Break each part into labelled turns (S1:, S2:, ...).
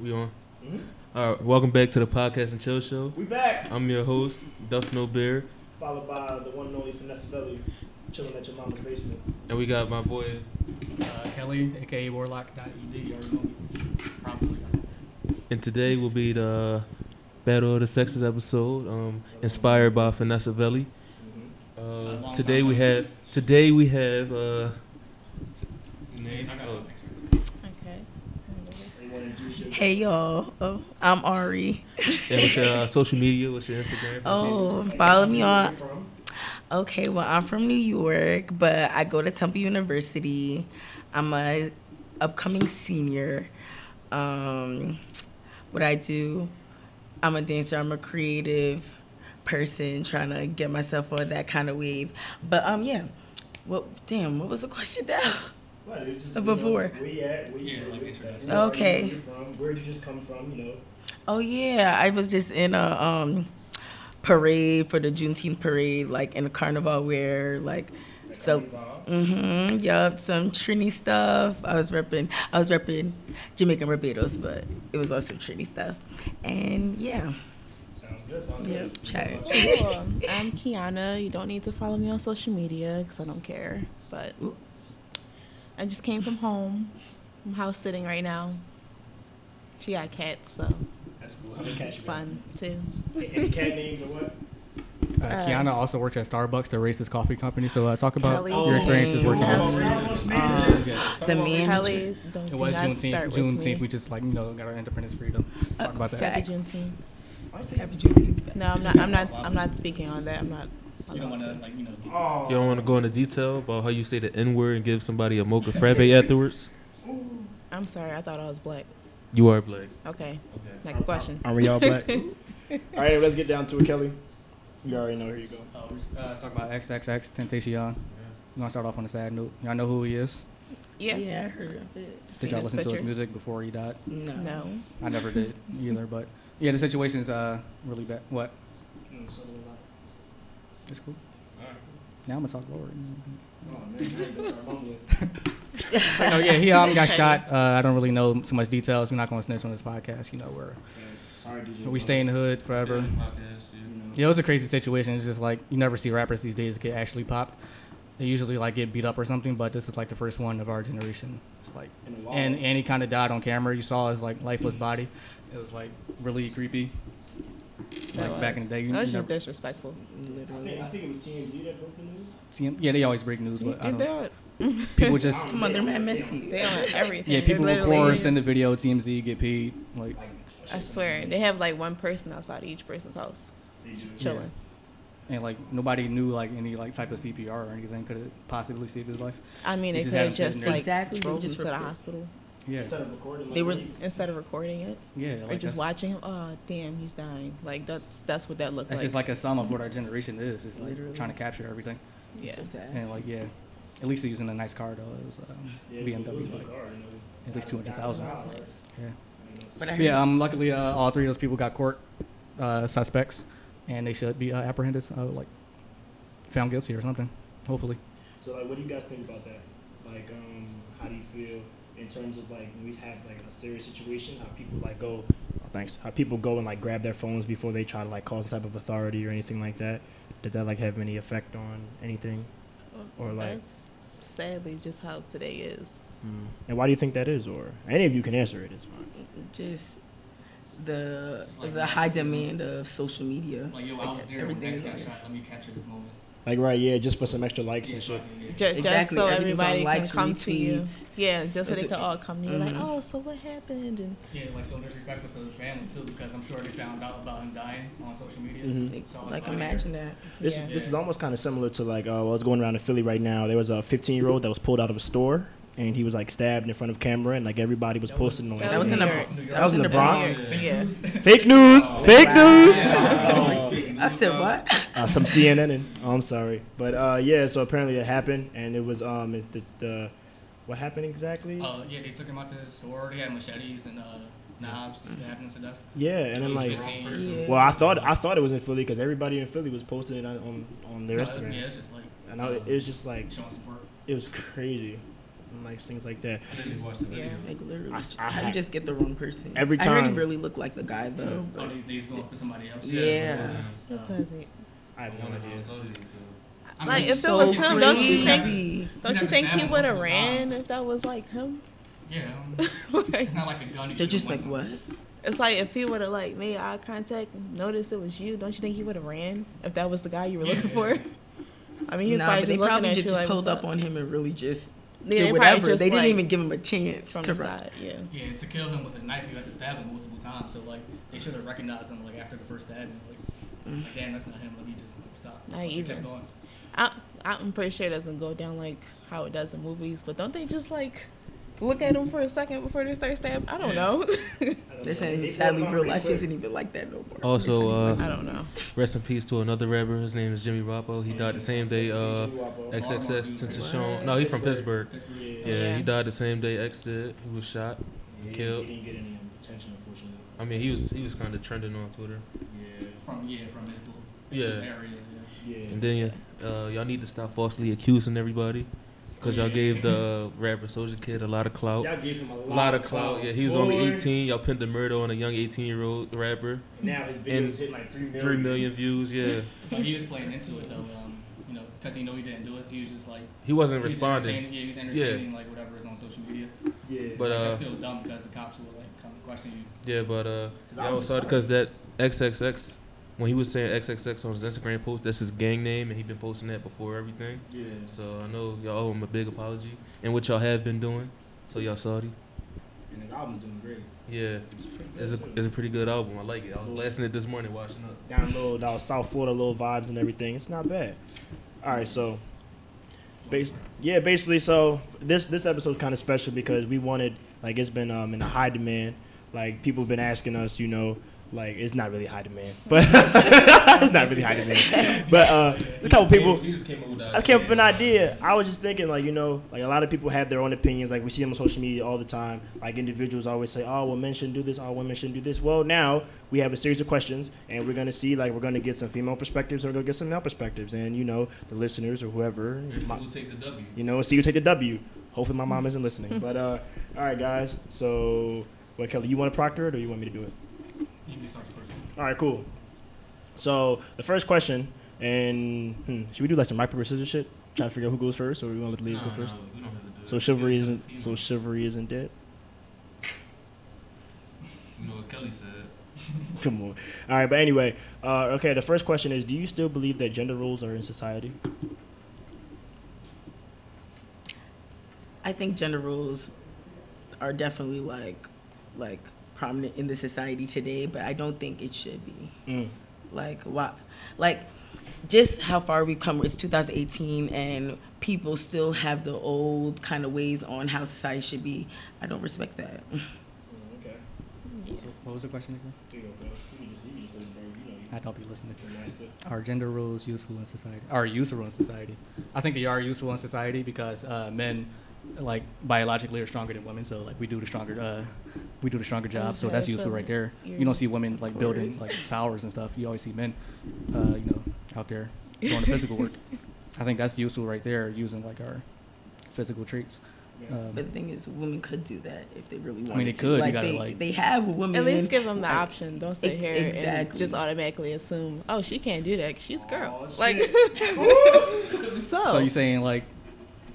S1: We on.
S2: Mm-hmm.
S3: Mhm.
S1: All right, welcome back to the podcast and chill show.
S3: We back,
S1: I'm your host Duff No Bear,
S3: followed by the one and only Finesse Belly, chilling at your mama's basement.
S1: and we got my boy.
S2: uh, Kelly, aka Warlock.ed. E You already know me. Probably.
S1: And today will be the Battle of the Sexes episode, um, inspired by Finesse Velli.
S2: Mm-hmm.
S1: Uh, today we have today we have uh, oh,
S4: Okay.
S3: Everyone introduce your-
S4: Hey y'all, oh, I'm Ari.
S1: and what's your uh, social media? What's your Instagram?
S4: Oh, follow me on.
S3: Where you from?
S4: Okay, well I'm from New York, but I go to Temple University. I'm a upcoming senior. Um, what I do, I'm a dancer. I'm a creative person trying to get myself on that kind of wave. But um, yeah. What damn? What was the question now?
S3: Well, it's just,
S4: Uh,
S3: you know,
S4: before.
S3: where you at, where you-
S2: Yeah, like
S3: where you-
S2: introduction.
S3: you know,
S4: Okay.
S3: Where you from? Where'd you just come from? You know,
S4: Oh yeah, I was just in a um, parade for the Juneteenth parade, like in a carnival wear, like
S3: that
S4: so.
S3: kind of vibe.
S4: Mhm. Yup, some Trini stuff. I was repping. I was repping Jamaican Barbados, but it was also Trini stuff. And yeah,
S3: Sounds good. Sounds
S4: yeah,
S3: good.
S4: check.
S5: Cool. I'm Kiana. You don't need to follow me on social media because I don't care. But
S4: Ooh.
S5: I just came from home. I'm house sitting right now. She got cats, so
S3: That's cool. How many cats
S5: it's
S3: you got?
S5: fun too.
S3: Any cat names or what?
S2: Uh, Kiana also works at Starbucks, the racist coffee company. So uh, talk about
S5: Kelly.
S2: your experiences
S4: Oh.
S2: working
S3: Talk
S2: there.
S3: about Starbucks
S6: Um,
S3: manager.
S2: Okay.
S4: The man.
S5: Kelly, don't
S2: It
S5: do
S2: was
S5: not start
S2: Juneteenth.
S5: with
S2: Juneteenth, we
S5: me.
S2: just like you know got our independence freedom. Talk about that.
S4: fact.
S5: Happy Juneteenth.
S3: Why you take-
S4: Happy Juneteenth.
S5: No, I'm not. I'm not. I'm not speaking on that. I'm not. allowed to.
S3: Oh,
S1: You don't want to go into detail about how you say the N word and give somebody a mocha frappe afterwards.
S5: I'm sorry. I thought I was black.
S1: You are black.
S5: Okay.
S1: Okay.
S5: Next question.
S6: Are we all black?
S3: All right, let's get down to it, Kelly. You already know. Here you go.
S2: Uh, we're just, uh, talk about XXX Temptation. You want to start off on a sad note? Y'all know who he is?
S5: Yeah.
S4: Yeah, I heard of it.
S5: Seen
S2: Did y'all
S5: this
S2: listen to his
S5: picture?
S2: music before he died?
S4: No.
S5: No.
S2: I never did either. But yeah, the situation's uh really bad. What?
S3: Mm, so do I.
S2: It's cool. Now I'm gonna talk lower.
S3: Oh, man, I ain't gonna start mumbling.
S2: no, yeah, he um, got shot. Uh, I don't really know too much details. We're not going to snitch on this podcast. You know, we're
S3: Yeah, Sorry, DJ.
S2: we stay in the hood forever.
S3: You know.
S2: Yeah, it was a crazy situation. It's just like you never see rappers these days get actually popped. They usually like get beat up or something, but this is like the first one of our generation. It's like,
S3: In the wild.
S2: and and he kind of died on camera. You saw his like
S5: Mm.
S2: lifeless body. It was like really creepy.
S5: That
S2: Like back in
S5: was-
S2: the day, you
S5: That was
S2: never
S5: just disrespectful.
S3: I think, I think it was TMZ that broke the news.
S2: see him. Yeah, they always break news, but I
S5: And
S2: don't,
S5: they're
S2: people just
S3: I don't
S4: Come on,
S3: know.
S4: they're mad
S3: They
S4: messy.
S5: they own everything.
S2: yeah,
S5: They're
S2: people
S5: literally-
S2: record, send the video, TMZ, get paid. Like,
S3: don't-
S5: I swear, they have like one person outside of each person's house,
S3: They do.
S5: just chilling.
S2: and like nobody knew like any like type of CPR or anything could have possibly saved his life.
S5: I mean,
S2: You
S5: they
S2: just
S5: could
S2: had them
S5: have just
S2: sitting there.
S5: like
S4: Exactly, you
S5: drove him
S4: just
S5: to the
S4: report.
S5: hospital
S2: Yeah,
S3: Instead of recording, like,
S4: They were-
S3: you-
S5: instead of recording it,
S2: yeah.
S5: or
S2: Like
S5: just
S2: that's,
S5: watching him. Oh, damn, he's dying. Like that's that's what that looked
S2: That's
S5: like.
S2: just like a sum of what our generation is. It's like
S4: Literally.
S2: trying to capture everything.
S5: yeah.
S4: So sad.
S2: And like yeah, at least they're using a nice car though. It was um,
S3: yeah, it was
S2: BMW
S3: a
S2: like
S3: car, you know.
S2: at least two hundred thousand.
S3: That's
S5: nice.
S2: Yeah.
S4: But I heard
S2: Yeah. Um. Luckily, uh, all three of those people got court uh, suspects, and they should be uh, apprehended. Uh, like found guilty or something. Hopefully.
S3: So like, what do you guys think about that? Like, um, how do you feel in terms of like when we have like a serious situation, how people like go, oh, thanks, how people go and like grab their phones before they try to like call some type of authority or anything like that? Did that like have any effect on anything? Or, like-
S5: that's sadly just how today is.
S3: And why do you think that is? Or any of you can answer it. It's fine.
S4: just the
S2: like
S4: the high demand of social media.
S2: Like yo,
S4: Like, was there when everything X is got like- shot.
S2: Let me capture this moment.
S3: Like, right? Yeah, just for some extra likes and shit.
S5: Ju- Just
S4: Exactly,
S5: so
S4: everything's on
S5: everybody can
S4: likes,
S5: come to you.
S4: retweets.
S5: Yeah, just so
S4: That's
S5: they
S4: it.
S5: can all come to you. Like,
S4: Mhm.
S5: oh, so what happened? And
S2: Yeah, like so disrespectful to the family too, because I'm sure they found out about him dying on social media.
S3: Mhm.
S4: Like,
S2: Solid
S4: like
S2: body
S4: imagine that.
S3: This
S5: yeah.
S3: this is almost kind of similar to like uh, I was going around in Philly right now. There was a 15 year old that was pulled out of a store and he was like stabbed in front of camera and like everybody was posting on.
S5: That
S4: That was in
S3: Instagram.
S4: the
S5: York.
S4: that was in the Bronx.
S5: Yeah.
S3: fake news, fake news.
S4: I said what?
S3: Uh, some CNN and oh, I'm sorry, but uh, yeah. So apparently it happened and it was um it's the, the what happened exactly?
S2: Uh, yeah, they took him out to the store. They had machetes and uh, knives. They stabbed him to death.
S3: Yeah, and then
S2: He was
S3: like
S2: 15 years old.
S4: Yeah.
S3: well I thought I thought it was in Philly because everybody in Philly was posting it on on, on their
S2: No,
S3: Instagram
S2: Yeah, it's just like
S3: and I, it was just like
S2: showing support.
S3: it was crazy. and like things like that.
S2: I didn't even watch the
S4: Yeah,
S2: video.
S4: like literally.
S3: I,
S4: I,
S3: s- I had-
S4: just get the wrong person.
S3: Every
S4: I heard
S3: time.
S4: he really looked like the guy though.
S2: Oh,
S4: but
S2: they, they go for somebody else.
S4: Yeah.
S5: What was it?
S3: I have no idea.
S2: I
S5: Like,
S2: mean,
S5: if it
S4: so
S5: was him, don't you think-
S4: crazy.
S5: Don't
S2: never
S5: you think he
S2: stabbed
S5: would have
S2: multiple
S5: ran
S2: times.
S5: if that was like him?
S2: yeah,
S5: Like,
S2: it's not like a gun. you
S4: They're
S2: shoot
S4: just
S2: one
S4: like
S2: time.
S4: what?
S5: it's like if he would have like made eye contact, noticed it was you. Don't you think he would have ran if that was the guy you were
S2: Yeah,
S5: looking
S2: yeah.
S5: for? I mean, he was
S4: Nah, but
S5: probably just
S4: they
S5: looking
S4: probably
S5: at
S4: just
S5: you like
S4: pulled
S5: what's
S4: up on him and really just
S5: Yeah,
S4: did
S5: they probably
S4: whatever.
S5: just,
S4: they didn't
S5: like,
S4: even give him a chance
S5: from
S4: to
S5: the
S4: run.
S5: side. Yeah.
S2: Yeah, to kill him with a knife, you have to stab him multiple times. So like, they should have recognized him like after the first stab. And, like,
S4: Mm-hmm.
S2: like, damn, that's not him. Like, he just like, stopped.
S5: Not
S2: Like, he
S5: even.
S2: Kept going.
S5: I, I'm pretty sure it doesn't go down like how it does in movies, but don't they just like look at him for a second before they start stabbing? I don't
S2: Yeah.
S5: know.
S3: I don't know. They
S4: Listen,
S3: pulled
S4: sadly,
S3: it off
S4: real
S3: pretty
S4: life
S3: quick.
S4: isn't even like that no more.
S1: Also,
S4: It's
S5: I
S1: uh,
S4: not
S5: don't know.
S1: Rest in peace to another rapper. His name is Jimmy Rappo. He died the same day. Uh,
S3: Yeah.
S1: XXX Tentacion. No, he's from Pittsburgh. Yeah,
S5: Yeah.
S1: he died the same day X did. He was shot.
S3: He didn't-
S1: Killed.
S3: He didn't get any attention, unfortunately.
S1: I mean, he was he was kind of trending on Twitter.
S3: Yeah,
S2: From yeah, from his little
S1: Yeah.
S2: his area. Yeah.
S3: yeah.
S1: And then uh, y'all need to stop falsely accusing everybody, cause y'all gave the rapper Soulja Kid a lot of clout.
S3: Y'all gave him a lot,
S1: oh, A lot of clout. Yeah, he was only
S3: Boy,
S1: 18. Y'all pinned the murder on a young 18 year old rapper.
S3: Now his
S1: and
S3: videos hit like three million.
S1: Three million views. Yeah,
S2: But he was playing into it though, um, you know, because he knew he didn't do it. He was just like
S1: he wasn't
S2: he was
S1: responding.
S2: entertaining- Yeah, he was entertaining like whatever is on social media.
S3: Yeah.
S1: But,
S2: But
S1: uh,
S2: that's still dumb because the cops will like come question you.
S1: Yeah, but uh,
S3: Cause
S1: y'all
S3: I'm-
S1: saw it because that XXX when he was saying XXX on his Instagram post, that's his gang name, and he been posting that before everything.
S3: yeah.
S1: So I know y'all owe him a big apology and what y'all have been doing. So y'all Saudi.
S3: And his album's doing great.
S1: Yeah,
S3: It's pretty
S1: it's a
S3: good, too.
S1: it's a pretty good album. I like it. I was blasting it this morning, watching up.
S3: down low, that was South Florida little vibes and everything. It's not bad. All right, so, bas- yeah, basically, so this this episode's kind of special because we wanted like it's been um in a high demand. Like people have been asking us, you know, like it's not really high demand, but it's not really high demand. But uh, a couple people.
S1: He just came up with that.
S3: I came up with an idea. I was just thinking, like, you know, like a lot of people have their own opinions. Like, we see them on social media all the time. Like, individuals always say, oh, well, men shouldn't do this. Oh, women shouldn't do this. Well, now we have a series of questions, and we're going to see, like, we're going to get some female perspectives, and we're going to get some male perspectives. And, you know, the listeners or whoever, my-
S2: Who will take the W?
S3: you know, see who take the W. Hopefully, my mom isn't listening. But, uh, all right, guys. So, what, Kelly, you want to proctor it or you want me to do it?
S2: You can start the first one.
S3: All right, cool. So, the first question, and hmm, should we do, like, some rock, paper, scissors shit? Trying to figure out who goes first, or we want to let the ladies
S2: No,
S3: go
S2: no,
S3: first?
S2: we don't have to do
S3: So
S2: it.
S3: chivalry
S2: Give it to
S3: isn't
S2: the
S3: so
S2: female.
S3: chivalry isn't dead.
S2: You know what Kelly said.
S3: Come on. All right, but anyway, uh, okay. The first question is: Do you still believe that gender roles are in society?
S4: I think gender roles are definitely like like prominent in the society today, but I don't think it should be.
S3: Mm.
S4: Like why like just how far we've come it's 2018 and people still have the old kind of ways on how society should be. I don't respect that.
S3: Okay.
S7: So what was the question again? I hope you listening.
S3: Master.
S7: Are gender roles useful in society? Are useful in society? I think they are useful in society because uh, men, like biologically, are stronger than women. So like we do the stronger, uh, we do the stronger job. So that's useful right there. You don't see women like building like towers and stuff. You always see men, uh, you know, out there doing the physical work. I think that's useful right there, using like our physical traits. Um,
S4: But the thing is women could do that if they really wanted
S7: I mean, it
S4: to.
S7: could. You
S4: Like,
S7: gotta,
S4: they,
S7: like-
S4: they have women
S5: At least give them the
S4: like,
S5: option. Don't sit
S4: e-
S5: here and
S4: exactly.
S5: just automatically assume, oh, she can't do that. She's girl.
S3: Aw,
S5: like, so,
S7: so you saying like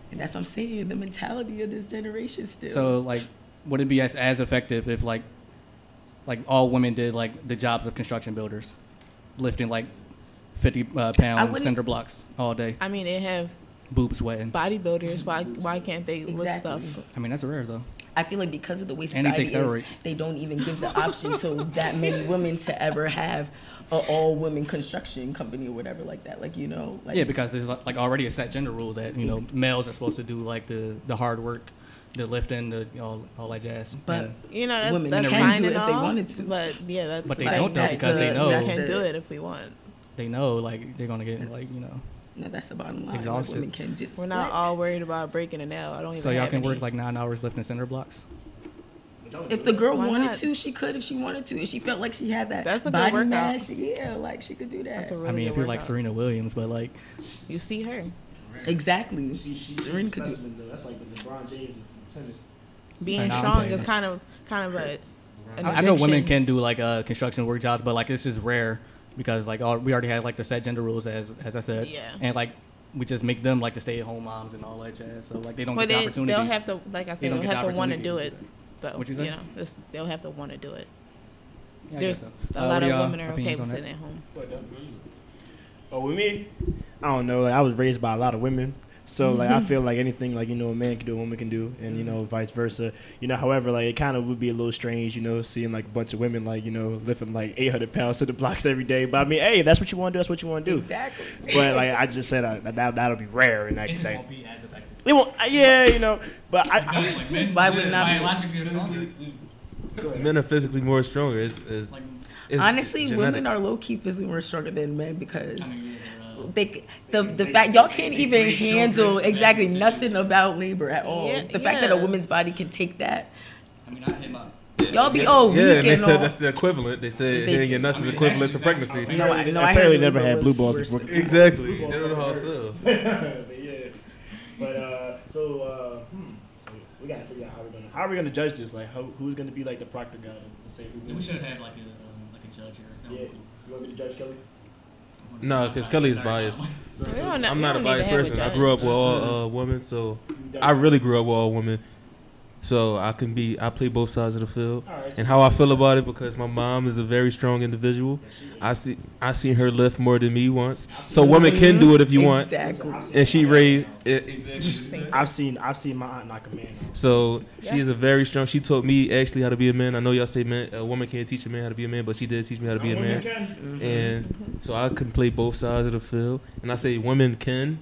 S4: and that's what I'm saying, the mentality of this generation still.
S7: So like, would it be as, as effective if like, like all women did like the jobs of construction builders, lifting like fifty uh, pound
S4: wouldn't-
S7: cinder blocks all day,
S5: I mean, they have
S7: boobs sweating.
S5: bodybuilders. Why, why can't they lift stuff?
S4: Mm-hmm. Exactly.
S7: I mean that's rare though.
S4: I feel like because of the way
S7: And he
S4: society
S7: takes
S4: is,
S7: steroids.
S4: they don't even give the option to that many women to ever have a all women construction company or whatever like that. Like you know, like
S7: yeah, because there's like like, already a set gender rule that you know
S4: Ex-
S7: males are supposed to do like the the hard work, the lifting, the you know, all that jazz.
S4: But-
S7: And
S5: You know,
S4: Women
S5: that's, that's
S4: can
S5: fine
S4: do it
S5: and
S4: if they
S5: all,
S4: wanted to.
S5: But yeah, that's
S7: But they
S5: like,
S7: don't though
S5: that's
S7: because they
S5: the-
S7: know-
S5: we can do it if we want.
S7: they know like they're gonna get like you know.
S4: no, that's the bottom line. Like,
S7: Exhausted.
S4: women can do.
S5: We're not
S4: What?
S5: all worried about breaking a nail. I don't even.
S7: So y'all
S5: have
S7: can
S5: any.
S7: work like nine hours lifting cinder blocks.
S4: If the girl
S5: Why
S4: wanted
S5: not?
S4: to, she could. If she wanted to, if she felt like she had that
S5: That's a good
S4: body
S5: workout.
S4: mass, yeah, like she could do that.
S5: That's a really
S7: I mean,
S5: good
S7: if you're like
S5: workout.
S7: Serena Williams, but like
S5: you see her.
S4: Exactly.
S3: She, she's
S4: Serena
S3: a
S4: could do-
S3: specimen, though. That's like the LeBron James of tennis.
S5: Being
S7: And I'm
S5: strong is
S7: pregnant.
S5: kind of kind of a. an
S7: I, I know women
S5: addiction.
S7: can do like uh, construction work jobs, but like it's just rare because like all, we already had like the set gender rules as as I said,
S5: Yeah.
S7: and like we just make them like the stay at home moms and all that jazz. So like they don't
S5: Well,
S7: get the
S5: they,
S7: opportunity.
S5: they'll have to, like I said,
S7: don't
S5: they'll
S7: get the
S5: have to want to
S7: opportunity
S5: do
S7: to
S5: it.
S7: do
S5: Though,
S7: What you say?
S5: know, it's, they'll have to want to do it.
S7: Yeah, I
S5: There's
S7: guess so. Uh,
S5: a
S7: what
S5: lot of
S7: y'all
S5: women are okay
S7: opinions on
S5: with
S7: that?
S5: sitting at home.
S3: Oh, with me, I don't know. Like, I was raised by a lot of women, so like I feel like anything like you know a man can do, a woman can do, and you know vice versa. You know, however, like it kind of would be a little strange, you know, seeing like a bunch of women like you know lifting like 800 pounds to the blocks every day. But I mean, hey, if that's what you want to do. That's what you want to do.
S4: Exactly.
S3: But like I just said, uh, that that'll be rare, and
S2: It
S3: that,
S2: just
S3: that
S2: won't be as effective.
S3: it won't. uh, Yeah, you know. But I, I
S2: Like, men,
S4: Why would not be?
S2: biologically are stronger.
S1: Men are physically more stronger. It's, it's,
S2: Like,
S1: it's
S4: Honestly, women
S1: genetics.
S4: are low key physically more stronger than men because
S2: I mean, yeah, uh,
S4: they, c- the the fact y'all can't even handle exactly nothing about labor at all.
S5: Yeah,
S4: the fact that a
S5: yeah.
S4: woman's body can take that,
S2: I mean, I hit my.
S4: y'all be oh
S1: Yeah,
S4: weak
S1: and they
S4: and
S1: said
S4: all.
S1: that's the equivalent. They said
S4: They
S1: hitting your
S4: do.
S1: nuts is
S2: I mean,
S1: equivalent to
S2: actually, that's
S1: pregnancy.
S2: how-
S4: No, I, no, I
S3: apparently
S4: heard
S3: never
S4: Uber
S3: had
S4: was
S3: blue balls
S4: worse
S3: before.
S4: than-
S1: Exactly. They don't know how it feels.
S3: but yeah. But uh, so, uh, hmm, so we gotta figure out how we're gonna how are we gonna judge this? Like, how, who's gonna be like the proctor guy to say who
S2: We
S3: wins?
S2: should have had like a um, like a judge or.
S3: Yeah.
S2: that would've been
S3: You want me to judge Kelly?
S2: cool.
S1: No, 'cause Kelly's biased.
S5: We don't know-
S1: I'm
S5: we
S1: not a
S5: don't need to
S1: biased
S5: have
S1: person. I
S5: judge.
S1: grew up with all uh, women, so
S3: You judge-
S1: I really grew up with all women. So I can be, I play both sides of the field.
S3: All right, so-
S1: And how I feel about it because my mom is a very strong individual. I see, I seen her lift more than me once. So women can do it if you want,
S4: Exactly.
S1: and she raised. eh, It,
S3: I've seen I've seen my aunt knock a man out.
S1: So she is a very strong. She taught me actually how to be a man. I know y'all say man, a woman can't teach a man how to be a man, but she did teach me how to be a
S3: Some
S1: man.
S3: women can.
S1: Mm-hmm. And so I can play both sides of the field. And I say women can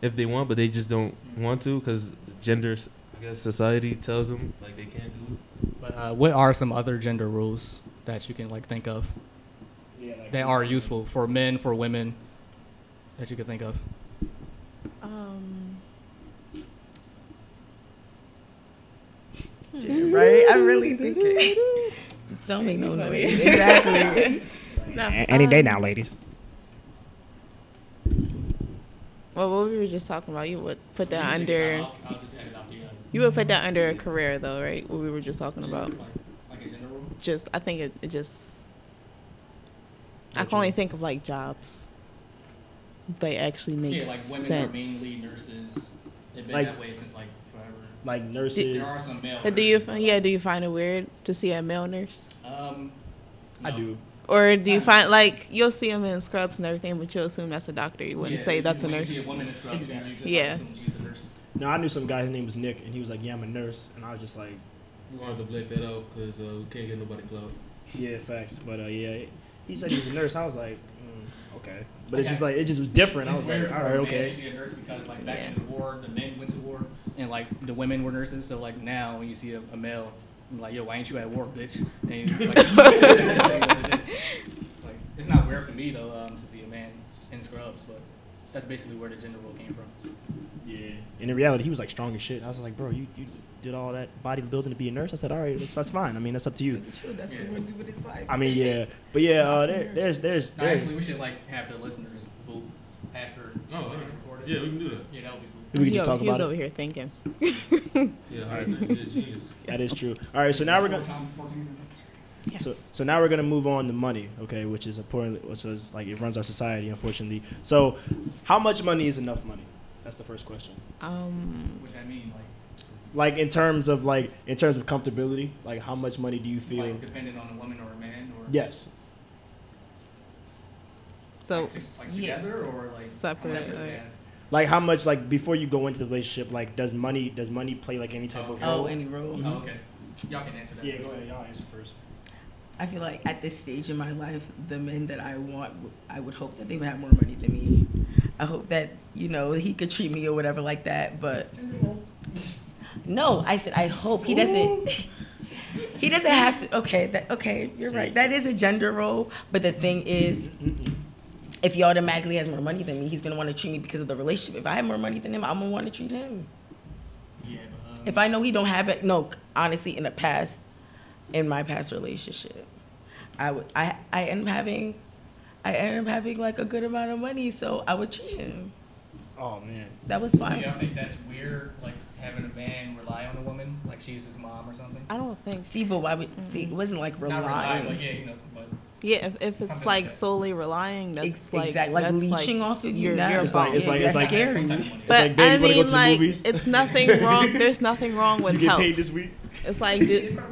S1: if they want, but they just don't want to because gender, I guess, society tells them like they can't do it.
S7: But uh, what are some other gender rules that you can like think of
S3: Yeah, like-
S7: that are useful for men for women that you could think of?
S5: Um,
S4: Yeah, right? I'm really thinking. Don't make no noise. Exactly.
S5: no,
S3: A- Any day
S5: um,
S3: now, ladies.
S5: Well, what we were just talking about, you would put that
S2: You can take
S5: under.
S2: time out, I'll just edit out the, uh,
S5: You would put that under a career, though, right? What we were just talking about.
S2: like- Like a gender rule.
S5: Just, I think it, it just. I can only think of like jobs. They actually make
S2: Yeah, like women are mainly
S5: sense.
S2: nurses. They've been
S3: Like-
S2: that way since like forever.
S3: Like nurses.
S2: There are some male.
S5: But do you,
S2: nurses,
S5: fi- yeah, do you find it weird to see a male nurse?
S2: but, Um,
S3: I
S2: no.
S3: do.
S5: Or do you find like you'll see them in scrubs and everything, but you'll assume that's a doctor. You wouldn't
S2: Yeah,
S5: say
S2: you-
S5: that's a
S2: when you see
S5: nurse.
S2: a woman in scrubs, you usually just
S5: Yeah.
S2: assume she's a nurse.
S3: No, I knew some guy. His name was Nick, and he was like, "Yeah, I'm a nurse," and I was just like,
S1: We wanted to black that out because uh, we can't get nobody close.
S3: "Yeah, facts." But uh, yeah, he said he was a nurse. I was like, mm, "Okay," but it's just like it just was different. I was
S2: It's weird
S3: like,
S2: for
S3: "All
S2: a
S3: right,
S2: man
S3: okay."
S2: to be a nurse because like back
S5: Yeah.
S2: in the war, the men went to war, and like the women were nurses. So like now, when you see a, a male, I'm like, yo, why ain't you at war, bitch? And you, like, like, it's not weird for me though um, to see a man in scrubs, but that's basically where the gender role came from.
S3: Yeah. And in reality, he was like strong as shit. I was like, bro, you, you did all that bodybuilding to be a nurse. I said, all right, that's, that's fine. I mean, that's up to you.
S4: That's
S2: what we
S4: do with his life.
S3: I mean, yeah, but yeah, uh, there, there's, there's,
S2: Now,
S3: there's.
S2: actually, we should like have the listeners vote after
S1: Oh,
S2: like,
S1: alright.
S2: it's recorded.
S1: Yeah, we can do that.
S2: Yeah, that would be cool.
S3: We could
S5: He
S3: just
S5: o-
S3: talk
S5: he was
S3: about
S5: over
S3: it.
S5: here thinking.
S1: Yeah, all right, man. Yeah, genius.
S3: That is true. All right, so now we're gonna.
S2: Time before things are-
S5: Yes.
S3: So, so now we're gonna move on to money, okay, which is important, which is like it runs our society, unfortunately. So, how much money is enough money? That's the first question.
S5: um,
S2: What that mean, like,
S3: Like in terms of like in terms of comfortability, like how much money do you feel?
S2: like dependent on a woman or a man or
S3: Yes,
S5: so
S2: like, to- like
S4: yeah.
S2: together or like
S5: Separate, like-
S2: yeah.
S3: like how much like before you go into the relationship, like does money does money play like any type of role?
S4: Oh, any role.
S2: Oh, okay. Y'all can answer that.
S3: Mm-hmm. Yeah,
S2: first.
S3: go ahead. Y'all answer first.
S4: I feel like at this stage in my life, the men that I want, I would hope that they would have more money than me. I hope that you know he could treat me or whatever like that. But no, I said I hope he doesn't. He doesn't have to. Okay, that okay, you're
S3: See?
S4: right. That is a gender role. But the thing is, if he automatically has more money than me, he's gonna want to treat me because of the relationship. If I have more money than him, I'm gonna want to treat him.
S2: Yeah, but, um,
S4: If I know he don't have it, no. Honestly, in the past, in my past relationship, I would I I end up having, I end up having like a good amount of money, so I would treat him.
S3: Oh man.
S4: That was fine.
S2: Yeah, I think that's weird. Like having a man rely on a woman, like she's his mom or something.
S5: I don't think.
S4: See, but why would see? It wasn't like
S2: Not rely,
S4: relying.
S2: like yeah, you know, but
S5: Yeah, if, if
S2: Something
S5: it's
S2: like
S5: like
S2: that.
S5: solely relying, that's
S4: Ex-
S5: like
S4: exactly, like
S5: that's
S4: leeching off of you
S5: Your,
S4: now.
S5: your
S4: It's
S3: like-
S5: body.
S3: it's like-
S4: That's
S3: it's like-
S4: scary.
S2: type of money.
S5: But
S3: like, babe, you
S5: I
S3: wanna go
S5: mean,
S3: to the
S5: like,
S3: movies?
S5: it's nothing wrong. There's nothing wrong with
S3: you get
S5: help.
S3: paid this week?
S5: It's like, dude,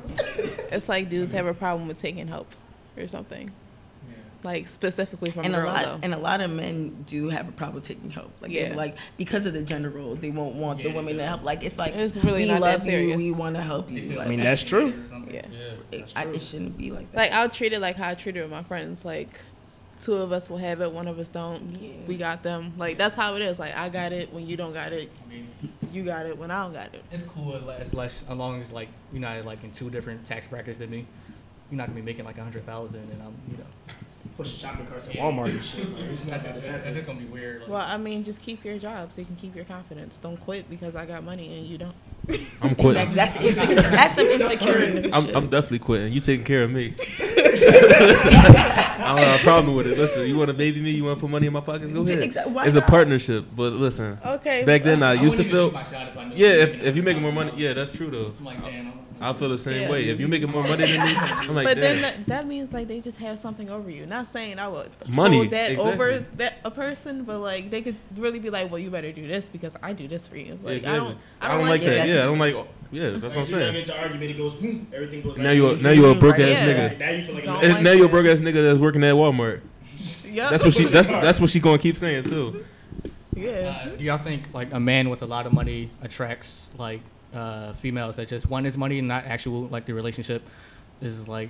S5: it's like dudes have a problem with taking help or something.
S2: yeah.
S5: Like specifically from
S4: and a
S5: girls,
S4: lot
S5: though.
S4: and a lot of men do have a problem taking help. Like they-
S5: Yeah.
S4: like because of the gender role, they won't want the
S2: Yeah,
S4: women to
S2: yeah.
S4: help. Like it's like
S5: It's really
S4: we
S5: not that
S4: love you,
S5: serious.
S4: we want to help
S2: They
S4: you.
S2: feel
S4: Like,
S3: I mean, that's true.
S2: or something.
S5: yeah.
S1: Yeah.
S4: it, I, it shouldn't be like that.
S5: Like I'll treat it like how I treat it with my friends. Like two of us will have it, one of us don't.
S4: Yeah.
S5: We got them. Like that's how it is. Like I got it when you don't got it.
S2: I mean,
S5: You got it when I don't got it.
S2: it's cool as, as, less- as long as like you're not like in two different tax brackets than me. You're not gonna be making like a hundred thousand, and I'm you know
S3: Push shopping carts at
S2: Yeah.
S3: Walmart and shit.
S2: that's, that's, that's, just gonna be weird. Like,
S5: Well, I mean, just keep your job so you can keep your confidence. Don't quit because I got money and you don't.
S1: I'm quitting.
S4: Exactly. That's insecure. That's some insecurity.
S1: I'm, I'm definitely quitting. You taking care of me. I don't have a problem with it. Listen, you want to baby me? You want to put money in my pockets? Go ahead.
S4: Exact- why
S1: It's a
S4: not?
S1: partnership. But listen,
S5: Okay.
S1: back then I
S2: I
S1: used to
S2: wouldn't even
S1: feel.
S2: shoot my shot if I knew
S1: Yeah,
S2: you were
S1: if,
S2: making
S1: if
S2: a
S1: you're making more
S2: thousand
S1: money,
S2: dollars.
S1: yeah, that's true though.
S2: I'm like, damn. I'm-
S1: I feel the same
S5: Yeah.
S1: way. If you're making more money than me, I'm like,
S5: but then
S1: damn.
S5: that, that means like they just have something over you. Not saying I would
S1: Money,
S5: hold that
S1: exactly.
S5: over that a person, but like they could really be like, well, you better do this because I do this for you.
S1: Yeah,
S5: Like
S1: exactly.
S5: I don't, I don't, like,
S1: like that.
S5: it.
S1: Yeah, I don't like. oh, Yeah, that's what I'm
S3: As soon as I
S1: saying.
S3: get into argument, it goes, boom, everything goes.
S1: Now
S3: like
S1: you a,
S3: that.
S1: now you a broke
S5: Right.
S1: ass
S5: Yeah.
S1: nigga.
S3: Now you feel like.
S5: Don't
S3: a man.
S1: And now you're a broke ass nigga that's working at Walmart.
S5: Yup.
S1: That's what she. That's that's what she gonna keep saying too.
S5: yeah.
S2: Uh, do y'all think like a man with a lot of money attracts like uh, females that just want his money and not actual like the relationship is like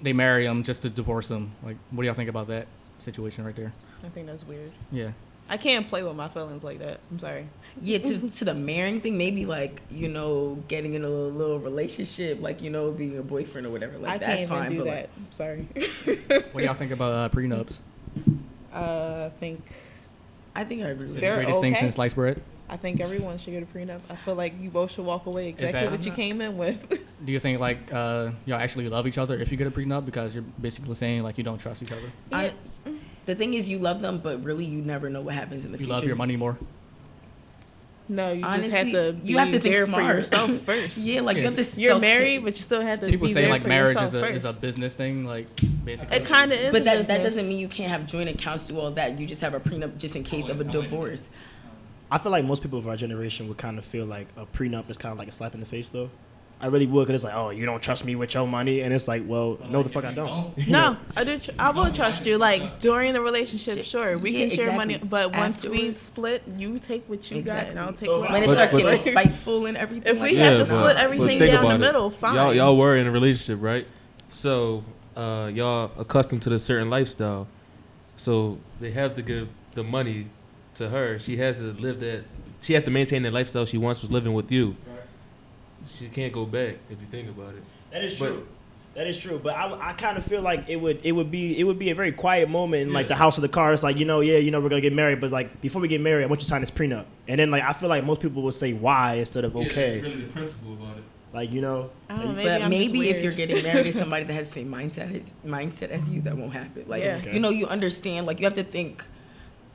S2: they marry him just to divorce him? Like, what do y'all think about that situation right there?
S5: I think that's weird.
S2: Yeah,
S5: I can't play with my feelings like that. I'm sorry.
S4: Yeah, to, to the marrying thing, maybe like you know, getting in a little, little relationship, like you know, being a boyfriend or whatever. Like
S5: I
S4: that's
S5: can't even
S4: fine,
S5: do
S4: but,
S5: that.
S4: like,
S5: I'm sorry.
S2: what do y'all think about uh, prenups?
S5: Uh, I think
S4: I think I agree.
S2: Is
S4: With
S2: it the
S4: that.
S5: They're
S2: greatest thing
S5: okay.
S2: since sliced bread?
S5: I think everyone should get a prenup. I feel like you both should walk away exactly
S2: that-
S5: what you came in with.
S2: Do you think like uh, y'all actually love each other if you get a prenup because you're basically saying like you don't trust each other?
S4: I, the thing is, you love them, but really, you never know what happens in the
S2: You
S4: future.
S2: love your money more.
S5: no, you just have
S4: Honestly,
S5: to.
S4: you have
S5: be
S4: to think
S5: there
S4: smart.
S5: for yourself first.
S4: Yeah, like you have to.
S5: You're
S4: self-
S5: married, but you still have to.
S2: People
S5: be
S2: say
S5: there
S2: like
S5: for
S2: marriage is
S5: yourself
S2: a, is a
S5: first.
S2: business thing, like basically.
S5: It kind of is.
S4: But that,
S5: a
S4: that
S5: business.
S4: doesn't mean you can't have joint accounts, do all that. You just have a prenup just in case of a
S2: I'll let you-
S4: divorce.
S3: I feel like most people of our generation would kind of feel like a prenup is kind of like a slap in the face, though. I really would, because it's like, oh, you don't trust me with your money, and it's like, well,
S2: But,
S3: no,
S2: like,
S3: the fuck
S2: if
S3: I
S2: you
S3: don't.
S5: No, I do. Tr- I will
S2: don't
S5: trust
S2: like
S5: you.
S2: it,
S5: Like
S2: but-
S5: during the relationship, sure, we
S4: Yeah,
S5: can share money.
S4: exactly.
S5: But once we
S4: Afterwards.
S5: split, you take what you got, and I'll
S4: Exactly.
S5: take
S3: So
S5: what.
S4: When it
S1: But-
S4: starts
S1: but-
S4: getting spiteful and everything.
S5: If
S4: like
S5: we
S4: that.
S1: Yeah,
S5: have to
S1: but- but
S5: split everything
S1: think
S5: down the
S1: about it.
S5: middle, fine.
S1: Y'all y'all were in a relationship, right? So uh, y'all accustomed to the certain lifestyle. So they have to give the money to her. She has to live that. She has to maintain that lifestyle she once was living with you.
S3: Right.
S1: She can't go back if you think about it.
S3: That is
S1: But-
S3: true. That is true. But I, I kind of feel like it would it would be it would be a very quiet moment in like
S1: Yeah.
S3: the house of the car. It's like you know yeah you know we're gonna get married, but it's like before we get married, I want you to sign this prenup. And then like I feel like most people would say why instead of okay,
S1: really the principle about it.
S3: like you know.
S5: I don't know, maybe
S4: but
S5: I'm just
S4: maybe if
S5: weird.
S4: you're getting married to somebody that has the same mindset as mindset as you, that won't happen. Like
S5: Yeah.
S3: Okay.
S4: you know, you understand. Like you have to think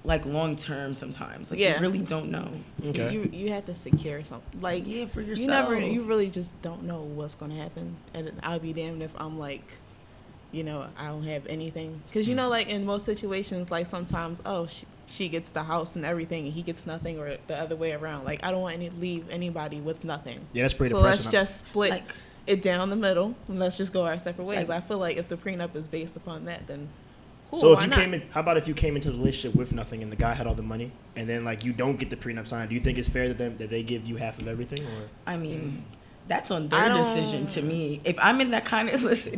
S4: like long term sometimes. Like
S5: Yeah.
S4: you really don't know.
S3: Okay.
S5: you you have to secure something. Like
S4: Yeah, for yourself.
S5: you never, you really just don't know what's gonna happen. And I'll be damned if I'm like, you know, I don't have anything. Cause you know,
S2: Mm-hmm.
S5: like in most situations, like sometimes, oh, she, she gets the house and everything, and he gets nothing, or the other way around. Like I don't want to leave anybody with nothing.
S3: yeah, that's pretty
S5: so
S3: depressing.
S5: let's just split
S4: like
S5: it down the middle and let's just go our separate ways.
S4: Like-
S5: I feel like if the prenup is based upon that, then cool.
S3: so if
S5: why
S3: you
S5: not?
S3: came in, how about if you came into the relationship with nothing and the guy had all the money, and then like you don't get the prenup signed? Do you think it's fair that them that they give you half of everything? Or
S4: I mean, that's on
S5: Mm. I
S4: their
S5: don't-
S4: decision to me. If I'm in that kind of listen,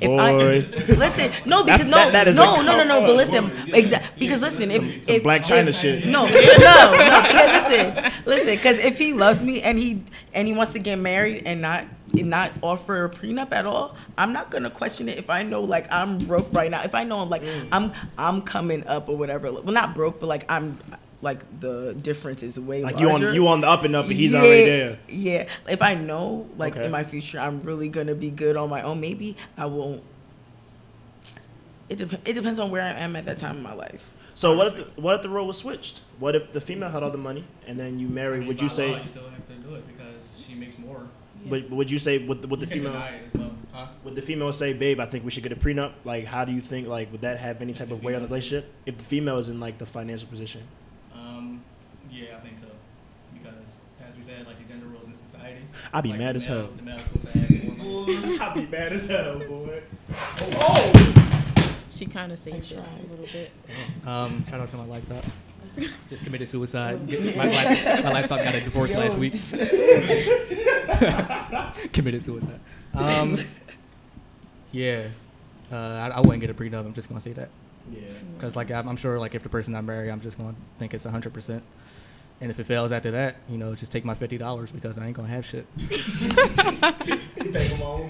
S4: if
S3: Boy.
S4: I listen, no,
S3: That's-
S4: because no,
S3: that- that is
S4: no,
S3: a-
S4: no, no, no,
S3: oh,
S4: but listen, exactly because listen, if
S3: some
S4: if
S3: Blac
S4: if-
S3: Chyna shit.
S4: no, no, no, because listen, listen, because if he loves me and he and he wants to get married and not and not offer a prenup at all, I'm not gonna question it if I know like I'm broke right now. If I know I'm like
S5: Mm.
S4: I'm I'm coming up or whatever. Well, not broke, but like I'm like the difference is way
S3: like you
S4: larger.
S3: on you on the up and up, and he's
S4: Yeah,
S3: already there.
S4: Yeah. If I know, like
S3: Okay.
S4: in my future, I'm really gonna be good on my own. Maybe I won't. It dep- It depends on where I am at that time in my life.
S3: So what if the, what if the role was switched? What if the female had all the money and then you marry?
S2: I mean,
S3: would you
S2: by
S3: say?
S2: law, you still have to do it because she makes more?
S3: But would you say would the, would the
S2: You can
S3: female
S2: deny it as well. Huh?
S3: would the female say, "Babe, I think we should get a prenup"? Like, how do you think? Like, would that have any type of weight on the relationship if the female is in like the financial position?
S2: Um, yeah, I think so. Because as we said, like the gender roles in society.
S3: I'd be
S2: like,
S3: mad
S2: the
S3: as
S2: male-
S3: hell.
S2: The male is supposed to have more money.
S3: I'd be mad as hell, boy. Oh!
S5: She kind of saved it a little bit.
S2: Um, shout out to my laptop. Just committed suicide. my, lap- my laptop got a divorce last week. committed suicide. Um, yeah, uh, I, I wouldn't get a prenup. I'm just gonna say that
S3: Yeah.
S2: because, like, I'm, I'm sure, like, if the person I marry, I'm just gonna think it's 100. percent And if it fails after that, you know, just take my fifty dollars because I ain't gonna have shit.
S3: Real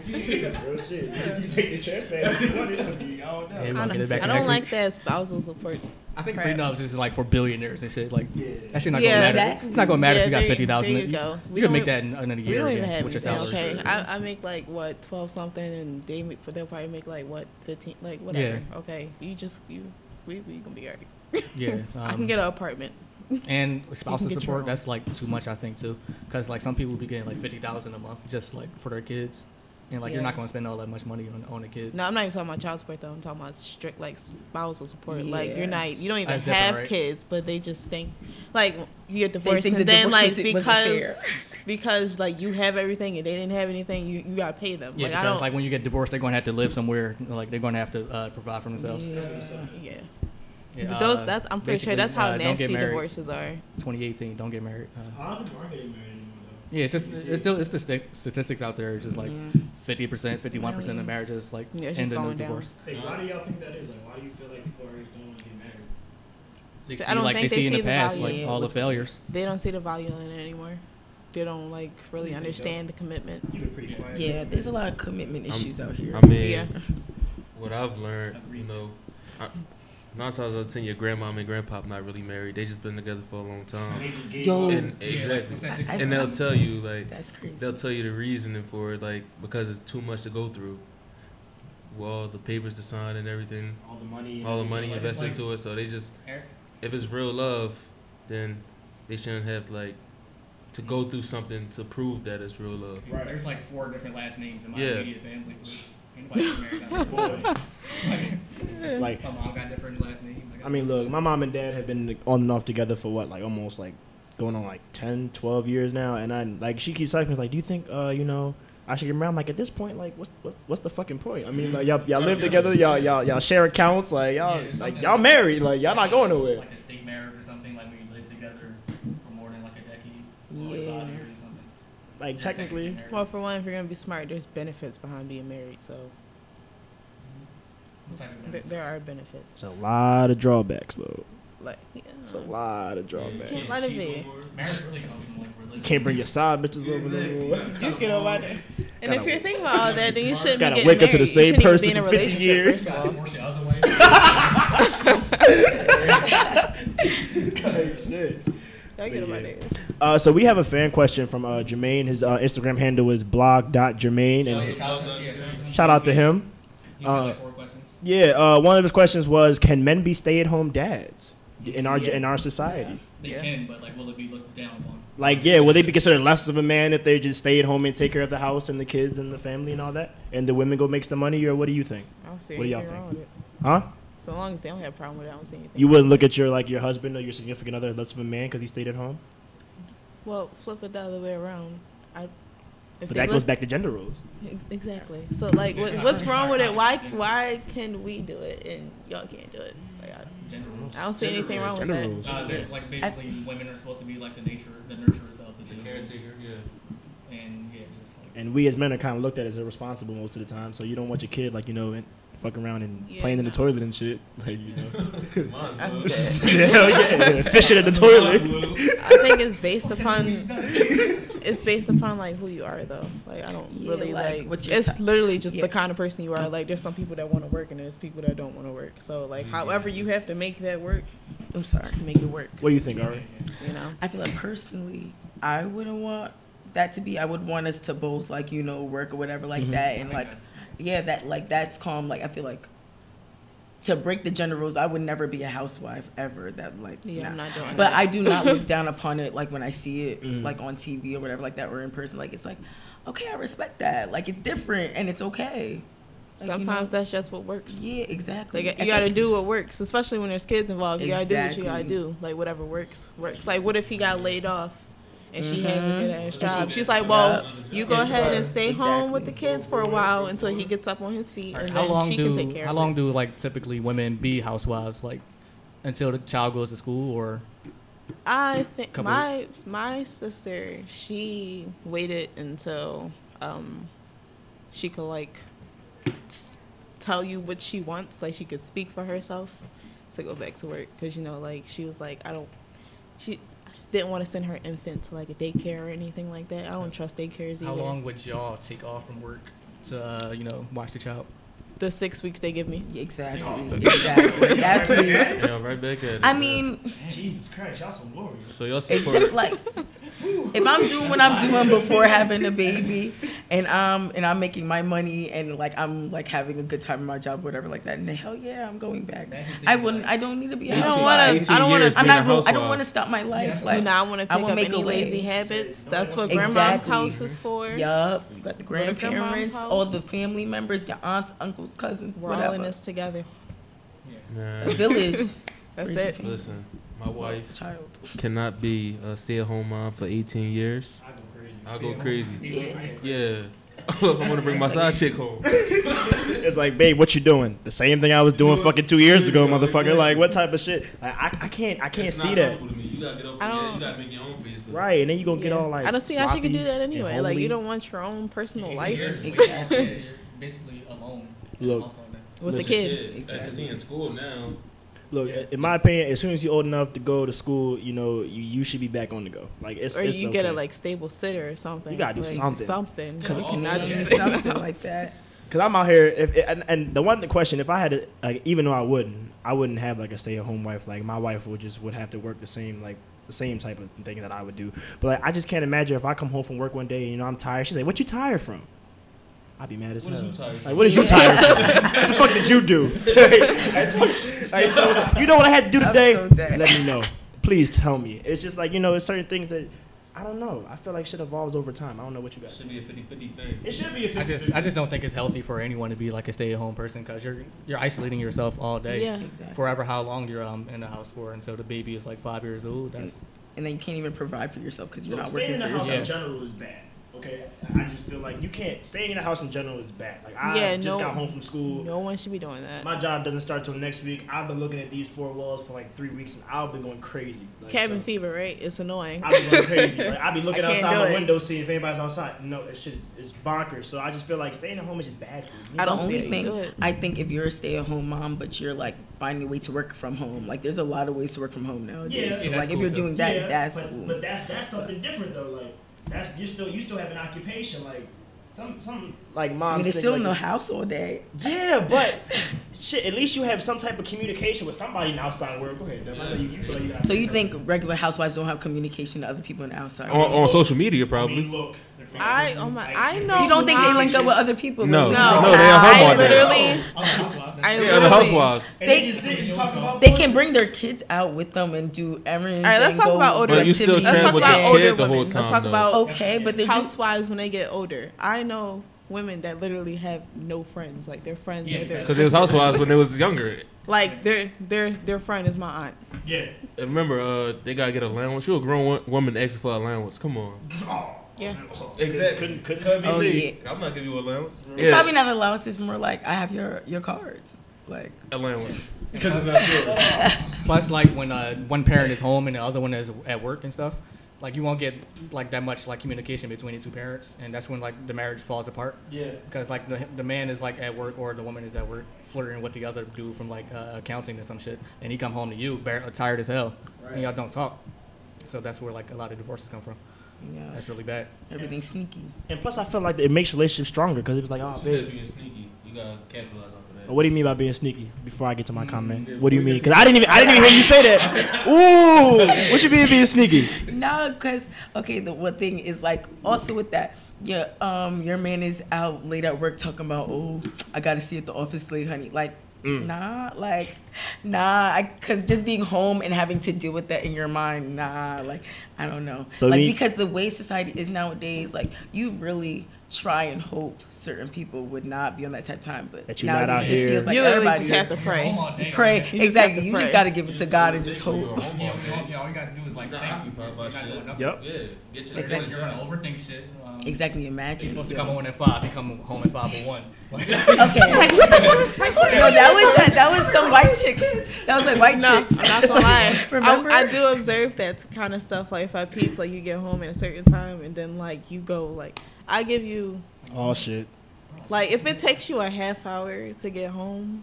S3: shit. You take the trash bag if you want it. I mean, I don't know.
S2: Hey, we'll
S5: I
S2: get it
S5: don't,
S2: back the
S5: I don't
S2: next week.
S5: like that spousal support.
S2: I think
S5: crap.
S2: prenups is like for billionaires and shit. Like,
S3: Yeah.
S2: that shit not
S5: Yeah.
S2: gonna matter.
S4: Exactly.
S2: It's not gonna matter
S5: Yeah,
S2: if you got
S5: there you-
S2: fifty dollars.
S5: there you go. We
S2: You can
S5: don't
S2: make that in another
S5: We
S2: year
S5: don't even
S2: again
S5: have
S2: with your
S5: anything,
S2: salary.
S5: okay. I, I make like what twelve something, and they make, they'll probably make like what fifteen, like whatever. Okay, you just you we we gonna be alright.
S2: Yeah,
S5: I
S2: Um,
S5: can get an apartment.
S2: and spousal
S5: get your
S2: support.
S5: own.
S2: That's like too much, I think, too, because like some people be getting like fifty thousand a month just like for their kids, and like you're
S5: Yeah.
S2: not gonna spend all that much money on on a kid.
S5: No, I'm not even talking about child support though. I'm talking about strict like spousal support. Like
S4: Yeah.
S5: you're not, you don't even
S2: That's different,
S5: have
S2: right?
S5: kids, but they just think like you get divorced,
S4: think the
S5: and then
S4: divorce
S5: like
S4: was- wasn't
S5: because
S4: fair.
S5: because like you have everything and they didn't have anything, you you gotta pay them.
S2: Yeah,
S5: like I
S2: because
S5: don't.
S2: like when you get divorced, they're gonna have to live somewhere. Like they're gonna have to uh, provide for themselves.
S5: yeah,
S2: Yeah,
S5: but those
S2: uh,
S5: that's I'm pretty sure
S2: basically,
S5: that's how
S2: uh,
S5: nasty
S2: don't get married.
S5: divorces are.
S2: 2018, don't get married. Uh,
S3: I don't think we're getting married anymore though.
S2: yeah, it's just
S3: You see-
S2: it's still it's the sta- statistics out there. It's just like fifty percent, fifty one percent of
S4: Millions.
S2: marriages like
S5: Yeah, it's
S2: end
S5: just
S2: in a
S5: going down.
S2: divorce.
S3: Like, why do y'all think that is? Like, why do you feel like people always don't want to get married?
S2: They see
S5: I don't
S2: like
S5: think
S2: they
S5: they
S2: see in
S5: see
S2: the
S5: the
S2: past
S5: value
S2: like
S4: in
S2: all the
S4: what's
S2: failures.
S5: They don't see the value in it anymore. They don't like
S3: Yeah,
S5: really
S3: they
S5: understand the commitment.
S3: You've been pretty quiet.
S4: Yeah, there's a lot of commitment
S1: I'm-
S4: issues out here.
S1: I mean,
S5: Yeah.
S1: what I've learned, you know, I, nine times out of ten, your grandmom and grandpop not really married. They just been together for a long time.
S3: They just gave
S4: Yo.
S3: up.
S1: And exactly,
S4: I-
S1: and they'll tell you like
S4: That's crazy.
S1: they'll tell you the reasoning for it, like because it's too much to go through. With all the papers to sign and everything,
S3: all the money.
S1: all the money
S2: Like,
S1: invested
S2: it's
S1: into it. So they just, if it's real love, then they shouldn't have like to go through something to prove that it's real love.
S3: Right.
S2: There's like four different last names in my
S1: Yeah.
S2: immediate family. Anybody who's married got different-
S3: Boy. like,
S2: my mom got different last name.
S3: I mean, look, my mom and dad have been on and off together for what, like almost like going on like 10, 12 years now. And I, like, she keeps asking me, like, do you think, uh, you know, I should get married? I'm like, at this point, like, what's, what's, what's the fucking point? I mean, like, y'all, y'all live together, y'all, y'all, y'all share accounts, like, y'all,
S2: Yeah, it's
S3: like,
S2: something
S3: y'all
S2: like-
S3: married, like, y'all not going nowhere.
S2: Like a state marriage or something, like when you live together for more than like a decade,
S4: Yeah.
S2: five years or something.
S3: Like, technically,
S5: Well, for one, if you're gonna be smart, there's benefits behind being married. So th-
S3: Mm.
S5: there are benefits.
S3: it's a lot of drawbacks, though.
S5: like yeah.
S3: It's a lot of
S5: Can't
S3: drawbacks.
S5: lie to me.
S2: Marriage really comes from like religion.
S3: You can't bring your side bitches over no more.
S5: You get over it. And if
S3: Gotta-
S5: you're thinking about all that, then you shouldn't
S3: Gotta
S5: be getting
S3: wake up to the
S5: married. You
S3: same
S5: shouldn't
S3: person
S5: even be in a
S3: for 50
S5: relationship,
S3: years.
S5: first of all.
S2: Divorce the other way.
S3: Like, shit.
S5: Y'all get
S3: But
S5: over
S3: yeah.
S5: it.
S3: Uh, so we have a fan question from uh, Jermaine. His uh, Instagram handle is blog.jermaine. And shout out to him.
S2: He
S3: Uh,
S2: said like four questions.
S3: Yeah, uh, one of his questions was, can men be stay-at-home dads in our in our society?
S2: They
S5: Yeah.
S2: can, but like, will it be looked down upon?
S3: Like, yeah, will they be considered less of a man if they just stay at home and take care of the house and the kids and the family and all that? And the women go makes the money, or what do you think?
S5: I don't see
S3: What do y'all
S5: anything wrong with it.
S3: Huh?
S5: So long as they don't have a problem with it, I don't see anything.
S3: You wouldn't look at your like your husband or your significant other less of a man because he stayed at home?
S5: well, flip it the other way around. I,
S3: But
S5: if they
S3: that goes
S5: look-
S3: back to gender roles.
S5: Ex- Exactly. So like, what, what's wrong with it? Why why can we do it and y'all can't do it? Like, I,
S2: Gender rules.
S5: I don't see anything wrong with that.
S2: Uh, they're, like basically, women are supposed to be like the nature, the nurturers of the
S1: The
S2: children,
S1: caretaker, yeah.
S2: and yeah, just like
S3: And we as men are kind of looked at as irresponsible most of the time. So you don't want your kid like you know and fuck around and
S5: Yeah,
S3: playing in the
S5: nah.
S3: toilet and shit. Like you know,
S5: I,
S1: Mine
S5: think
S1: was.
S5: that-
S3: Hell yeah, fishing in the toilet.
S5: I think it's based upon it's based upon like who you are though. Like I don't
S4: Yeah,
S5: really
S4: like,
S5: like,
S4: what you
S5: it's
S4: ta-
S5: literally just
S4: yeah.
S5: the kind of person you are. Like there's some people that want to work and there's people that don't want to work. So like however you have to make that work,
S4: I'm sorry.
S5: just make it work.
S3: What do you think, Ari?
S5: You know.
S4: I feel like personally, I wouldn't want that to be. I would want us to both like you
S3: Mm-hmm.
S4: know work or whatever like that, and like yeah, that like that's calm. Like I feel like to break the gender rules, I would never be a housewife ever. That like,
S5: Yeah,
S4: nah.
S5: I'm not doing
S4: But
S5: that.
S4: I do not look down upon it like when I see it
S3: Mm.
S4: like on TV or whatever like that or in person. Like it's like, okay, I respect that. Like it's different and it's okay. Like, you know?
S5: Sometimes that's just what works.
S4: yeah, exactly.
S5: Like you
S4: It's
S5: gotta do what works, especially when there's kids involved. You gotta do what you gotta
S4: Exactly.
S5: do. Like whatever works, works. Like what if he got laid off and she has a good ass
S4: Mm-hmm. she-
S5: job? She's like, Well,
S4: Yup.
S5: you go ahead
S2: uh,
S5: and stay home with the
S4: Exactly.
S5: kids for a while until he gets up on his feet
S2: All right,
S5: and
S2: how
S5: then
S2: long
S5: she
S2: do
S5: can take care
S2: how
S5: of
S2: long
S5: it.
S2: do like typically women be housewives like until the child goes to school or
S5: I think
S2: Couple-
S5: my my sister, she waited until um she could like s- tell you what she wants, like she could speak for herself to go back to work because you know like she was like I don't she didn't want to send her infant to like a daycare or anything like that. I don't trust daycares either.
S2: how long would y'all take off from work to uh, you know watch the child?
S5: The six weeks they give me.
S4: Yeah, Exactly. Exactly. That's me.
S1: Yeah, right back at it.
S4: I
S1: yeah.
S4: mean,
S3: Jesus Christ, y'all some warriors.
S1: so y'all support.
S4: except like if I'm doing what I'm doing before having a baby and um and I'm making my money and like I'm like having a good time in my job whatever like that and hell yeah I'm going back I wouldn't I don't need to be a
S5: You don't
S4: housewife.
S5: wanna- I don't wanna-
S1: years
S4: I'm
S1: being a
S4: not gonna, I don't
S1: housewife.
S4: want to stop my life
S5: Do
S4: like
S5: not want to
S4: I
S5: pick
S4: won't
S5: up
S4: make
S5: any
S4: a way.
S5: lazy habits.
S3: No,
S5: That's
S3: I
S5: what
S3: don't-
S5: grandma's
S4: Exactly.
S5: house is for.
S4: yup you got the
S5: Go to grandma's
S4: grandparents all
S5: house.
S4: the family members your aunts uncles cousins
S5: We're all in
S4: whatever
S5: this together.
S4: a
S1: Nah,
S4: village
S5: That's
S4: Raise the
S5: it.
S4: family.
S1: listen, my wife
S4: child
S1: cannot be a stay-at-home mom for 18 years.
S3: I go crazy.
S1: I'll go crazy.
S4: yeah
S1: Yeah. I'm gonna bring my side chick home.
S3: It's like, babe, what you doing? The same thing I was doing fucking two years ago, motherfucker. Like, what type of shit? Like, I, I can't, I can't
S1: It's
S3: see
S1: not
S3: that.
S1: humble to me. You gotta get over
S5: I
S1: that. You
S5: don't-
S1: gotta make your own for yourself.
S3: Right, and then you gonna get
S5: Yeah.
S3: all like.
S5: I don't see how she could
S3: sloppy
S5: do that
S3: and
S5: anyway. Like
S3: homely.
S5: you don't want your own personal life
S4: exactly
S2: basically alone.
S3: Look.
S5: with a
S3: Listen,
S5: kid.
S1: Cause he in school now.
S3: Look,
S2: Yeah.
S3: in my opinion, as soon as you're old enough to go to school, you know, you, you should be back on the go. Like it's
S5: Or
S3: it's
S5: you get a
S3: okay.
S5: like stable sitter or something.
S3: You gotta do
S5: Like,
S3: something.
S5: Something.
S2: Yeah,
S5: you
S2: all
S5: cannot
S2: that.
S5: just sit in the
S4: something like
S5: house.
S4: that
S3: Cause I'm out here, if and, and the one the question, if I had, a, like, even though I wouldn't, I wouldn't have like a stay at home wife. Like my wife would just would have to work the same like the same type of thing that I would do. But like I just can't imagine if I come home from work one day and you know I'm tired. She's like, "What you tired from?" I'd be mad as
S1: What is
S3: hell.
S1: you tired
S3: Like, what did you tired from? what the fuck did you do? That's what- like, I was like, you know what I had to do
S4: I'm
S3: today?
S4: so dead.
S3: Let me know. Please tell me. It's just like you know, it's certain things that I don't know. I feel like shit evolves over time. I don't know what you guys.
S1: Should be a 50-50 thing.
S3: It should be a
S2: I just I just don't think it's healthy for anyone to be like a stay-at-home person because you're you're isolating yourself all day.
S5: Yeah.
S4: exactly
S2: Forever, how long you're um in the house for until the baby is like five years old? That's
S4: and then you can't even provide for yourself because you're
S3: Look,
S4: not
S3: staying
S4: working
S3: in
S4: for
S3: the house
S4: yourself
S3: in general is bad. Okay, I just feel like you can't staying in the house in general is bad. Like I
S5: Yeah,
S3: just
S5: no-
S3: got home from school.
S5: No one should be doing that.
S3: My job doesn't start till next week. I've been looking at these four walls for like three weeks, and I've been going crazy. Like,
S5: Cabin
S3: so-
S5: fever, right? It's annoying.
S3: I've been going crazy. Like, I've been looking
S5: I can't
S3: outside
S5: do
S3: my
S5: it.
S3: window, seeing if anybody's outside. No, it's just it's bonkers. So I just feel like staying at home is just bad. For you.
S5: I don't
S4: the only
S5: think- do
S4: thing
S5: it.
S4: I think if you're a stay-at-home mom, but you're like finding a way to work from home, like there's a lot of ways to work from home nowadays.
S3: Yeah.
S4: so
S3: Yeah,
S2: that's
S4: like if
S2: cool
S4: you're
S2: too.
S4: doing that,
S3: Yeah,
S4: that's
S3: but,
S4: cool.
S3: But that's that's something different though. Like that's you still you still have an occupation. Like some some like
S4: I mean,
S3: moms.
S4: they're
S3: think,
S4: still
S3: like,
S4: in the
S3: it's-
S4: house all day.
S3: Yeah, but shit. At least you have some type of communication with somebody in the outside world. Go ahead. Dev. I know you- you feel like you gotta
S4: So
S3: say
S4: you
S3: something.
S4: think regular housewives don't have communication to other people on the outside?
S1: On, on social media,
S3: I
S1: probably.
S3: mean, look.
S5: I oh my
S3: Like,
S5: I
S3: if
S5: know.
S4: you don't think they
S5: moms-
S4: link up with other people?
S1: No.
S5: No,
S1: No, they at home all
S5: I
S1: day.
S2: Oh,
S5: literally, I
S2: I
S1: Yeah, the
S5: literally-
S1: housewives.
S3: And they,
S4: They-
S3: just sit and talk about
S4: They
S3: bullshit.
S4: can bring their kids out with them and do errands.
S5: All right, let's
S4: and
S5: talk
S4: go
S5: about older-
S4: do
S5: But
S1: you still
S4: activities.
S5: Let's
S1: trans
S5: talk
S1: with
S5: about
S1: your
S5: older
S1: kid the whole
S5: women. Let's
S1: time,
S5: talk
S1: though.
S5: about
S4: Okay, but they're just
S5: housewives when they get older. I know women that literally have no friends. Like their friends
S2: Yeah,
S5: are their
S1: Because it was housewives when they was younger.
S5: like their their their friend is my aunt.
S3: Yeah.
S1: And remember, uh, they gotta get allowance. You a grown wo- woman asking for allowance. Come on.
S3: Oh.
S5: Yeah.
S1: Exactly.
S3: Couldn't couldn't, couldn't be
S4: Oh,
S3: me.
S1: I'm not giving you allowance.
S4: It's probably not allowance. It's more like I have your your cards. Like
S1: allowance. Because it's not yours.
S2: Plus, like when uh, one parent is home and the other one is at work and stuff, like you won't get like that much like communication between the two parents, and that's when like the marriage falls apart
S3: Yeah.
S2: because like the, the man is like at work or the woman is at work flirting with the other dude from like uh, accounting or some shit, and he come home to you bare, uh, tired as hell, and y'all don't talk. So that's where like a lot of divorces come from.
S4: you know,
S2: That's really bad.
S4: everything's sneaky.
S3: And plus, I feel like it makes relationships stronger because it was like, oh,
S1: Instead of
S3: babe.
S1: being sneaky, you gotta capitalize off of that.
S3: What do you mean by being sneaky? Before I get to my comment,
S1: yeah,
S3: Mm, what do you
S1: we
S3: mean?
S1: get
S3: Because I didn't even I didn't even hear you say that. Ooh, what you mean being sneaky?
S4: No, because okay, the one thing is like also with that, your um your man is out late at work talking about oh I gotta see you at the office late, honey. Like
S3: Mm.
S4: Nah, like, nah, I, cause just being home and having to deal with that in your mind, nah, like, I don't know.
S3: So
S4: like,
S3: we-
S4: because the way society is nowadays, like, you really try and hope certain people would not be on that type of time, but
S3: That you're not
S4: nowadays
S3: out
S4: it just
S3: here.
S4: feels like
S5: you literally
S4: everybody
S5: just have to
S4: is
S5: pray.
S4: you pray.
S5: just
S4: exactly,
S5: have to
S4: you
S5: pray.
S4: just gotta give it to God and just
S1: You're
S4: hope.
S1: a homo,
S2: Yeah, we all,
S1: man.
S2: yeah, all you gotta do is like
S1: Nah,
S2: thank you.
S1: I'm
S2: You're
S1: about
S2: not
S1: shit.
S2: doing nothing.
S3: Yep.
S1: Yeah, get your
S2: You're
S1: shit
S2: gonna,
S1: in
S2: you're gonna
S1: journal.
S2: overthink shit. Um,
S4: Exactly, imagine.
S2: You're supposed to
S4: yo.
S2: come home at five. You come home at five at one. Like,
S4: Okay. no, that was that, that was some white chicks. That was like white
S5: No, I'm
S4: chicks.
S5: not gonna lie.
S4: Remember?
S5: I, I do observe that kind of stuff. Like if I peep, like you get home at a certain time, and then like you go, like I give you,
S3: Oh shit.
S5: like if it takes you a half hour to get home,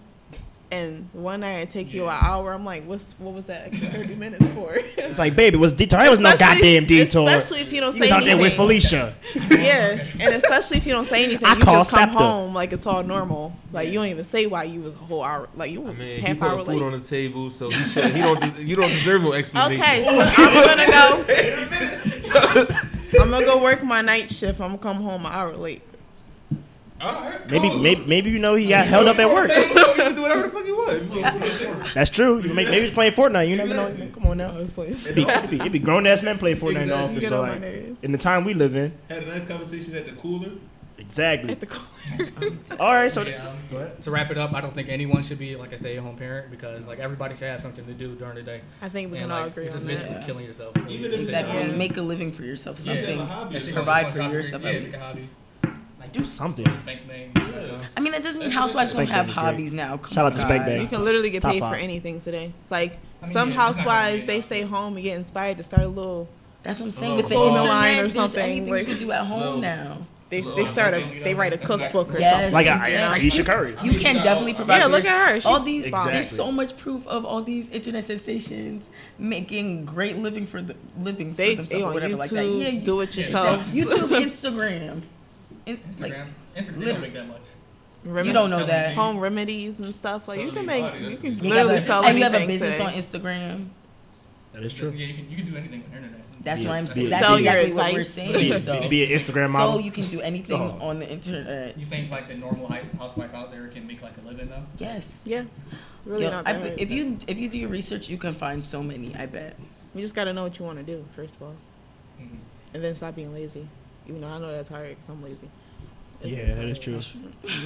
S5: and one hour it take you an hour, I'm like, what's what was that extra thirty minutes for?
S3: It's like, baby, it was detour. It was no
S5: Especially-
S3: goddamn detour.
S5: Especially if you don't
S3: You
S5: say
S3: was out
S5: anything.
S3: there with Felicia.
S5: Yeah, and especially if you don't say anything,
S3: I
S5: you
S3: call
S5: just come
S3: SEPTA.
S5: home like it's all normal. Like you don't even say why you was a whole hour, like you were
S1: I mean, he
S5: half
S1: put
S5: hour
S1: food
S5: late.
S1: on the table, so he should. He don't. des- You don't deserve no explanation.
S5: Okay, so I'm gonna go. I'm gonna go work my night shift. I'm gonna come home an hour late.
S1: All right,
S3: Maybe,
S1: cool.
S3: maybe, maybe you know he got held up at work.
S1: Hey, you know, you can do whatever the fuck you want. You can-
S3: That's true. You may- Maybe he's playing Fortnite. You never know. Come on
S2: Oh,
S3: now.
S5: I was playing.
S3: It be, it be, it be grown ass men playing Fortnite in the office.
S1: Exactly.
S5: You get
S3: So
S5: on my
S3: like,
S5: nerves.
S3: in the time we live in,
S1: Had a nice conversation at the cooler.
S3: exactly.
S5: At the car.
S3: All right. So
S2: yeah, um,
S3: Go ahead.
S2: to wrap it up, I don't think anyone should be like a stay-at-home parent because like everybody should have something to do during the day.
S5: I think we
S2: and
S5: can all
S2: like,
S5: agree
S2: you're
S5: on
S2: just
S5: that.
S2: basically killing yourself.
S1: Even if it's
S4: Exactly.
S5: Yeah.
S4: Make a living for yourself.
S2: Yeah.
S4: Something.
S1: a hobby.
S2: That shit
S4: Provide
S2: goes
S4: for
S2: on top of
S4: yourself
S2: Yeah,
S4: at
S2: make a
S4: least.
S2: hobby.
S3: do something.
S2: Spank name.
S4: I mean, that doesn't mean
S1: That's
S4: housewives don't
S3: interesting.
S4: have
S3: Spank Bang
S4: hobbies now. Come
S3: Shout out
S4: on,
S3: to Spank
S4: guys.
S5: You
S3: Bang.
S5: can literally get
S3: Top
S5: paid for
S3: five.
S5: anything today. Like
S2: I mean,
S5: some
S2: yeah, it's not gonna
S5: housewives,
S2: be
S5: they
S2: enough.
S5: stay home and get inspired to start a little.
S4: That's what I'm saying.
S3: Oh.
S1: Hello.
S4: With the
S1: Clothing
S4: internet,
S5: line or
S4: there's
S5: something,
S4: anything
S5: like-
S4: you can do at home
S1: No.
S4: now.
S5: They,
S1: Well,
S5: they
S1: I
S5: start
S2: think
S5: a
S2: we
S5: they
S2: don't-
S5: write a
S2: that's not-
S5: cookbook or
S4: Yes.
S5: something.
S3: Like
S4: you
S3: I,
S4: can.
S3: I, Aisha Curry.
S1: I
S4: You
S1: mean,
S4: can
S1: she got
S4: definitely
S1: all-
S4: provide.
S5: Yeah,
S4: for
S5: look
S4: your-
S5: at her. She's
S4: all these.
S3: Exactly.
S4: There's so much proof of all these internet sensations making great living for the living for
S5: they
S4: themselves
S5: they
S4: or
S5: on
S4: whatever
S5: YouTube
S4: like that. Yeah, you-
S5: do it
S2: Yeah,
S5: yourself.
S4: YouTube, Instagram, In- like
S2: Instagram. Instagram
S4: literally-
S2: don't make that much.
S5: remedies,
S4: you don't know that.
S5: home remedies and stuff. Like you
S1: Selling
S5: can
S1: your
S5: make
S1: body,
S5: you
S1: that's
S5: can
S1: what
S4: You
S1: you
S5: literally
S4: have a-
S5: sell
S4: and you
S5: anything
S4: have a business
S5: today.
S4: on Instagram.
S3: That is
S2: Just-
S3: true.
S2: Yeah, you can, you can do anything with the internet.
S4: That's
S3: Be
S4: what
S3: a-
S4: I'm
S3: be
S4: saying.
S3: a-
S4: That's
S5: Sell your
S4: exactly what we're
S5: advice.
S3: Be,
S4: saying.
S3: a-
S4: So,
S3: be an Instagram
S4: so
S3: model.
S4: you can do anything
S3: Oh.
S4: on the internet.
S2: You think like the normal hi- housewife out there can make like a living though?
S4: Yes.
S5: Yeah, really
S4: Yo,
S5: not
S4: I
S5: that.
S4: bet-
S5: hard.
S4: if you if you do your research, you can find so many. I bet.
S5: You just gotta know what you want to do first of all,
S2: Mhm.
S5: and then stop being lazy. Even though I know that's hard because I'm lazy. It's-
S3: Yeah,
S5: it's
S3: that
S5: hard.
S3: is true.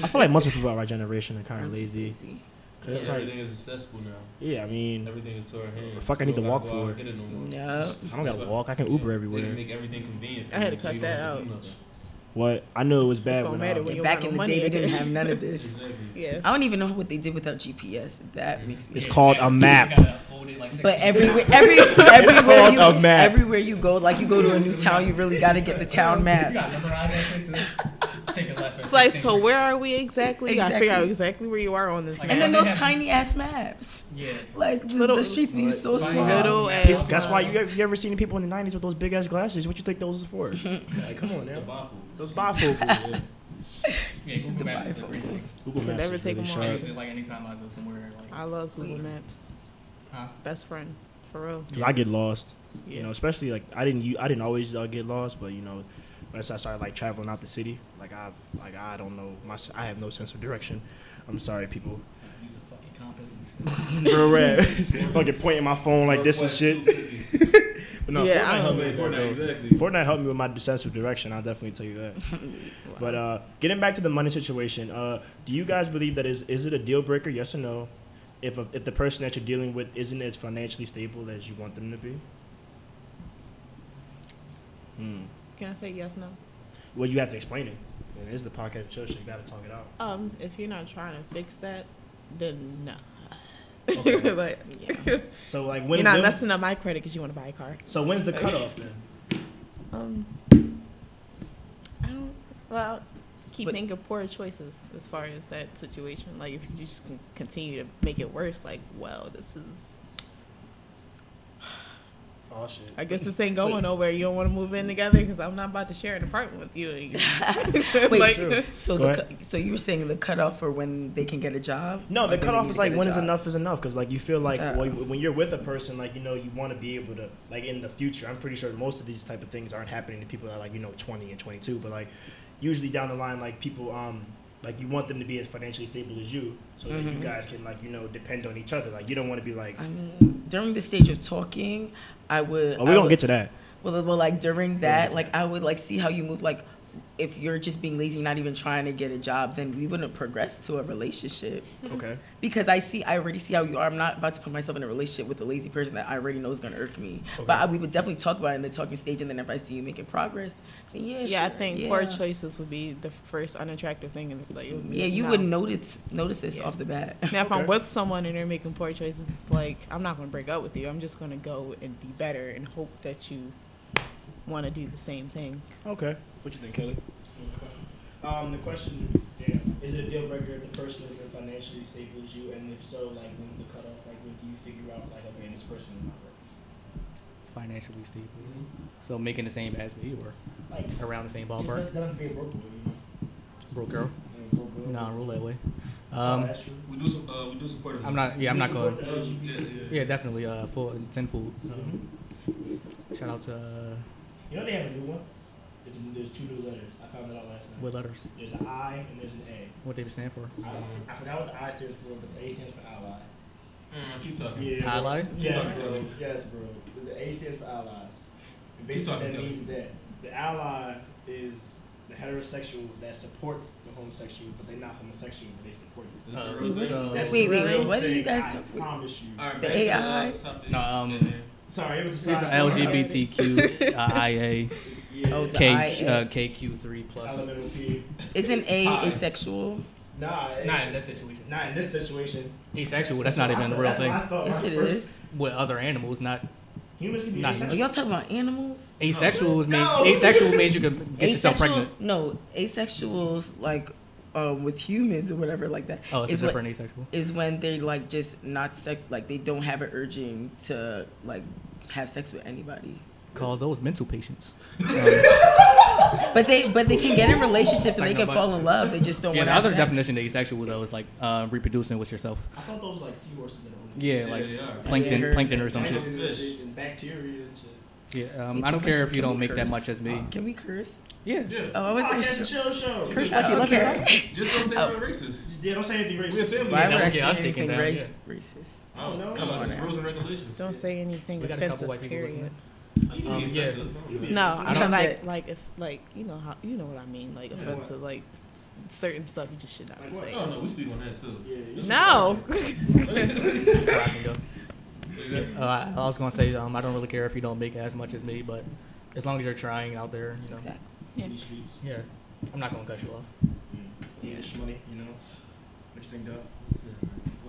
S3: I feel like most of the people of our generation are kind of lazy. 'Cause it's like,
S1: Everything is accessible now.
S3: yeah, I mean,
S1: Everything is to our hands.
S3: Fuck, I
S1: You
S3: need to
S1: don't
S3: walk
S1: gotta go out
S3: for
S1: and Get it no more.
S4: No.
S3: I don't gotta walk. I can Uber
S1: They can
S3: everywhere.
S1: make everything convenient.
S5: I had to
S1: for you,
S5: cut
S1: you
S5: that
S1: don't have to do
S5: out.
S3: What I know it was bad
S5: gonna
S3: when
S5: matter
S3: I,
S5: when you
S4: Back
S5: got
S4: in
S5: no
S4: the day, they
S5: money.
S4: didn't have none of
S1: nothing.
S4: this.
S1: Exactly.
S5: Yeah.
S4: I don't even know what they did without GPS. That makes me.
S3: It's called a map.
S2: You gotta fold it, like, six
S4: But
S2: feet.
S4: everywhere, every, everywhere
S3: called
S4: you,
S3: a map.
S4: everywhere you go, like you go to a new town, you really got to get the town
S2: You
S4: map.
S2: gotta memorize that shit too. Take a left.
S5: It's like, so where are we exactly? You gotta figure out
S4: Exactly.
S5: exactly where you are on this
S2: Like,
S4: And
S5: map.
S4: then those tiny ass maps,
S2: Yeah.
S4: like the,
S5: Little-
S4: the streets be so
S2: Like,
S4: small.
S5: Little
S2: um,
S5: ass-
S3: That's why you ever, you ever seen the people in the '90s with those big ass glasses? What you think those was for? like, come on
S1: The
S3: now.
S1: Bapu.
S3: Those bifocals.
S2: Yeah, Google Maps is a great thing.
S3: Google
S5: Could
S3: Maps
S5: never
S3: is
S5: take
S3: really
S5: them
S2: I
S5: all.
S3: sharp.
S2: use it like anytime I go somewhere. Like,
S5: I love Google
S4: Wait.
S5: Maps.
S2: Huh?
S5: Best friend, for real.
S3: 'Cause I get lost.
S5: Yeah.
S3: You know, especially like I didn't u- I didn't always uh, get lost, but you know, once I started like traveling out the city, like I've like I don't know my s- I have no sense of direction. I'm sorry, people.
S2: use a fucking compass and shit.
S3: Real rap. Fucking pointing my phone like this and shit. But no, Fortnite
S5: Yeah, I don't
S3: helped me
S1: Fortnite,
S3: with that.
S1: Fortnite,
S3: though.
S1: exactly.
S3: Oh, Fortnite helped me with my sense of direction. I'll definitely tell you that. But uh, getting back to the money situation, uh, do you guys believe that is is it a deal breaker? Yes or no? If a, if the person that you're dealing with isn't as financially stable as you want them to be. Hmm.
S5: Can I say yes, no?
S3: Well, you have to explain it. And it is the podcast and chill, so you got to talk it out.
S5: Um, if you're not trying to fix that, then no.
S3: Okay.
S5: like,
S3: So like when
S5: you're not
S3: when-
S5: messing up my credit because you want to buy a car.
S3: So when's the cutoff then?
S5: Um, I don't. Well, keep
S4: But-
S5: making poor choices as far as that situation. Like, if you just can continue to make it worse, like, well, this is.
S3: Oh shit.
S5: I guess this ain't going nowhere. You don't want to move in together because I'm not about to share an apartment with you. And you
S4: Wait,
S5: like,
S3: True.
S4: So
S3: Go
S4: the,
S3: ahead.
S4: cu- so you were saying the cutoff for when they can get a job?
S3: No,
S4: Or
S3: the
S4: when they
S3: cutoff
S4: need
S3: is
S4: to
S3: like
S4: get a
S3: when is
S4: job?
S3: enough is enough because like you feel like
S4: Uh.
S3: well, when you're with a person like you know you want to be able to like in the future. I'm pretty sure most of these type of things aren't happening to people that are like you know 20 and 22, but like usually down the line like people um Like you want them to be as financially stable as you, so that you
S4: Mhm.
S3: guys can like you know depend on each other. Like you don't want to be like,
S4: I mean, during the stage of talking, I would.
S3: oh,
S4: I
S3: we don't
S4: would-
S3: get to that.
S4: Well, well, like during
S3: Yeah.
S4: that, like I would like see how you move. Like, if you're just being lazy, not even trying to get a job, then we wouldn't progress to a relationship.
S3: Okay.
S4: Because I see, I already see how you are. I'm not about to put myself in a relationship with a lazy person that I already know is gonna irk me. But I, we would definitely talk about it in the talking stage, and then if I see you making progress, then yeah,
S5: Yeah, I
S4: sure,
S5: think
S4: yeah.
S5: poor choices would be the first unattractive thing. And like, it would be
S4: Yeah,
S5: like,
S4: you
S5: no.
S4: wouldn't notice notice this
S5: Yeah.
S4: off the bat.
S5: Now, if I'm
S3: Okay.
S5: with someone and they're making poor choices, it's like I'm not going to break up with you. I'm just going to go and be better and hope that you want to do the same thing.
S3: Okay. What you think, Kelly? Um, the question yeah, is it a deal breaker if the person isn't financially stable as you, and if so, like when's the cutoff? Like when do you figure out like okay, this person is not right?
S2: financially stable. So making the same as me or like around the same Mm-hmm. ballpark.
S3: Not to be a broker, you know.
S2: Broke girl.
S3: And broke girl.
S2: Nah, rule that way.
S3: Oh,
S2: Um,
S3: that's true.
S1: We do some. Uh, we do support.
S2: I'm not. Yeah, I'm not going.
S1: Yeah, yeah.
S2: Yeah, definitely. Uh, full ten food. Um, shout out to uh,
S3: You know they have a new one. There's, there's two new letters. I found that out last night.
S2: what letters?
S3: There's an I and there's an A.
S2: What they stand for?
S3: I, I forgot what the I stands for, but the A stands for ally.
S1: Mm, keep talking.
S3: Yeah. bro.
S2: Ally?
S3: Yes,
S1: Keep talking,
S3: bro.
S1: Kelly.
S3: Yes, bro. The A stands for ally. And
S1: Keep
S3: basically, what
S1: talking,
S3: that
S1: Kelly.
S3: means is that the ally is the heterosexual that supports the homosexual, but they're not homosexual, but they support you.
S1: This is
S2: Uh,
S1: a real thing.
S2: so-
S3: That's
S4: Wait,
S3: a
S4: wait,
S3: real
S4: wait, what do you
S3: thing,
S4: guys
S3: I
S4: support?
S3: promise you.
S1: All right,
S4: The
S1: back to uh,
S4: AI?
S1: topic.
S2: No, um,
S1: Yeah, yeah.
S3: Sorry, it was a
S2: It's
S3: side
S2: a
S3: story.
S2: LGBTQ uh, IA
S3: Yeah.
S4: Oh, the
S2: K,
S4: IA.
S2: uh, KQ3 plus.
S3: Elemental P.
S4: Isn't A
S2: Hi.
S4: asexual?
S3: Nah, it's,
S2: Not in this situation.
S3: not in this situation.
S2: Asexual. That's not even the real
S3: That's what
S2: thing.
S3: I thought
S4: Yes,
S3: when I
S4: it
S3: first-
S4: is.
S2: With other animals, not
S3: Humans can be
S2: Not
S4: Are
S3: asexual.
S4: y'all talking about animals?
S2: asexual. is
S3: No.
S2: Mean, asexual means you can get yourself pregnant.
S4: No, asexuals like um, with humans or whatever like that
S2: Oh, it's,
S4: It's
S2: a
S4: what-
S2: different asexual.
S4: is when they're like just not sex like they don't have an urging to like have sex with anybody.
S2: Call those mental patients. Um,
S4: But they but they can get in relationships and they
S2: Psycho
S4: can
S2: bug.
S4: fall in love. They just don't
S2: Yeah,
S4: want
S2: the
S4: to have
S2: other
S4: sex.
S2: definition of asexual though is like uh, reproducing with yourself.
S3: I thought those were like seahorses that are
S2: Yeah, like
S1: they are.
S2: plankton,
S4: Yeah.
S2: plankton or some
S1: Yeah.
S2: shit.
S3: Plankton and shit and bacteria and shit.
S2: Yeah, um, I don't care if you
S4: Can
S2: don't
S4: we
S2: make that
S4: curse?
S2: much as me.
S4: Can we curse?
S2: Yeah.
S1: Yeah.
S4: Oh, I was
S3: Oh,
S4: like,
S3: that's a
S4: sh-
S3: chill show.
S2: Curse
S4: like you
S2: like
S4: like
S2: you
S4: Okay.
S2: love
S4: yourself.
S1: Just don't say
S4: Oh.
S1: we're racist.
S3: Yeah, don't say anything racist.
S1: We're a family.
S4: why
S2: don't
S4: would I
S2: get
S4: say
S2: us taken
S4: anything
S2: down,
S4: race, racist?
S3: I don't know.
S4: Come
S1: No,
S4: on
S1: Oh, it's
S4: now.
S1: rules and regulations.
S5: Don't say anything
S2: We got a couple
S5: offensive.
S2: white people
S5: Period.
S2: listening.
S1: You can be
S2: Um, yeah.
S1: offensive. I don't know.
S5: No,
S2: I
S5: I
S4: don't
S5: mean like
S4: get-
S5: like if like you know how you know what I mean like
S3: Yeah,
S5: offensive like s- certain stuff you just should not
S3: Like
S5: be
S3: what?
S5: saying.
S1: Oh no, we speak on that too.
S3: Yeah, you-
S5: No,
S2: Where I can go.
S1: Exactly.
S2: Uh, I, I was gonna say um, I don't really care if you don't make as much as me, but as long as you're trying out there, you know.
S4: Exactly.
S5: Yeah.
S3: These streets.
S2: Yeah, I'm not gonna cut you off.
S3: Yeah, shmoney, you know. What you think, Duff? Go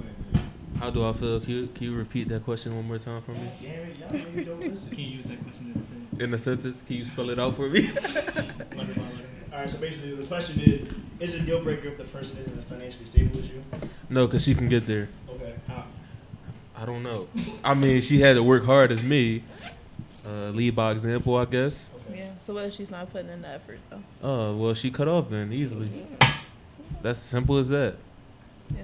S3: ahead, man.
S1: How do I feel? Can you, can you repeat that question one more time for me?
S3: God Damn it, y'all niggas don't listen.
S2: you use that question in a sentence?
S1: In a sentence, can you spell it out for me?
S2: Letter by letter.
S3: All right, so basically the question is, is it a deal breaker if the person isn't as financially stable as you?
S1: no, because she can get there.
S3: Okay, how?
S1: I don't know. I mean, she had to work hard as me. Uh, lead by example, I guess.
S3: Okay.
S5: yeah. So what if she's not putting in the effort though?
S1: Oh, well, she cut off then easily. That's simple as that.
S5: Yeah.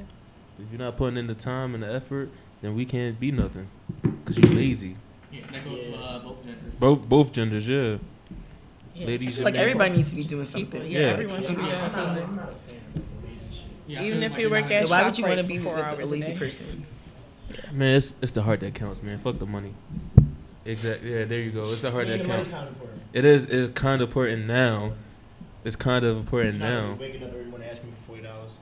S1: If you're not putting in the time and the effort, then we can't be nothing. Because you're lazy.
S2: Yeah, that goes to uh, both genders.
S1: Both, both genders, yeah. Ladies
S4: Like
S1: and
S4: everybody needs to be doing
S5: People,
S4: something.
S5: yeah,
S1: Yeah.
S5: everyone should be
S3: I'm
S5: doing
S3: not- I'm
S5: something.
S3: not a fan of the lazy shit.
S2: Yeah,
S5: Even
S2: I
S5: if
S2: feel
S5: you
S2: you're
S5: work
S2: not-
S5: at-
S4: Then why would you
S5: Shoprite
S4: want to
S5: for
S4: be with
S5: four
S4: a
S5: hours a
S4: lazy
S5: day.
S4: person?
S1: Man, it's, it's the heart that counts, man. Fuck the money. Exactly. Yeah, there you go. It's the
S3: I
S1: heart
S3: mean,
S1: that
S3: the money's
S1: counts.
S3: kind of important.
S1: It is. It's kind of important now. It's kind of important
S3: You're not gonna
S1: now.
S3: be Waking up every morning asking me for forty dollars.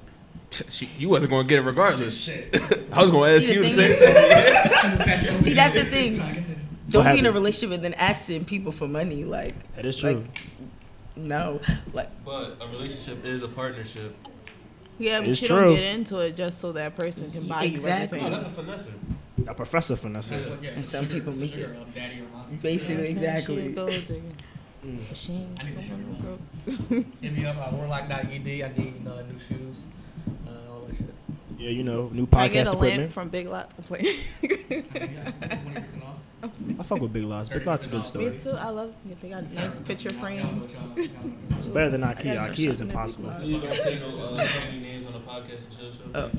S1: She, you wasn't gonna get it regardless.
S3: Shit.
S1: I was gonna ask
S4: See, the
S1: you the
S4: thing
S1: same.
S4: is-
S1: thing.
S4: See, that's the thing.
S3: What
S4: Don't be in
S3: happened?
S4: a relationship and then asking people for money. Like,
S3: That is
S4: true. no. Like,
S1: But a relationship is a partnership.
S5: Yeah, but
S3: It's
S5: you
S3: true.
S5: don't get into it just so that person can buy
S4: Exactly.
S5: you
S1: Oh,
S4: No,
S1: that's
S5: everything.
S1: a finesser.
S3: a professor finesse.
S2: That's what- yeah,
S4: And
S2: so
S4: some
S2: sugar-
S4: people
S2: so
S4: make
S2: sugar, um, daddy or mommy.
S4: basically, exactly.
S3: mm.
S5: She
S2: I need a sugar
S5: broke.
S2: Hit me up at warlock.ed. I need uh, new shoes, uh, all that shit.
S3: Yeah, you know, new
S5: I
S3: podcast
S5: get a lamp
S3: equipment.
S5: from Big Lots. I'm playing.
S2: Twenty percent off.
S3: I fuck with Big Lots. Big Lots is good
S5: Me
S3: stuff.
S5: too. I love it. They got nice picture frames.
S3: It's better than IKEA. IKEA
S4: some
S3: is
S4: shopping at Big
S3: impossible.
S4: Lots.
S1: You don't say no uh, company names on the podcast and show. show
S4: Oh.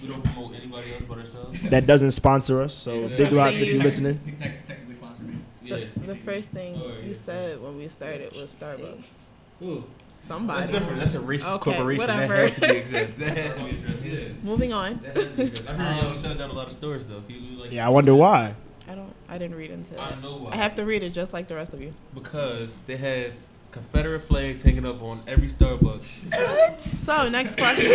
S1: We don't promote anybody else but ourselves.
S3: That doesn't sponsor us, so
S1: Yeah.
S3: Big Lots, if
S5: Thank
S3: you're
S5: you.
S3: listening.
S2: Technically sponsored me.
S1: Yeah.
S5: The first thing
S1: Oh, yeah.
S5: you said when we started was Starbucks.
S1: Ooh.
S5: Somebody.
S1: different. That's a racist
S5: Okay,
S1: corporation. That
S5: whatever.
S1: has to be addressed. Um, That has to be addressed. Yeah.
S5: Moving on.
S1: That has to be addressed. I heard y'all shut down a lot of stores though. People like
S3: Yeah, I wonder why.
S5: I don't. I didn't read into
S1: I
S5: it.
S1: know why.
S5: I have to read it just like the rest of you.
S1: because they have Confederate flags hanging up on every Starbucks.
S5: So next question.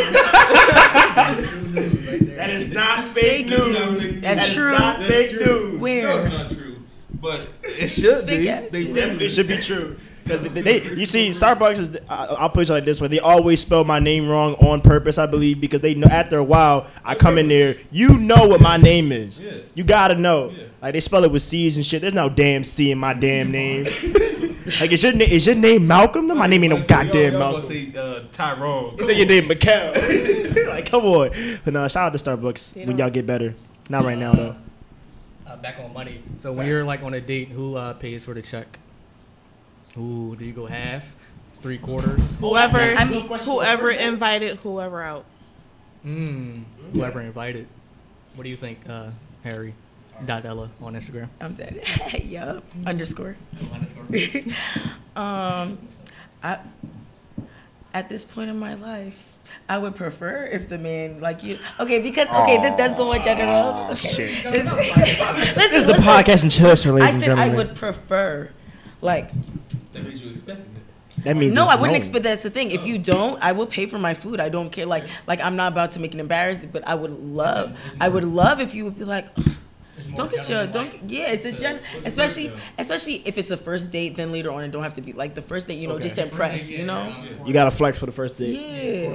S3: That is not
S4: fake news. That's
S3: is
S4: true.
S3: not fake news.
S1: No, it's
S4: Where?
S1: not true. But it should
S4: Fake
S1: be.
S4: ass
S1: They
S4: news.
S3: Definitely should be true. 'Cause they, they- you see, Starbucks is. I, I'll put it like this way: they always spell my name wrong on purpose, I believe, because they know after a while I come in there, you know what my name is.
S1: Yeah.
S3: You gotta know.
S1: Yeah.
S3: Like they spell it with C's and shit. There's no damn C in my damn name. like is your na- is your name Malcolm? No, my name ain't no
S1: Y'all-
S3: goddamn
S1: y'all
S3: Malcolm.
S1: gonna say uh, Tyrone.
S3: They say your name Mikhail. like come on. But no, shout out to Starbucks
S5: They
S3: when
S5: don't-
S3: y'all get better. Not right now though.
S2: Uh, back on money. So when you're like on a date, who uh, pays for the check? Ooh, do you go half, three quarters?
S5: Whoever,
S4: I mean,
S5: whoever invited whoever out.
S3: Hmm.
S2: Mm, whoever invited. What do you think, uh, Harry? Dot Ella on Instagram.
S4: I'm dead. yup. Underscore. um, I at this point in my life, I would prefer if the man like you. Okay, because okay, this does go on gender roles. Okay.
S3: shit.
S4: This, listen,
S3: This is the
S4: listen.
S3: podcast and chill, ladies
S4: I
S3: and
S4: said I
S3: gentlemen.
S4: would prefer, like,
S1: That means you expecting it.
S3: that means
S4: no,
S3: it's
S4: I wouldn't
S3: known.
S4: expect. That's the thing. If you don't, I will pay for my food. I don't care. Like, like I'm not about to make an embarrassment, but I would love, I would love if you would be like, don't get your, don't, get- yeah, it's a
S1: So,
S4: gen,
S1: what's the
S4: especially,
S1: breakdown?
S4: especially if it's the first date. Then later on, it don't have to be like the first date. You know,
S2: Okay.
S4: just impress. You know,
S3: You gotta flex for the first date.
S4: yeah.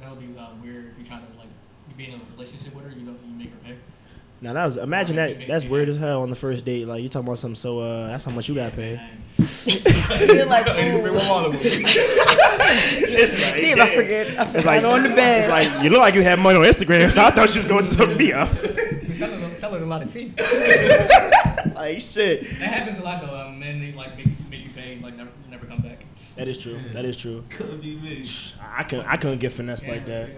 S2: That would be uh, weird if you're trying to like you being in a relationship with her. You know, you make her pay.
S3: Now that was imagine
S2: Alright,
S3: that
S2: you
S3: that's
S2: make-
S3: weird as hell on the first date. Like you talking about something so uh that's how much you gotta pay.
S4: You're like, ooh.
S1: It's
S3: It's like,
S4: Damn, I forget. I forgot on the bed.
S3: It's like you look like you had money on Instagram, so I thought you was going to hook me up.
S2: You're selling, a- selling a lot of tea.
S3: Like shit.
S2: That happens a lot though. Um, men they like make, make you pay, and, like never never come back.
S3: That is true. That is true.
S1: Could be me.
S3: I could I couldn't get finessed like that.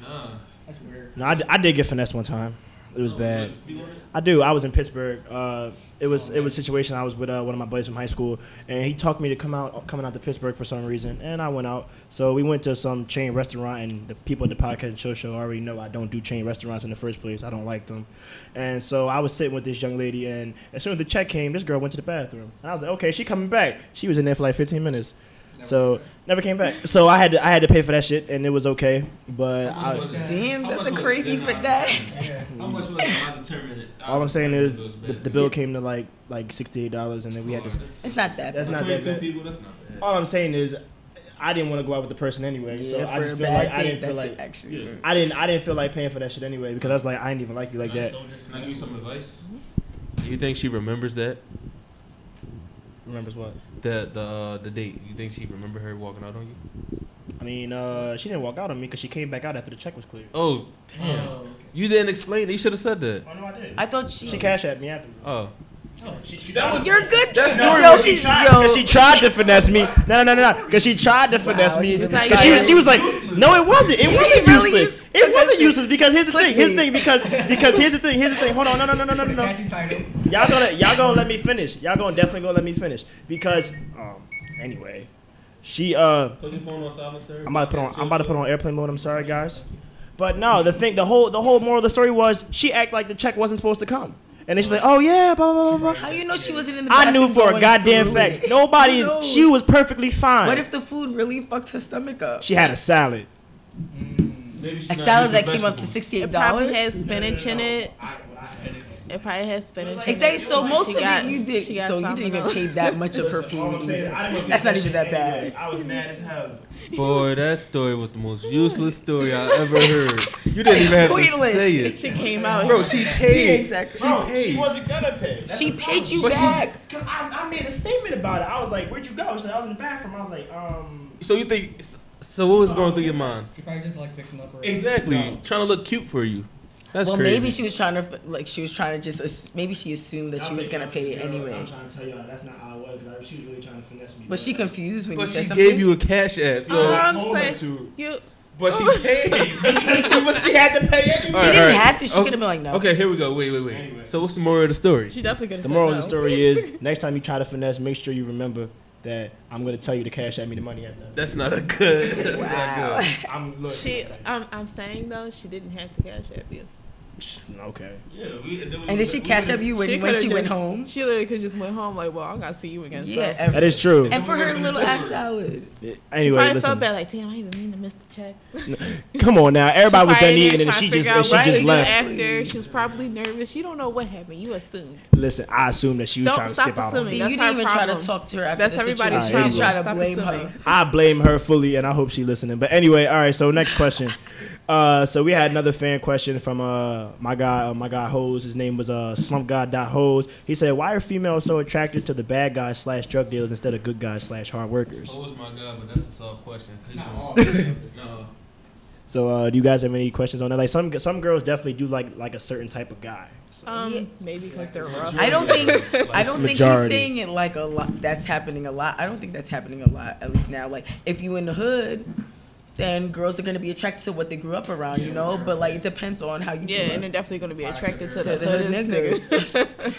S1: Nah.
S2: That's weird.
S3: No, I, d- I did get finessed one time. It was
S1: Oh,
S3: bad.
S1: you want to speak on it?
S3: I do. I was in Pittsburgh. Uh, it was it was a situation. I was with uh, one of my buddies from high school, and he talked me to come out coming out to Pittsburgh for some reason, and I went out. So we went to some chain restaurant, and the people at the podcast and show show already know I don't do chain restaurants in the first place. I don't like them, and so I was sitting with this young lady, and as soon as the check came, this girl went to the bathroom, and I was like, okay, she coming back. She was in there for like 15 minutes. so never came back. So I had to, I had to pay for that shit, and it was okay. But I,
S1: was that?
S4: Damn,
S1: How
S4: that's
S1: much
S4: a
S1: was it?
S4: crazy
S1: Then I
S4: forget.
S1: determined. How much was it? I determined it. I
S3: all I'm saying
S1: determined
S3: is
S1: it was
S3: the,
S1: bad.
S3: the bill came to like like 68 dollars, and then we had to
S1: Come on,
S4: It's not that.
S3: That's
S4: bad.
S3: not
S1: Between
S3: that
S1: two
S3: bad.
S1: people, that's not bad.
S3: All I'm saying is, I didn't want to go out with the person anyway. so
S4: Yeah,
S3: I
S4: for
S3: just
S4: a
S3: feel
S4: bad
S3: like I
S4: date,
S3: didn't feel
S4: that's
S3: like
S4: actually.
S1: Yeah.
S3: I didn't I didn't feel like paying for that shit anyway because I was like I didn't even like you like that.
S1: Can I give you some advice? You think she remembers that
S3: Remembers what?
S1: the the uh, the date? You think she remember her walking out on you?
S3: I mean, uh, she didn't walk out on me because she came back out after the check was cleared.
S1: Oh, damn! You didn't explain it. You should have said that.
S3: Oh no, I did.
S4: I thought she. Oh,
S3: she cashed at me after.
S1: Oh,
S3: She, she,
S4: You're good.
S3: That's
S4: yo,
S3: story
S4: yo,
S3: she
S4: she-
S3: tried,
S4: yo.
S3: cause she tried to finesse me. No, no, no, no, because she tried to finesse me.
S4: you was
S3: Cause
S4: like-
S3: she, was- she was like, no, it wasn't. It wasn't
S4: really
S3: useless.
S4: used-
S3: It wasn't useless because here's the thing. Here's the
S4: me.
S3: thing because because here's the thing. Here's the thing. Hold on. No, no, no, no, no, no, no. Y'all gonna y'all gonna let me finish. Y'all gonna definitely gonna let me finish because um anyway, she uh
S1: put your phone on silent, sir.
S3: I'm about to put on I'm about to put on airplane mode. I'm sorry guys, but no the thing the whole the whole moral of the story was she act like the check wasn't supposed to come and then she's like oh yeah blah blah blah blah.
S4: How you know she wasn't in the?
S3: I knew
S4: bathroom
S3: for a
S4: going
S3: goddamn
S4: through
S3: fact
S4: it?
S3: nobody
S4: Who knows?
S3: she was perfectly fine.
S4: What if the food really fucked her stomach up?
S3: she had a salad?
S1: Maybe she
S4: a
S1: not
S4: salad
S1: using
S4: that came up to
S1: vegetables.
S4: sixty-eight
S5: It probably
S4: dollars.
S5: has spinach in it. It probably has spinach. in
S4: Exactly.
S5: it.
S4: So most
S5: She
S4: of
S5: got-
S4: it you did.
S5: she got
S4: So you didn't even
S5: salmonella.
S4: pay that much of her food. either. That's not even that bad.
S3: I was mad as hell.
S1: Boy, that story was the most useless story I ever heard. You didn't even have to
S4: Pointless.
S1: say it.
S5: She came out.
S1: Bro, she paid.
S4: exactly.
S1: She paid.
S3: wasn't gonna pay.
S4: She paid you
S1: But she-
S4: back.
S3: Cause I, I made a statement about it. I was like, "Where'd you go?" She said, "I was in the bathroom." I was like, "Um."
S1: So you think? So what was going through your mind?
S2: She probably just like fixing up her.
S1: Exactly. Trying to look cute for you. That's
S4: well,
S1: crazy.
S4: maybe she was trying to like she was trying to just ass- maybe she assumed that she was gonna pay it anyway.
S3: I'm trying to tell y'all that's not how it was. Cause she was really trying to finesse me.
S4: But she confused when
S1: but
S4: you
S1: she
S4: said
S1: gave you a cash app. So,
S5: Uh-huh.
S3: I
S5: I'm
S3: told her
S5: saying-
S3: to.
S5: You
S1: but she paid.
S3: She, was, she had to pay
S1: All
S3: anyway.
S1: right,
S4: She
S1: all
S4: didn't
S1: right.
S4: have to. She
S1: Okay.
S4: could have been like, no.
S1: Okay, here we go. Wait, wait, wait.
S3: Anyway.
S1: So what's the moral of the story?
S5: she definitely could have
S3: The
S5: said
S3: moral of
S5: no.
S3: the story is: next time you try to finesse, make sure you remember that I'm gonna tell you to cash at me the money at the.
S1: That's not a good. That's
S4: Wow.
S1: not good.
S3: I'm look.
S5: She, uh, I'm, I'm saying though, she didn't have to cash app you.
S3: okay.
S1: Yeah, we,
S4: And did she cash up you when when
S5: coulda
S4: she went
S5: just-
S4: home?
S5: She literally could just went home like, well, I gotta see you again.
S4: Yeah,
S5: So.
S4: every-
S3: That is true.
S4: And for her little ass salad.
S5: She
S3: Anyway,
S5: probably
S3: listen.
S5: felt bad, like, damn, I didn't mean to miss the check.
S3: Come on now, everybody was
S5: probably
S3: done
S5: didn't
S3: eating, and
S5: try
S3: she
S5: to
S3: just
S5: figure
S3: and she
S5: out what
S3: just
S5: to do
S3: left.
S5: After she was probably nervous. You don't know what happened. You assumed.
S3: Listen, I assume that she was
S5: Don't
S3: trying to
S5: stop
S3: skip out. on
S5: assuming.
S4: See,
S3: it.
S4: you
S5: That's
S4: didn't
S5: our
S4: even try
S5: problem.
S4: to talk to her after
S5: That's
S4: the
S5: everybody's
S4: situation.
S3: problem.
S4: You try to
S5: Stop
S4: blame her.
S5: assuming.
S3: I blame her fully, and I hope she listening. But anyway, all right. So next question. Uh, so we had another fan question from uh my guy, uh, my guy Hose. His name was uh Slump God Dot Hose. He said, "Why are females so attracted to the bad guys slash drug dealers instead of good guys slash hard workers?"
S1: Oh, my God, but that's a soft question.
S2: Not all. of them.
S1: No.
S3: So uh, do you guys have any questions on that? Like some some girls definitely do like like a certain type of guy. So,
S5: Um,
S4: Yeah.
S5: maybe because they're rough.
S4: I don't think I don't think he's
S3: Majority.
S4: saying it like a lot. That's happening a lot. I don't think that's happening a lot. At least now, like if you in the hood, then girls are gonna be attracted to what they grew up around, you know. But like it depends on how you.
S5: Yeah,
S4: grew
S5: and they're
S4: up.
S5: definitely gonna be
S2: Black
S5: attracted to
S2: niggas.
S5: the
S4: To the
S5: hood niggas.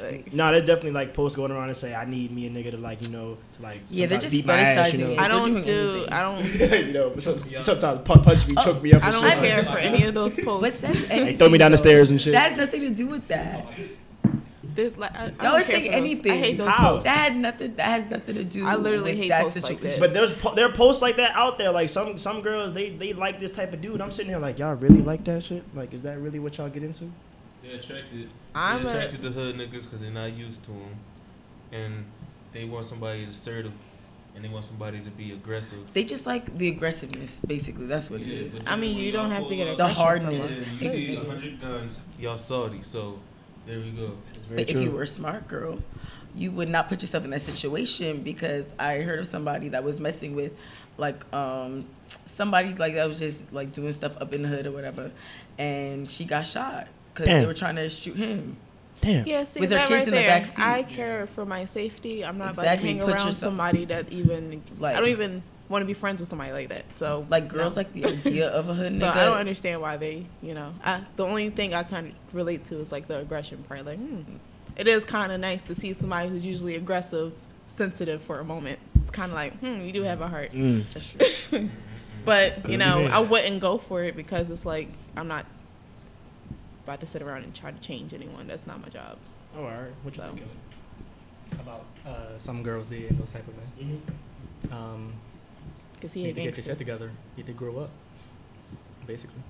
S5: like,
S3: no, there's definitely like posts going around and say, "I need me a nigga to like you know to like
S4: Yeah, they're
S3: sometimes
S4: just
S3: beat my ass," you know.
S4: fetishizing
S5: I
S4: They're
S5: don't
S4: doing
S5: do.
S4: anything.
S5: I don't.
S3: you know, some- sometimes punch, punch me, choke me up.
S5: I
S3: and
S5: don't
S3: shit.
S5: care for any of those
S4: but
S5: posts.
S4: that's
S3: Hey, throw me down the
S4: anything,
S3: stairs and
S4: though.
S3: shit.
S4: That has nothing to do with that.
S5: There's like, I, I
S4: Y'all are
S5: don't care
S4: saying
S5: for those.
S4: anything.
S5: I hate those
S3: How?
S5: posts.
S4: That had nothing. That has nothing to do.
S5: I literally
S4: with
S5: hate
S4: that
S5: posts like
S4: situation.
S5: that.
S3: But there's po- there are posts like that out there. Like some some girls, they they like this type of dude. I'm sitting here like, y'all really like that shit? Like, is that really what y'all get into?
S1: They're attracted.
S5: I'm
S1: they're
S5: a,
S1: attracted to hood niggas because they're not used to them, and they want somebody assertive, and they want somebody to be aggressive.
S4: They just like the aggressiveness, basically. That's what it
S1: Yeah,
S4: is.
S1: but
S5: I
S1: then
S5: mean,
S1: when
S5: you
S1: y'all
S5: don't have to
S1: pull
S5: get
S1: up-
S5: a
S4: The hardness.
S1: Yeah, You see a hundred guns, y'all Saudi. So there we go.
S3: It's
S4: But if you were a smart girl, you would not put yourself in that situation because I heard of somebody that was messing with, like, um, somebody like that was just like doing stuff up in the hood or whatever, and she got shot because they
S3: Damn.
S4: were trying to shoot him.
S3: Damn.
S5: yeah, see
S4: With her
S5: that
S4: kids
S5: right
S4: in the
S5: there.
S4: back seat.
S5: I care for my safety. I'm not
S4: Exactly,
S5: about to
S4: put
S5: hang around
S4: yourself-
S5: somebody that even
S4: Like-
S5: I don't even want to be friends with somebody like that. So
S4: Like girls
S5: no.
S4: like the idea of a hood nigga.
S5: So I don't understand why they, you know, I, the only thing I kind of relate to is like the aggression part. Like, hmm, it is kind of nice to see somebody who's usually aggressive, sensitive for a moment. It's kind of like, hmm, you do have a heart.
S3: Mm.
S4: That's true.
S5: But you
S3: Good
S5: know,
S3: behavior.
S5: I wouldn't go for it because it's like I'm not about to sit around and try to change anyone. That's not my job.
S3: Oh, all right. What you
S5: So.
S3: think?
S2: About uh, some girls did and those type of things.
S3: Mhm.
S2: Um,
S5: Cause he
S2: you
S5: a
S2: need to get your
S5: gangster.
S2: shit together. You did grow up, basically.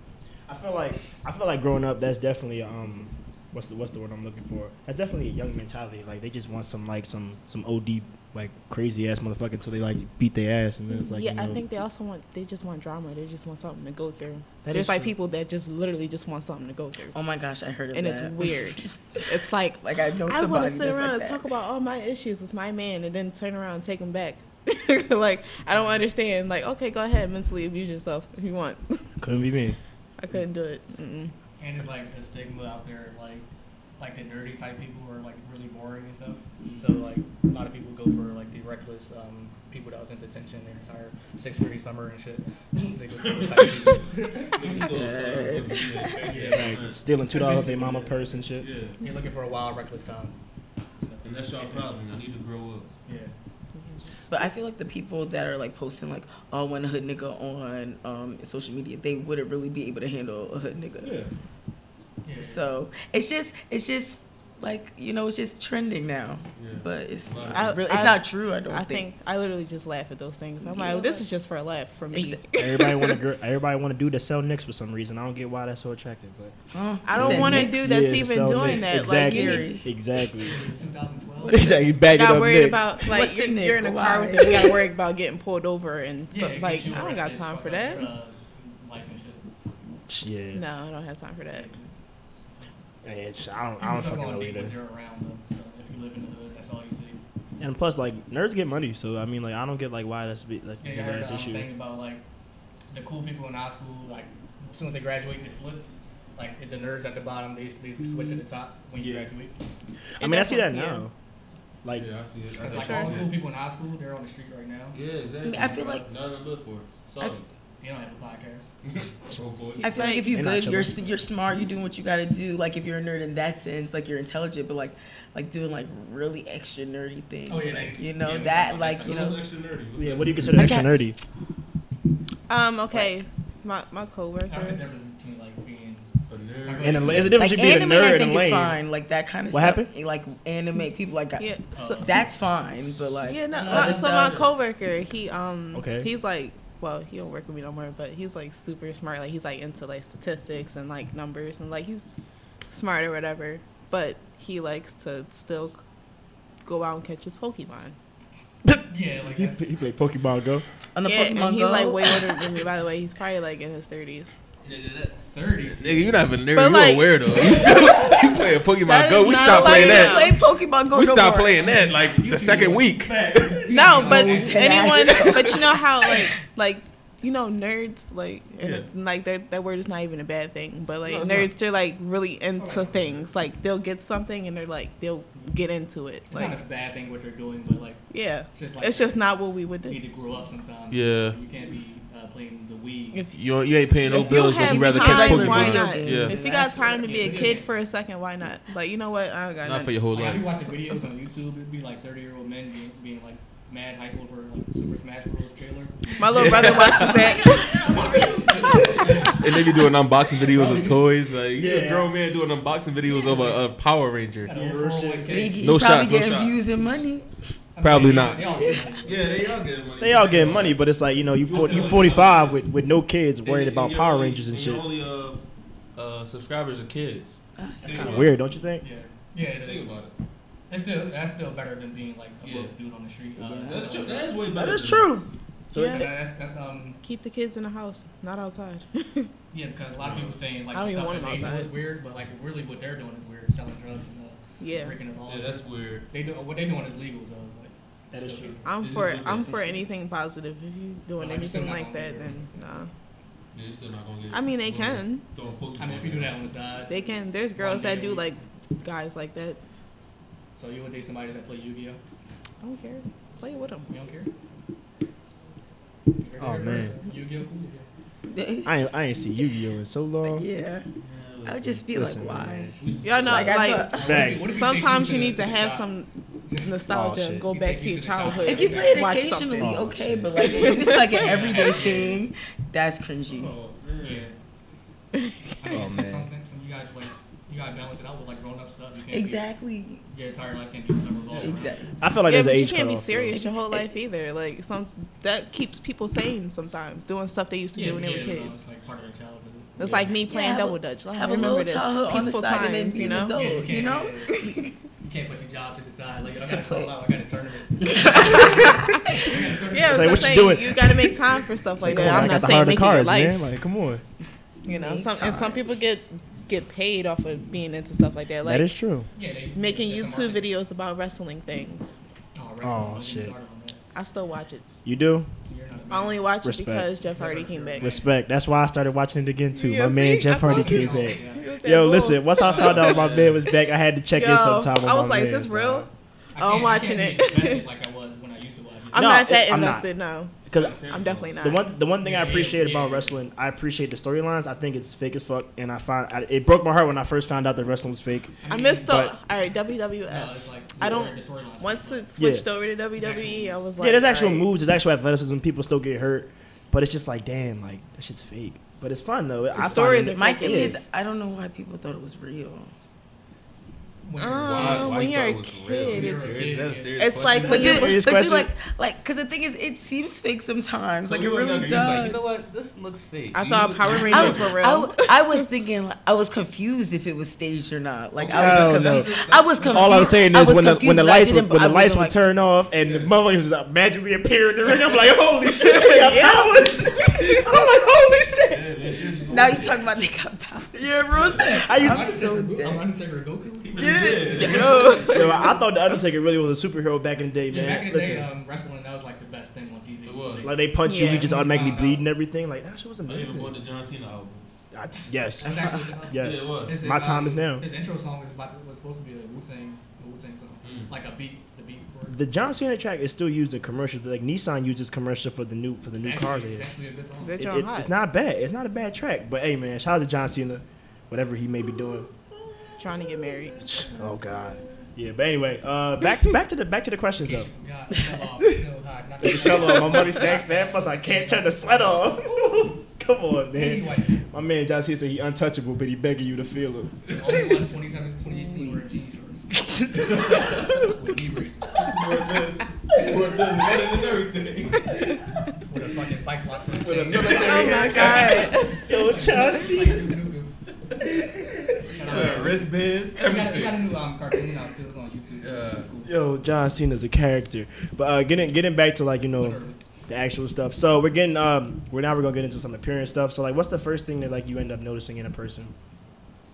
S3: I feel like I feel like growing up. That's definitely um, what's the what's the word I'm looking for? That's definitely a young mentality. Like they just want some like some some OD like crazy ass motherfucker until they like beat their ass, and then it's like
S5: yeah,
S3: you know,
S5: I think they also want. They just want drama. They just want something to go through.
S3: that
S5: There's
S3: is
S5: like
S3: true.
S5: people that just literally just want something to go through,
S4: Oh my gosh, I heard of
S5: and
S4: that.
S5: it's weird. it's like
S4: Like I know
S5: I
S4: somebody
S5: want to sit
S4: that's
S5: around
S4: like
S5: and
S4: that.
S5: talk about all my issues with my man and then turn around and take him back. like, I don't understand. Like, okay, go ahead, mentally abuse yourself if you want.
S3: couldn't be me.
S5: I couldn't do it. Mm-mm.
S2: And there's like a stigma out there, like like the nerdy type people who are like really boring and stuff. So like a lot of people go for like the reckless um, people that was in detention their entire sixth grade summer and shit. They go for those type of people.
S1: yeah,
S3: Like stealing two dollars off their mama purse and shit.
S1: yeah,
S2: You're looking for a wild, reckless time.
S1: and that's y'all problem. I need to grow up.
S2: Yeah.
S4: But I feel like the people that are like posting like, "Oh, when a hood nigga on um, social media," they wouldn't really be able to handle a hood nigga.
S1: Yeah,
S2: yeah.
S4: So it's just it's just like you know it's just trending now,
S1: yeah.
S4: but it's not
S5: I-
S4: really,
S5: I-
S4: it's not true. I don't
S5: I
S4: think.
S5: think I literally just laugh at those things. I'm
S4: Yeah.
S5: like, this is just for a laugh for me.
S4: Exa-
S3: Everybody want to girl. Everybody want to do the sell nicks for some reason. I don't get why that's so attractive, but
S4: Huh?
S5: I
S4: Said
S5: don't want to
S4: next.
S5: do that's
S3: to
S5: even
S3: sell nicks.
S5: doing that.
S3: Exactly,
S5: Like, you
S4: Gary.
S3: exactly,
S2: 2012.
S3: exactly. Back it
S5: got
S3: up,
S5: worried
S3: nicks.
S5: about
S4: What's
S5: like you're,
S4: in it?
S5: you're in a car with
S4: Why?
S5: them. You got worried about getting pulled over and
S2: Yeah,
S5: so,
S2: it
S5: like
S2: gets you
S5: I don't got
S2: arrested
S5: time for
S2: like,
S5: that.
S2: uh, life and shit.
S3: Yeah,
S5: No, I don't have time for that.
S3: Yeah, it's- I don't, I
S2: You're
S3: don't
S2: still
S3: fucking
S2: gonna
S3: know
S2: be what
S3: either.
S2: you're around, though. So if you live in the hood, that's all you see.
S3: And plus, like nerds get money, so I mean, like I don't get like why that's be- that's the
S2: Yeah,
S3: big
S2: you heard
S3: ass
S2: um,
S3: issue.
S2: thing about like the cool people in high school. Like as soon as they graduate, they flip. Like the nerds at the bottom, they, they switch to the top when you
S3: Yeah.
S2: graduate.
S3: I mean, I see that
S5: Yeah.
S3: now. Like,
S1: yeah, I see it. I
S2: Because
S1: see
S2: like
S1: it.
S2: all the cool people in high school, they're on the street right now.
S1: Yeah, exactly.
S4: I feel like-
S1: nothing to look for. Oh,
S4: I
S1: Sorry.
S4: f-
S2: You don't have a podcast.
S4: I feel like if you're
S3: And not
S4: good, you're s-
S3: chilling.
S4: you're smart. You're doing what you gotta do. Like if you're a nerd in that sense, like you're intelligent, but like like doing like really extra nerdy things.
S2: Oh, yeah,
S4: like,
S2: yeah.
S4: you know
S2: Yeah,
S4: that
S2: yeah.
S4: like you know.
S1: extra nerdy. What's
S3: Yeah,
S1: that?
S3: what do you consider extra
S4: Okay.
S3: nerdy?
S5: Um, okay. My my coworker.
S2: That's the difference between like being
S1: A nerd.
S3: And a, there's a difference
S4: Like
S3: between being
S4: anime,
S3: a nerd
S4: I
S3: and a
S4: think is
S3: lame.
S4: fine. Like that kind of
S3: What
S4: stuff.
S3: happened?
S4: Like anime people, like
S5: Yeah. So,
S4: that's fine. But like
S5: yeah. No.
S4: other
S5: my- so my
S4: stuff-
S5: coworker, he um.
S3: Okay.
S5: He's like, well, he don't work with me no more, but he's like super smart. Like he's like into like statistics and like numbers and like he's smart or whatever. But he likes to still go out and catch his Pokemon.
S2: yeah, like
S3: He,
S2: that's,
S3: he played Pokemon Go.
S4: on the
S5: yeah,
S4: Pokemon
S5: and he's
S4: Go.
S5: like way older than me. By the way, he's probably like in his thirties.
S2: thirty.
S1: Nigga, you're not even nerd.
S5: But
S1: you
S5: like-
S1: a weirdo. You still you playing Pokemon Go. We stopped playing that.
S4: Play Pokemon Go.
S1: we
S4: no
S1: stopped
S4: more.
S1: playing that like the second week.
S5: No, but
S4: Oh,
S5: anyone,
S4: deadass.
S5: but you know how like like you know nerds like and,
S1: Yeah.
S5: like that that word is not even a bad thing, but like
S1: No, it's
S5: nerds they're like really into things. Like they'll get something and they're like they'll get into it.
S2: It's
S5: Like
S2: not a bad thing what they're doing, but like
S5: yeah,
S2: it's just like
S5: it's just not what we would
S2: you
S5: do.
S2: need to grow up sometimes.
S1: Yeah.
S2: you can't be uh, playing the Wii.
S5: If
S1: You you ain't paying no
S5: if you
S1: bills, but
S5: have
S1: you rather catch
S5: time, why
S1: Pokemon.
S5: not?
S1: Yeah.
S5: If you got
S4: That's
S5: time to be a
S2: yeah.
S5: kid for a second, why not? Like you know what? I don't
S1: Not
S5: got
S1: for
S5: nothing.
S1: your whole
S2: Like, if
S1: life.
S2: you watch the videos on YouTube, it'd be like 30 year old men being, being like mad hype over like Super Smash Bros. trailer.
S5: My little brother watches that.
S1: And they be doing unboxing videos of toys. Like yeah.
S3: Yeah.
S1: a grown man doing unboxing videos of a, a Power Ranger.
S2: At
S3: Yeah,
S2: a
S3: real shit.
S2: 401k.
S4: He, he
S1: No
S4: probably
S1: shots, no
S4: getting
S1: shots.
S4: views and
S2: I
S4: money.
S2: mean,
S1: Probably
S2: they-
S1: not.
S2: they all do that.
S1: Yeah, they all get money.
S3: They all getting money, but it's like you know you for, you 45 with, with no kids, worried about Power Rangers and shit.
S1: Only uh, uh, subscribers are kids.
S3: It's kind of weird, don't you think?
S2: Yeah, yeah. It is.
S1: Think about it.
S2: It's still that's still better than being like a
S1: Yeah.
S2: broke dude on the street. Uh,
S1: That's
S2: uh,
S1: true. That is way better.
S3: That is
S1: than-
S3: true.
S2: So yeah.
S5: Yeah.
S2: that's, that's um
S5: Keep the kids in the house, not outside.
S2: yeah because a lot of people saying like
S5: I don't
S2: the
S5: even
S2: stuff
S5: want
S2: that
S5: them
S2: they do
S5: outside.
S2: is weird, but like really what they're doing is weird, selling drugs and uh,
S5: yeah.
S2: breaking the laws.
S1: Yeah, that's weird.
S2: they do what they're doing is legal though. Like,
S3: That is true.
S5: I'm
S1: It's
S5: for
S1: just
S5: I'm
S1: like-
S5: for anything positive. If you doing
S2: Like,
S5: anything
S2: it's not
S5: like
S2: on
S5: that,
S2: there.
S5: then nah.
S1: Yeah, you're still not gonna get
S5: I mean, they
S1: people that
S5: can,
S1: throwing Pokemon
S2: I mean, if you do that on the side,
S5: they can. There's girls that do like guys like that.
S2: so you would date somebody that play Yu-Gi-Oh.
S5: I don't care. Play with them.
S2: You don't care.
S3: Oh, man.
S2: Yu-Gi-Oh. Cool.
S3: I ain't, I ain't see Yu-Gi-Oh in so
S5: Uh,
S3: long.
S4: yeah, I would just be
S3: Listen,
S4: like, why?
S3: man.
S5: Y'all know,
S4: Like,
S5: like,
S4: I thought-
S3: Facts.
S2: What if you take
S5: sometimes
S2: to
S5: you
S2: the-
S5: need to
S2: to the
S5: have
S2: shop?
S5: some
S3: Oh,
S5: nostalgia
S3: shit.
S5: and go
S2: You
S5: back
S2: take
S5: to
S2: you
S5: your
S2: to the shop.
S5: childhood.
S4: If you play it
S5: watch
S4: occasionally,
S5: something.
S3: Oh,
S4: okay,
S3: shit.
S4: but like if it's like an everyday thing, that's cringy.
S1: Oh,
S2: Yeah.
S1: man.
S2: I
S3: Oh,
S2: mean, it's just
S3: man.
S2: something. So you guys like you gotta balance it out with like grown up stuff. You can't
S4: Exactly.
S2: Be, your entire life can't be whatever revolve around.
S4: Exactly.
S3: I feel like
S5: yeah,
S3: there's an
S5: but you
S3: age
S5: can't be
S3: cutoff, though.
S5: serious your whole life either. Like some that keeps people sane sometimes, doing stuff they used to do when they were
S2: no, it's
S5: kids.
S2: like part of their childhood.
S5: It's like me playing
S4: Yeah, have a-
S5: double dutch. Like, I
S4: have a
S5: remember
S4: little
S5: this
S4: childhood on the
S5: peaceful
S4: side and then
S5: times,
S4: be
S5: you
S4: an
S5: know.
S4: adult. Oh, you know?
S2: you can't put your job to the side. Like I gotta
S4: play.
S2: sell out. I gotta turn it.
S5: Yeah,
S3: It's
S5: so
S3: like,
S5: I'm
S3: what you
S5: saying,
S3: doing?
S5: You gotta make time for stuff like
S3: Come
S5: that.
S3: on,
S5: I'm
S3: I got
S5: not
S3: the
S5: saying
S3: heart
S5: make
S3: of
S5: it your
S3: cards,
S5: life.
S3: man. Like, come on.
S5: You know,
S4: Make
S5: some and some
S4: time.
S5: people get get paid off of being into stuff like that, like
S3: that is true.
S2: Yeah, they
S5: making
S2: that's
S5: YouTube
S2: the market.
S5: videos about wrestling things.
S2: Oh, wrestling,
S3: Oh,
S2: don't get me
S3: shit.
S2: started on that.
S5: I still watch it.
S3: You do
S2: You're not a
S5: I
S2: man.
S5: only watch
S3: Respect.
S5: it because Jeff Hardy came back.
S3: respect. That's why I started watching it again too.
S5: Yeah,
S3: My man
S5: see?
S3: Jeff
S5: I
S3: Hardy
S5: told you.
S3: came back.
S5: He was that
S3: Yo,
S5: bull.
S3: listen. Once I found out my man was back, I had to check
S5: Yo,
S3: in sometime. with
S5: I was
S3: my
S5: like, is
S3: mans,
S5: this real?
S3: dog.
S2: I
S5: I'm
S2: can't- I
S5: watching
S2: can't
S5: it.
S2: be invested like I was when I used to watch it.
S5: I'm
S3: No,
S5: not that
S3: it- I'm not.
S5: invested. No,
S3: 'Cause
S5: I'm definitely not.
S3: The one, the one thing I
S2: Yeah,
S3: appreciate
S2: yeah.
S3: about wrestling, I appreciate the storylines. I think it's fake as fuck, and I find I, it broke my heart when I first found out that wrestling was fake.
S5: I missed the
S3: But-
S5: all right WWF.
S2: No, it's like
S5: I
S2: the
S5: don't-
S2: story- the storyline's
S5: Once
S2: different.
S5: it switched over to WWE, I was like,
S3: yeah, there's actual
S5: all right.
S3: moves, there's actual athleticism. People still get hurt, but it's just like, damn, like that shit's fake. But it's fun though. I find
S5: stories
S3: it-
S5: are
S4: My
S5: Like it
S4: thing is,
S5: is.
S4: I don't know why people thought it was real.
S2: When you're-
S5: Um,
S1: Why- why
S5: when
S1: you
S5: you're
S1: thought
S5: a
S1: it was real?
S5: kid,
S1: You
S5: it's-
S1: serious? Is that a serious
S5: it's like
S1: question?
S4: But
S3: Yeah,
S4: do,
S3: but
S4: but
S3: his
S4: do
S3: question-
S4: like, like, cause the thing is, it seems fake sometimes. like it
S1: you were
S4: really
S1: younger, you was like, you know
S4: does.
S1: what? This looks fake.
S5: I
S1: You
S5: thought
S1: would-
S5: Power
S4: I was,
S5: Rangers were
S4: I,
S5: real.
S4: w- I was thinking, like, I was confused if it was staged or not. Like
S3: Hell
S4: I was, just
S3: no.
S4: confused. I was confused.
S3: All I'm saying
S4: I
S3: is
S4: was
S3: when the when
S4: confused,
S3: the
S4: but I
S3: lights would,
S4: didn't-
S3: when
S4: I
S3: the lights
S4: wasn't
S3: would
S4: like-
S3: turn off and the motherfuckers was uh, magically appear in the ring, I'm like, holy shit, they got powers. I'm like, holy shit.
S1: Yeah, that shit was-
S4: Now you're talking about they got power.
S5: yeah, Bruce.
S3: I used
S2: I'm
S4: so
S2: Undertaker-
S4: dead.
S2: I'm Undertaker Goku.
S5: Yo,
S3: Yo, I thought the Undertaker really was a superhero back in the day,
S2: Yeah, back
S3: man.
S2: in the
S3: Listen,
S2: day, um, wrestling that was like the best thing on TV.
S1: It was.
S3: like they punch you,
S5: Yeah.
S2: Uh,
S3: you just automatically bleed and everything. Like that shit was
S1: I even bought
S3: amazing.
S1: the John Cena album.
S3: I, yes,
S2: That's actually
S3: yes.
S1: Yeah, it was.
S2: his- his,
S3: My time
S2: um,
S3: is now.
S2: His intro song is about, was supposed to be a Wu Tang Wu Tang song,
S1: Mm.
S2: like a beat, the beat for it.
S3: The John Cena track is still used in commercials. Like Nissan uses commercial for the new for the
S2: It's
S3: new
S2: actually-
S3: cars.
S2: It's
S3: they have.
S2: actually a good song.
S5: That
S3: It-
S5: y'all
S3: it-
S5: hot.
S3: it's not bad. It's not a bad track. But hey, man, shout out to John Cena, whatever he may be doing.
S5: Trying to get married.
S3: Oh God. Yeah, but anyway, uh, back to back to the back to the questions
S2: Yeah,
S3: though.
S2: she forgot. Fell off. Still hot. Not-
S3: Shut up, my money stack fat. Plus, I can't turn the sweat off. Come on, man.
S2: Anyway,
S3: My man John Cena said he untouchable, but he begging you to feel him.
S2: only one 27, 2018 wearing jeans shorts. With knee braces.
S1: Cortez, Cortez better than everything.
S2: With a fucking bike lock. for the
S3: With a
S2: chain.
S3: military
S5: Oh my god.
S3: Yo,
S2: Like,
S3: John
S2: like
S3: Cena.
S2: Duke Nukem. Shout out to-
S1: wristbands,
S2: We got, we got a
S1: everything.
S2: new um, cartoon out too. It was on YouTube.
S1: Yeah.
S2: It's cool.
S3: Yo, John Cena's a character. But uh, getting getting back to like you know
S2: Literally.
S3: the actual stuff. So we're getting um we're now we're gonna get into some appearance stuff. So like, what's the first thing that like you end up noticing in a person,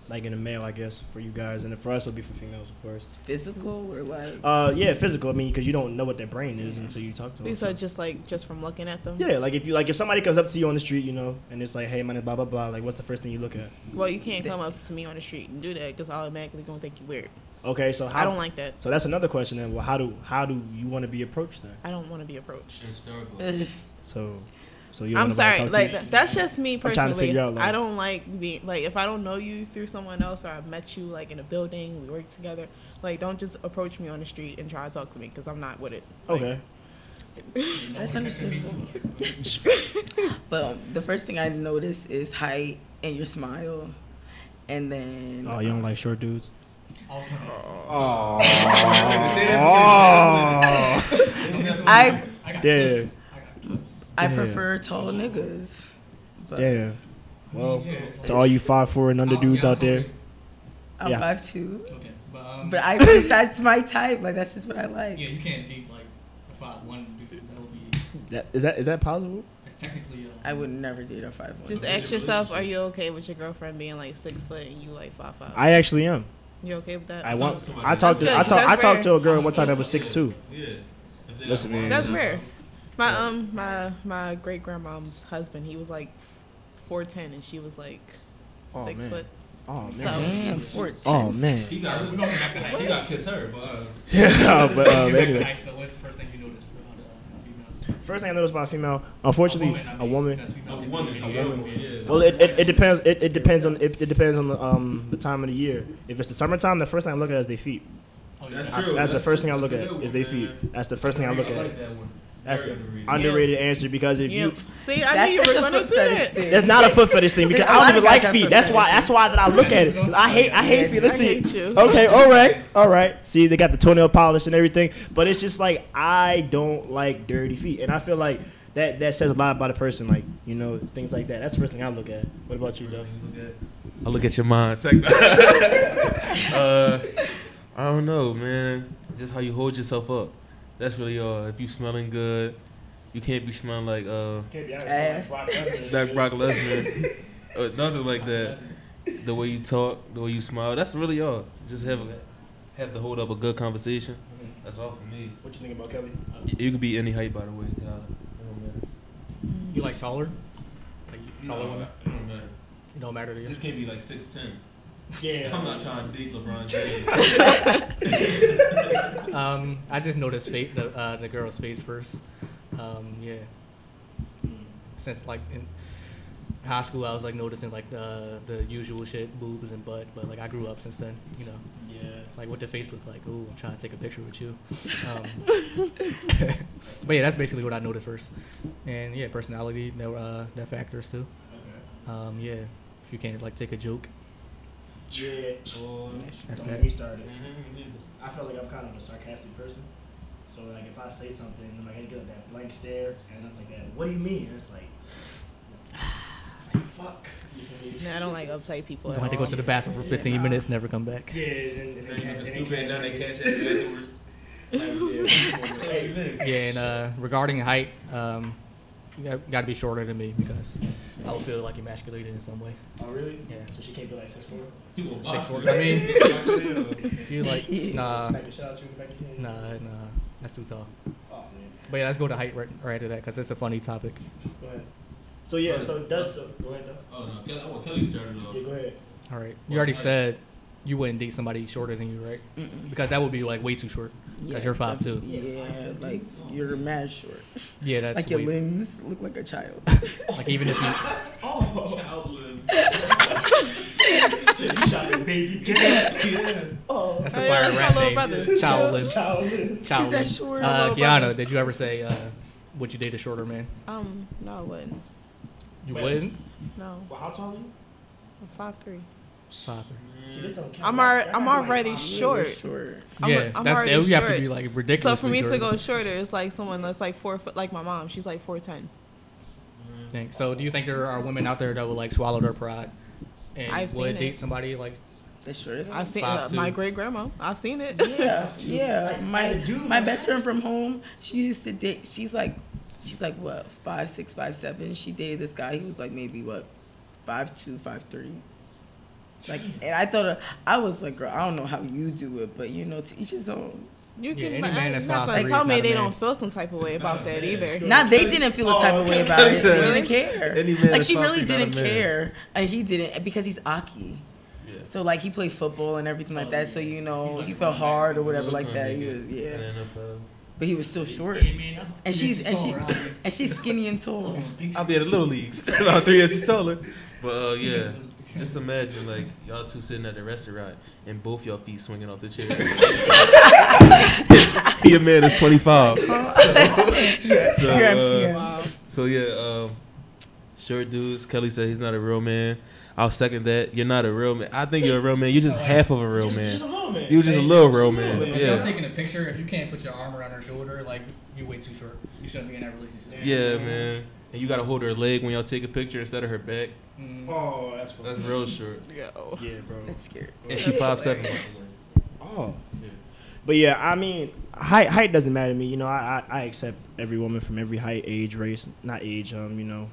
S3: like in a male, I guess, for you guys, and for us it'll be for females, of course.
S4: Physical or like
S3: Uh, yeah, physical. I mean, because you don't know what their brain is until you talk to them.
S5: These
S3: so-
S5: are just like just from looking at them.
S3: yeah, like if you like if somebody comes up to you on the street, you know, and it's like, hey, my name blah blah blah. Like, what's the first thing you look at?
S5: Well, you can't come up to me on the street and do that because automatically gonna think you weird.
S3: Okay, so how?
S5: I don't like that.
S3: so that's another question then. Well, how do how do you want to be approached then?
S5: I don't want to be approached.
S3: So, so you. don't
S5: I'm
S3: want nobody
S5: sorry.
S3: to talk to you?
S5: Like th- that's just me
S3: I'm trying to
S5: personally.
S3: figure out, like-
S5: I don't like being like if I don't know you through someone else or I met you like in a building, we work together. Like don't just approach me on the street and try to talk to me because I'm not with it. Like,
S3: okay.
S4: That's understandable. but the first thing I notice is height and your smile, and then
S3: Oh, you don't like short dudes.
S2: I was gonna-
S3: Oh.
S4: I-
S2: I got
S3: Yeah.
S2: clips. I got clips.
S4: I
S3: Yeah.
S4: prefer tall niggas. But
S3: Damn. Well,
S2: Yeah, it's
S3: to
S2: like-
S3: all you five four and under
S2: Oh,
S3: dudes
S2: yeah,
S3: out there,
S2: totally.
S4: I'm
S3: Yeah.
S4: five two.
S2: Okay, but, um,
S4: But I besides my type, like that's just what I like.
S2: yeah, you can't date like a five one dude. That would be
S3: that, is that is that possible?
S2: that's technically. Uh,
S4: I would never date a five one.
S5: Just ask yourself, are you okay with your girlfriend being like six foot and you like five five?
S3: I actually am.
S5: you okay with that?
S3: I
S1: talked
S3: want.
S1: to somebody
S3: I talked. To, I
S5: That's
S3: talked. I
S5: good.
S3: talked to a girl
S2: I'm
S3: one time that was
S2: cool.
S3: six two.
S1: Yeah. If they
S3: Listen,
S1: got
S3: man.
S5: That's
S2: Mm-hmm.
S1: one-
S5: rare. My um my my great grandmom's husband, he was like four ten and she was like
S3: Oh,
S5: six
S3: man.
S5: foot.
S3: Oh
S5: So-
S4: Damn, fourteen.
S3: Oh man.
S1: He
S2: Yeah,
S1: got,
S2: we're gonna back the height.
S1: he got kiss her, but uh,
S3: Yeah, but um,
S2: Back the
S3: anyway.
S2: height, so what's the first thing you notice about uh, a female?
S3: First thing I noticed about a female,
S2: A
S3: unfortunately,
S2: woman, I
S3: a
S2: mean,
S3: woman.
S2: that's female.
S1: a woman,
S2: Yeah,
S1: a woman,
S2: yeah.
S1: yeah.
S3: Well, it, it, it depends. It, it depends on it, it depends on the um the time of the year. If it's the summertime, the first thing I look at is their feet.
S2: Oh, yeah.
S1: That's
S3: I-
S1: true.
S3: that's the first thing I
S1: that's
S3: look
S1: a
S3: at
S1: good
S3: is
S1: one,
S3: their feet.
S1: man.
S3: That's the first thing I look
S1: I
S3: at.
S1: like that one.
S3: That's
S1: Very
S3: an
S1: underrated.
S3: underrated answer because if
S5: Yeah.
S3: you
S5: See, I
S4: That's
S5: knew you
S4: such
S5: were
S4: a
S5: gonna
S4: foot
S5: do
S4: fetish
S5: that.
S4: thing.
S3: That's not a foot fetish thing because
S4: A
S3: I
S4: lot
S3: don't even
S4: of
S3: like
S4: guys have
S3: feet.
S4: foot
S3: That's why.
S4: fetishes.
S3: That's why that I look at it. 'Cause I hate. I hate feet.
S5: I
S3: Let's see.
S5: hate you.
S3: Okay. All right. All right. See, they got the toenail polish and everything, but it's just like I don't like dirty feet, and I feel like that that says a lot about a person. Like you know things like that. That's the first thing I look at. What about you, though?
S1: I look at your mind. uh, I don't know, man. Just how you hold yourself up. That's really all. If you smelling good, you can't be smelling like uh
S4: Ass. like
S1: that Brock Lesnar, or nothing like that. The way you talk, the way you smile. That's really all. Just have a, have to hold up a good conversation. That's all for me.
S3: What you think about Kelly?
S2: Uh,
S1: You, you could be any height, by the way. Uh, it don't matter.
S2: You like taller? Like you- taller women?
S1: It don't matter.
S2: It don't matter to you.
S1: This can't be like six ten.
S3: Yeah.
S1: I'm not trying to date LeBron James.
S2: Um, I just noticed fa the uh, the girl's face first. Um, yeah. Since like in high school, I was like noticing like the the usual shit, boobs and butt. But like I grew up since then, you know,
S3: Yeah.
S2: like what the face looked like. Ooh, I'm trying to take a picture with you. Um, but yeah, that's basically what I noticed first. And yeah, personality, that uh, that factors too. Um, yeah, if you can't like take a joke,
S3: Yeah.
S2: That's
S3: Don't
S2: bad.
S3: get me started. I feel like I'm kind of a sarcastic person. So like if I say something, then like I get like that blank stare, and it's like that. What do you mean? And it's like, it's like fuck. You feel me?
S5: No, I don't like uptight people
S2: you
S5: at
S2: have to go
S5: all.
S2: to the bathroom for 15 minutes, never come back.
S3: Yeah, and, and, and, and, and,
S1: stupid and then they
S3: and,
S1: cash out afterwards.
S3: Hey,
S2: Yeah, and uh, regarding height, um, you got to be shorter than me because I would feel like emasculated in some way.
S3: oh really?
S2: Yeah.
S3: So she can't be like six four.
S1: He will box
S2: Six four.
S1: you.
S2: I mean,
S1: Damn.
S2: if you like, nah,
S3: Smack the shit out you in the back of your head.
S2: nah, nah, that's too tall.
S3: Oh man.
S2: But yeah, let's go to height right, right after that because it's a funny topic.
S3: Go ahead. So yeah, so it does. So, go ahead. though.
S1: Oh no, Kelly, well, Kelly started off.
S3: Yeah, go ahead.
S2: All right. You
S1: Well,
S2: already
S1: I-
S2: said you wouldn't date somebody shorter than you, right?
S4: Mm-mm.
S2: Because that would be like way too short.
S4: Yeah,
S2: Because you're five
S4: def-
S2: too.
S4: Yeah, like you're mad short.
S2: Yeah, that's
S4: like your
S2: way-
S4: limbs look like a child.
S2: like even if you
S1: Oh. Childland.
S3: You shot your baby.
S5: Oh,
S2: that's
S5: yeah,
S2: a fire
S5: that's my
S2: rap
S5: little
S2: name.
S5: brother.
S2: Child lives.
S3: Child.
S2: Child lives.
S4: short?
S2: Uh,
S5: Hello, brother.
S2: Kiana, did you ever say uh, would you date a shorter man?
S5: Um, no, I wouldn't.
S2: You
S3: Wait.
S2: wouldn't.
S5: No,
S3: Well, how tall are you?
S5: I'm five three.
S2: Father.
S3: See, this don't count.
S5: I'm
S3: Y'all-
S5: alre-
S3: y'all
S5: I'm
S3: got, like,
S5: already
S3: five
S5: sh-
S3: years.
S5: Short.
S4: Yeah, short.
S5: I'm a-
S2: yeah,
S5: I'm
S2: that's
S5: already
S2: that would have
S5: short.
S2: to be like
S5: So
S2: ridiculous.
S5: for me to go shorter, it's like someone that's like four foot, like my mom. She's like four ten.
S2: Think. So do you think there are women out there that would like swallow their pride and
S5: I've seen
S2: would
S5: it.
S2: date somebody like
S4: That's shorter. than
S5: I've seen uh,
S2: 5'2".
S5: my great grandma. I've seen it.
S4: yeah, yeah.
S3: Like,
S4: My
S3: as a dude,
S4: my
S3: man.
S4: best friend from home, she used to date. She's like, she's like what five six five seven. She dated this guy. He was like maybe what five two five three. Like, and I thought uh, I was like, girl, I don't know how you do it, but you know, to each his own.
S5: You
S2: Yeah,
S5: can
S2: any
S5: but
S2: man
S5: I-
S2: that's
S5: you're not
S2: 5'3"
S5: gonna
S2: is
S5: tell me
S2: not a
S5: they
S2: man.
S5: don't feel some type of way about that either.
S4: Not they didn't feel the type of way about it. They didn't
S1: Any
S4: care.
S1: man
S4: Like
S1: is
S4: she really
S1: probably not a
S4: didn't
S1: man.
S4: care, and he didn't because he's Aki.
S1: Yeah.
S4: So like he played football and everything like
S2: Oh,
S4: that. So
S2: yeah.
S4: you know
S2: He's like
S4: he
S2: a
S4: felt
S2: running back.
S4: hard or whatever
S1: Look
S4: like
S1: on
S4: that.
S1: nigga
S4: He was
S1: in
S4: yeah,
S1: NFL.
S4: but he was still short. And she's and she and she's skinny and tall.
S1: I'll be at the little leagues about three inches taller. But uh, yeah, just imagine like y'all two sitting at the restaurant and both y'all feet swinging off the chair. Your man is 25. So,
S4: Your
S1: uh,
S4: MCM.
S5: Wow.
S1: So yeah, um, short dudes. Kelly said he's not a real man. I'll second that. You're not a real man. I think you're a real man. You're just half of a real
S3: Just- Just a
S1: man.
S3: little man.
S1: You just a
S3: Hey,
S1: little real
S3: little
S1: man.
S2: If
S1: Yeah.
S2: you're taking a picture, if you can't put your arm around her shoulder, like you're way too short. You shouldn't be in that relationship.
S1: Yeah, man. And you gotta hold her leg when y'all take a picture instead of her back.
S2: Mm.
S3: Oh, that's
S1: That's real short.
S5: Yo.
S3: Yeah, bro.
S4: That's scary.
S1: And she five seven.
S3: Oh. But yeah, I mean, height height doesn't matter to me. You know, I, I I accept every woman from every height, age, race, not age. Um, you know.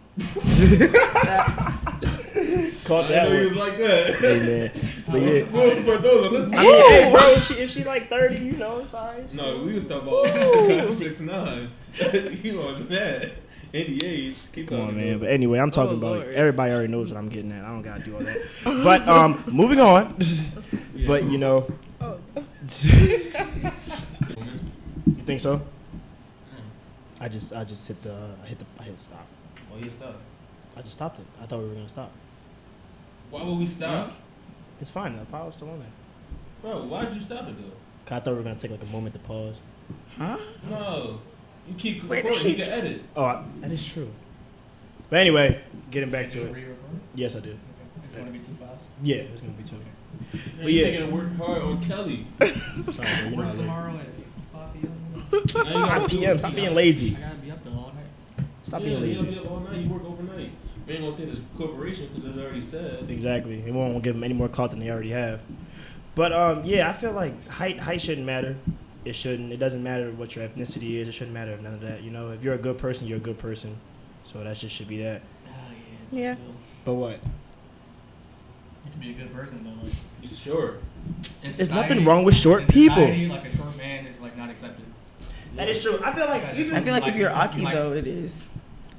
S3: Caught that one.
S1: like that.
S3: Hey, man. But yeah, I
S1: No,
S3: mean, hey, bro, if she, if she like thirty, you know, it's alright.
S1: we was talking about six nine. you on that? Any age? Keep
S3: Come on, man. But anyway, I'm talking
S5: Oh,
S3: about
S5: Lord.
S3: everybody already knows what I'm getting at. I don't gotta do all that. But um, moving on. But you know,
S5: Oh.
S3: you think so? I just I just hit the I hit the I hit stop.
S1: Oh, you stop.
S3: I just stopped it. I thought we were gonna stop.
S1: Why would we stop?
S3: It's fine. If I was still on there,
S1: Bro, why'd you stop it though?
S3: 'Cause I thought we were gonna take like a moment to pause.
S4: Huh?
S1: No. You keep
S4: Wait,
S1: recording, you
S4: he-
S1: can edit.
S3: Oh, I, that is true. But anyway, getting back to it. Yes, I do.
S2: It's going to be two fives.
S3: Yeah, it's gonna be two.
S1: But
S3: yeah.
S1: yeah. You're gonna work hard on Kelly.
S3: Sorry, bro, you know
S2: Work
S3: I live.
S2: tomorrow at 5 p.m.
S1: Now you gotta
S3: 5
S1: do
S3: p.m.
S1: it.
S3: Stop
S1: You
S3: being
S1: gotta-
S3: lazy.
S2: I gotta be up till all night.
S3: Stop
S1: yeah,
S3: being
S1: you gotta
S3: lazy.
S1: be up all night, you work overnight. We ain't gonna say this corporation because it's already said.
S3: Exactly. It won't give them any more clout than they already have. But um, yeah, I feel like height height shouldn't matter. It shouldn't. It doesn't matter what your ethnicity is. It shouldn't matter none of that. You know, if you're a good person, you're a good person. So that just should be that.
S2: Oh,
S5: yeah. Yeah.
S3: But what?
S2: You can be a good person, but like,
S1: You Sure.
S2: in
S3: There's
S2: society-
S3: nothing wrong with
S2: in
S3: short people.
S2: Society, like a short man is like not accepted.
S3: That is true. I feel like
S2: Guys,
S3: even
S4: I feel like if you're
S2: Like,
S4: Aki
S2: like-
S4: though, it is.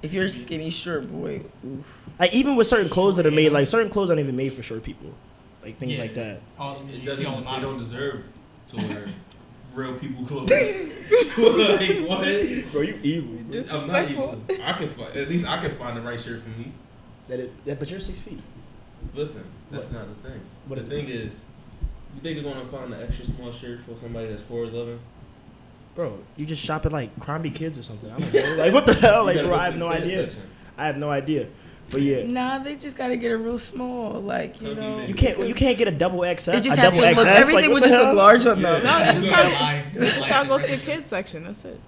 S4: If you're a skinny short boy, oof.
S3: like even with certain clothes that are made, like certain clothes aren't even made for short people, like things
S2: Yeah.
S3: like that.
S2: All,
S1: It
S2: you
S1: doesn't,
S2: see all the
S1: they don't
S2: models.
S1: deserve to wear real people clothes. like, what?
S3: Bro, you evil. bro.
S1: I'm not
S5: Disrespectful.
S1: even. I can find, at least I can find the right shirt for me.
S3: That it, that, but you're six feet.
S1: Listen, that's not the thing.
S3: What
S1: the
S3: is it?
S1: thing is, you think you're gonna find an extra small shirt for somebody that's 4'11?
S3: Bro, you just shop at like Crombie Kids or something. I don't know. Like what the hell?
S1: You
S3: Like
S1: gotta
S3: bro,
S1: go
S3: I have
S1: to the
S3: no
S1: kids
S3: idea.
S1: section.
S3: I have no idea. But yeah.
S4: Nah, they just gotta get it real small. Like you
S1: Cookie
S4: know,
S1: man.
S3: You can't you can't get a double XL.
S4: They just
S3: a
S4: have to
S3: double
S4: look.
S3: XS?
S4: Everything
S3: what
S4: would
S3: the
S4: just
S3: hell?
S4: look large on them.
S1: Yeah.
S5: No, you just gotta,
S2: You
S5: you just gotta go to the kids section. That's it.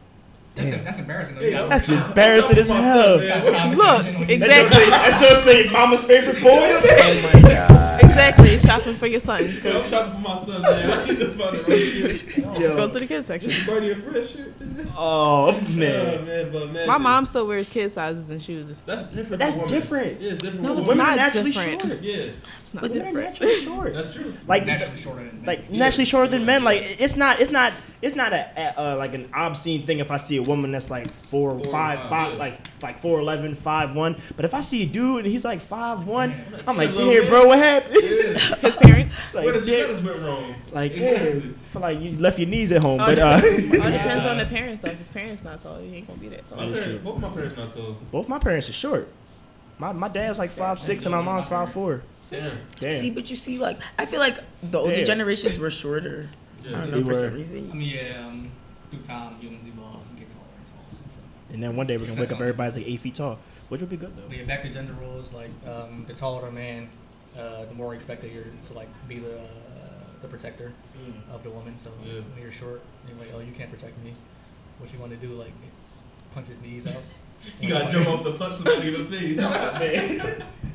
S2: That's, that's embarrassing. though.
S1: Hey,
S2: You gotta-
S3: That's embarrassing as hell.
S2: you gotta have a
S5: Look,
S2: conversation with-
S5: exactly.
S3: That's just, that's just say mama's favorite boy.
S4: Oh my god.
S5: Exactly. Shopping for your son.
S1: I'm shopping for my son, man. I need to find the right shirt.
S5: Just go to the kids section.
S1: It's Bernie and Fresh shit.
S3: Oh
S1: Oh,
S3: man,
S1: man, but man.
S5: My mom still wears kid sizes and shoes.
S1: That's different.
S3: that's
S1: for women.
S3: different.
S1: Yeah, it's different.
S5: No,
S1: for
S5: it's
S1: women.
S5: not
S3: are naturally
S5: different.
S3: short.
S1: Yeah.
S5: It's not
S4: But
S3: Women are
S5: different.
S3: naturally short.
S2: That's true.
S3: Like-
S2: naturally shorter than men.
S3: like naturally shorter than men. Like it's not, it's not, it's not a, a uh, like an obscene thing if I see a woman that's like four,
S1: Four,
S3: five,
S1: five,
S3: five,
S1: yeah.
S3: like like four eleven, five one. But if I see a dude and he's like five one, I'm like,
S1: Hello,
S3: damn,
S1: man."
S3: bro, what happened?
S1: Yeah.
S5: His parents.
S1: Where
S3: Like,
S1: does your
S3: damn,
S1: management wrong?
S3: like,
S1: Exactly.
S3: damn, feel like you left your knees at home.
S5: Oh,
S3: But
S5: yeah.
S3: uh,
S5: It all depends on the parents, though. If his parents not tall, he ain't gonna be that
S1: My
S5: tall.
S3: is
S1: parents,
S3: true.
S1: both my parents not so.
S3: both my parents are short. My my dad's like five six and my mom's five four.
S1: Damn.
S4: See,
S3: Damn.
S4: but you see, like I feel like the older
S3: Damn.
S4: generations were shorter. I
S1: Yeah.
S4: don't know
S3: They
S4: for
S3: were.
S4: some
S2: I
S4: reason.
S2: mean, yeah, um, through time, humans evolve and get taller and taller. So.
S3: And then one day we're gonna wake up everybody's like eight feet tall, which would be good
S2: But
S3: though.
S2: yeah, back to gender roles. Like um, the taller the man, uh, the more expected you're to like be the uh, the protector
S1: Mm.
S2: of the woman. So
S1: Yeah.
S2: when you're short, you're like, oh, you can't protect me. What you want to do? Like punch his knees out.
S1: You gotta jump off the punch somebody in the face.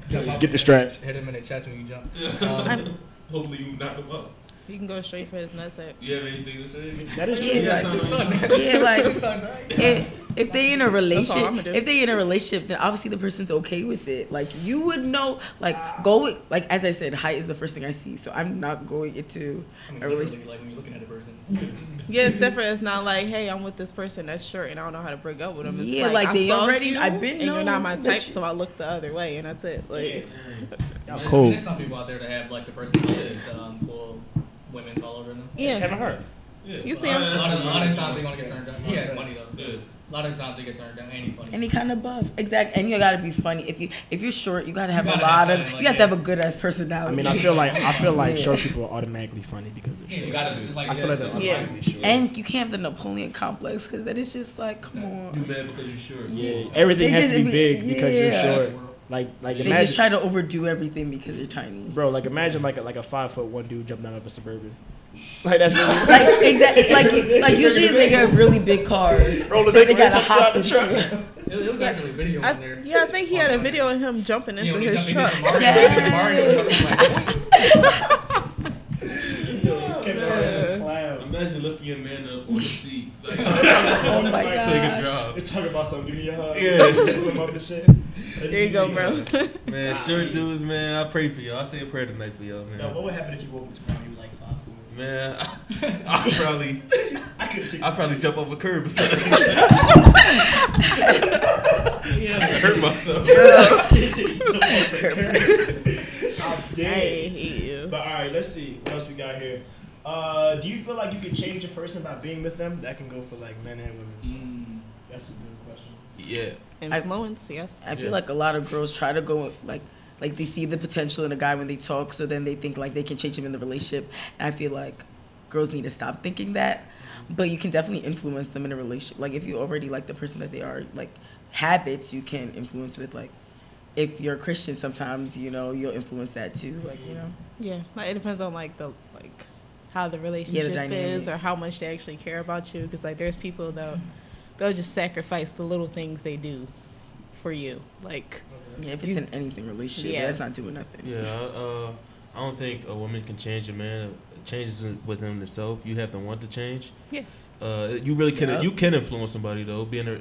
S2: Jump off
S3: Get the strap.
S2: Hit him in the chest when you jump. Um,
S1: Hopefully you knock them up.
S5: You can go straight for his nutsack.
S1: You have anything to say?
S3: That is true.
S4: Yeah,
S1: Yeah,
S4: like,
S1: it's your son.
S4: yeah, like
S2: it's your son, right?
S4: if, if they in a
S5: I'ma
S4: relationship,
S5: do.
S4: if they in a relationship, then obviously the person's okay with it. Like you would know, like go with, like as I said, height is the first thing I see. So I'm not going into
S2: I mean,
S4: a relationship.
S2: literally, like when you're looking at a person. it's-
S5: Yeah, it's different. It's not like, hey, I'm with this person that's short and I don't know how to break up with him. It's
S4: Yeah,
S5: like,
S4: like,
S5: I
S4: they
S5: saw
S4: already-
S5: you,
S4: I been
S5: and you're
S4: know
S5: not my
S4: that
S5: type,
S4: you-
S5: so I look the other way, and that's it. Like,
S3: Y'all
S2: And
S3: cold.
S2: There's some people out there that have like the personalities um, pull women all over them.
S5: yeah,
S3: Kevin Hart.
S1: Yeah.
S5: You see
S1: Oh,
S5: him?
S1: yeah,
S2: A
S1: that's
S2: lot, of,
S1: what
S2: a lot
S1: mine
S2: of
S1: is.
S2: times they want to get turned down. He has money though.
S1: Yeah.
S2: So. A lot of times they get turned down and he funny.
S4: Any kind of buff, exactly, and you gotta be funny. If you if you're short, you gotta have
S2: gotta
S4: a
S2: have
S4: lot of,
S2: something
S4: you
S2: like
S4: have to have a
S2: that.
S4: good ass
S3: I
S4: personality.
S3: mean, I feel like I feel like
S4: Oh, Yeah.
S3: short people are automatically funny because they're
S2: Yeah,
S3: short.
S2: you gotta it's like
S3: I feel like
S2: that's
S3: that's
S4: Yeah.
S3: automatically short.
S4: and you can't have the Napoleon complex because that is just like, come
S1: You
S4: on.
S1: mad because you're short.
S3: yeah, everything
S4: They
S3: has to
S4: just-
S3: be big because you're
S4: yeah.
S3: short. Like like
S4: They just
S3: imagine,
S4: try to overdo everything because they're tiny.
S3: bro. Like imagine like a, like a five foot one dude jumping out of a suburban. Like that's really
S4: Like exactly, like like usually they got really big cars.
S3: Roll his
S4: So
S3: ankle,
S4: they
S3: he
S4: gotta
S3: jumped out
S4: hop
S3: the
S4: and
S3: truck.
S4: shit.
S2: It, it was
S5: Yeah.
S2: actually a video in
S5: I,
S2: there.
S5: yeah, I think he had a video of him jumping
S2: Yeah,
S5: into
S2: when he
S5: his
S2: jumped
S5: truck.
S2: Mario,
S4: Yes.
S2: Mario jumped like,
S5: Yeah.
S1: Imagine lifting your man up on the seat. Like,
S4: Oh my
S1: take a
S4: god.
S1: drop.
S3: It's talking about something. Give me a hug.
S1: Yeah.
S3: Put him up and shit.
S5: There you go, bro.
S1: Man, short dudes, man, I pray for y'all. I say a prayer tonight for y'all, man.
S3: Now, what would happen if you woke up tomorrow? and You were like five foot.
S1: Man, I, I probably,
S3: I couldn't take.
S1: I probably jump off a curb or something. yeah, I hurt myself.
S3: I'm
S5: I
S3: dead.
S5: hate you.
S3: But all right, let's see what else we got here. Uh, do you feel like you can change a person by being with them? That can go for like men and women. So
S5: Mm.
S3: That's a good question.
S1: Yeah,
S5: Influence, yes.
S4: I
S1: Yeah.
S4: feel like a lot of girls try to go like like they see the potential in a guy when they talk, so then they think like they can change him in the relationship. And I feel like girls need to stop thinking that. But you can definitely influence them in a relationship. Like if you already like the person that they are, like habits you can influence with like if you're a Christian sometimes, you know, you'll influence that too. Like, you know.
S5: Yeah, like, it depends on like the like how the relationship is
S4: dynamic.
S5: or how much they actually care about you. Because like there's people that they'll just sacrifice the little things they do for you. Like
S4: Yeah, if it's
S5: You-
S4: in anything relationship,
S5: Yeah.
S4: that's not doing nothing.
S1: yeah. Uh, I don't think a woman can change a man. It changes within itself. You have to want to change.
S5: Yeah.
S1: Uh, you really can.
S4: Yeah.
S1: You can influence somebody though. Being a,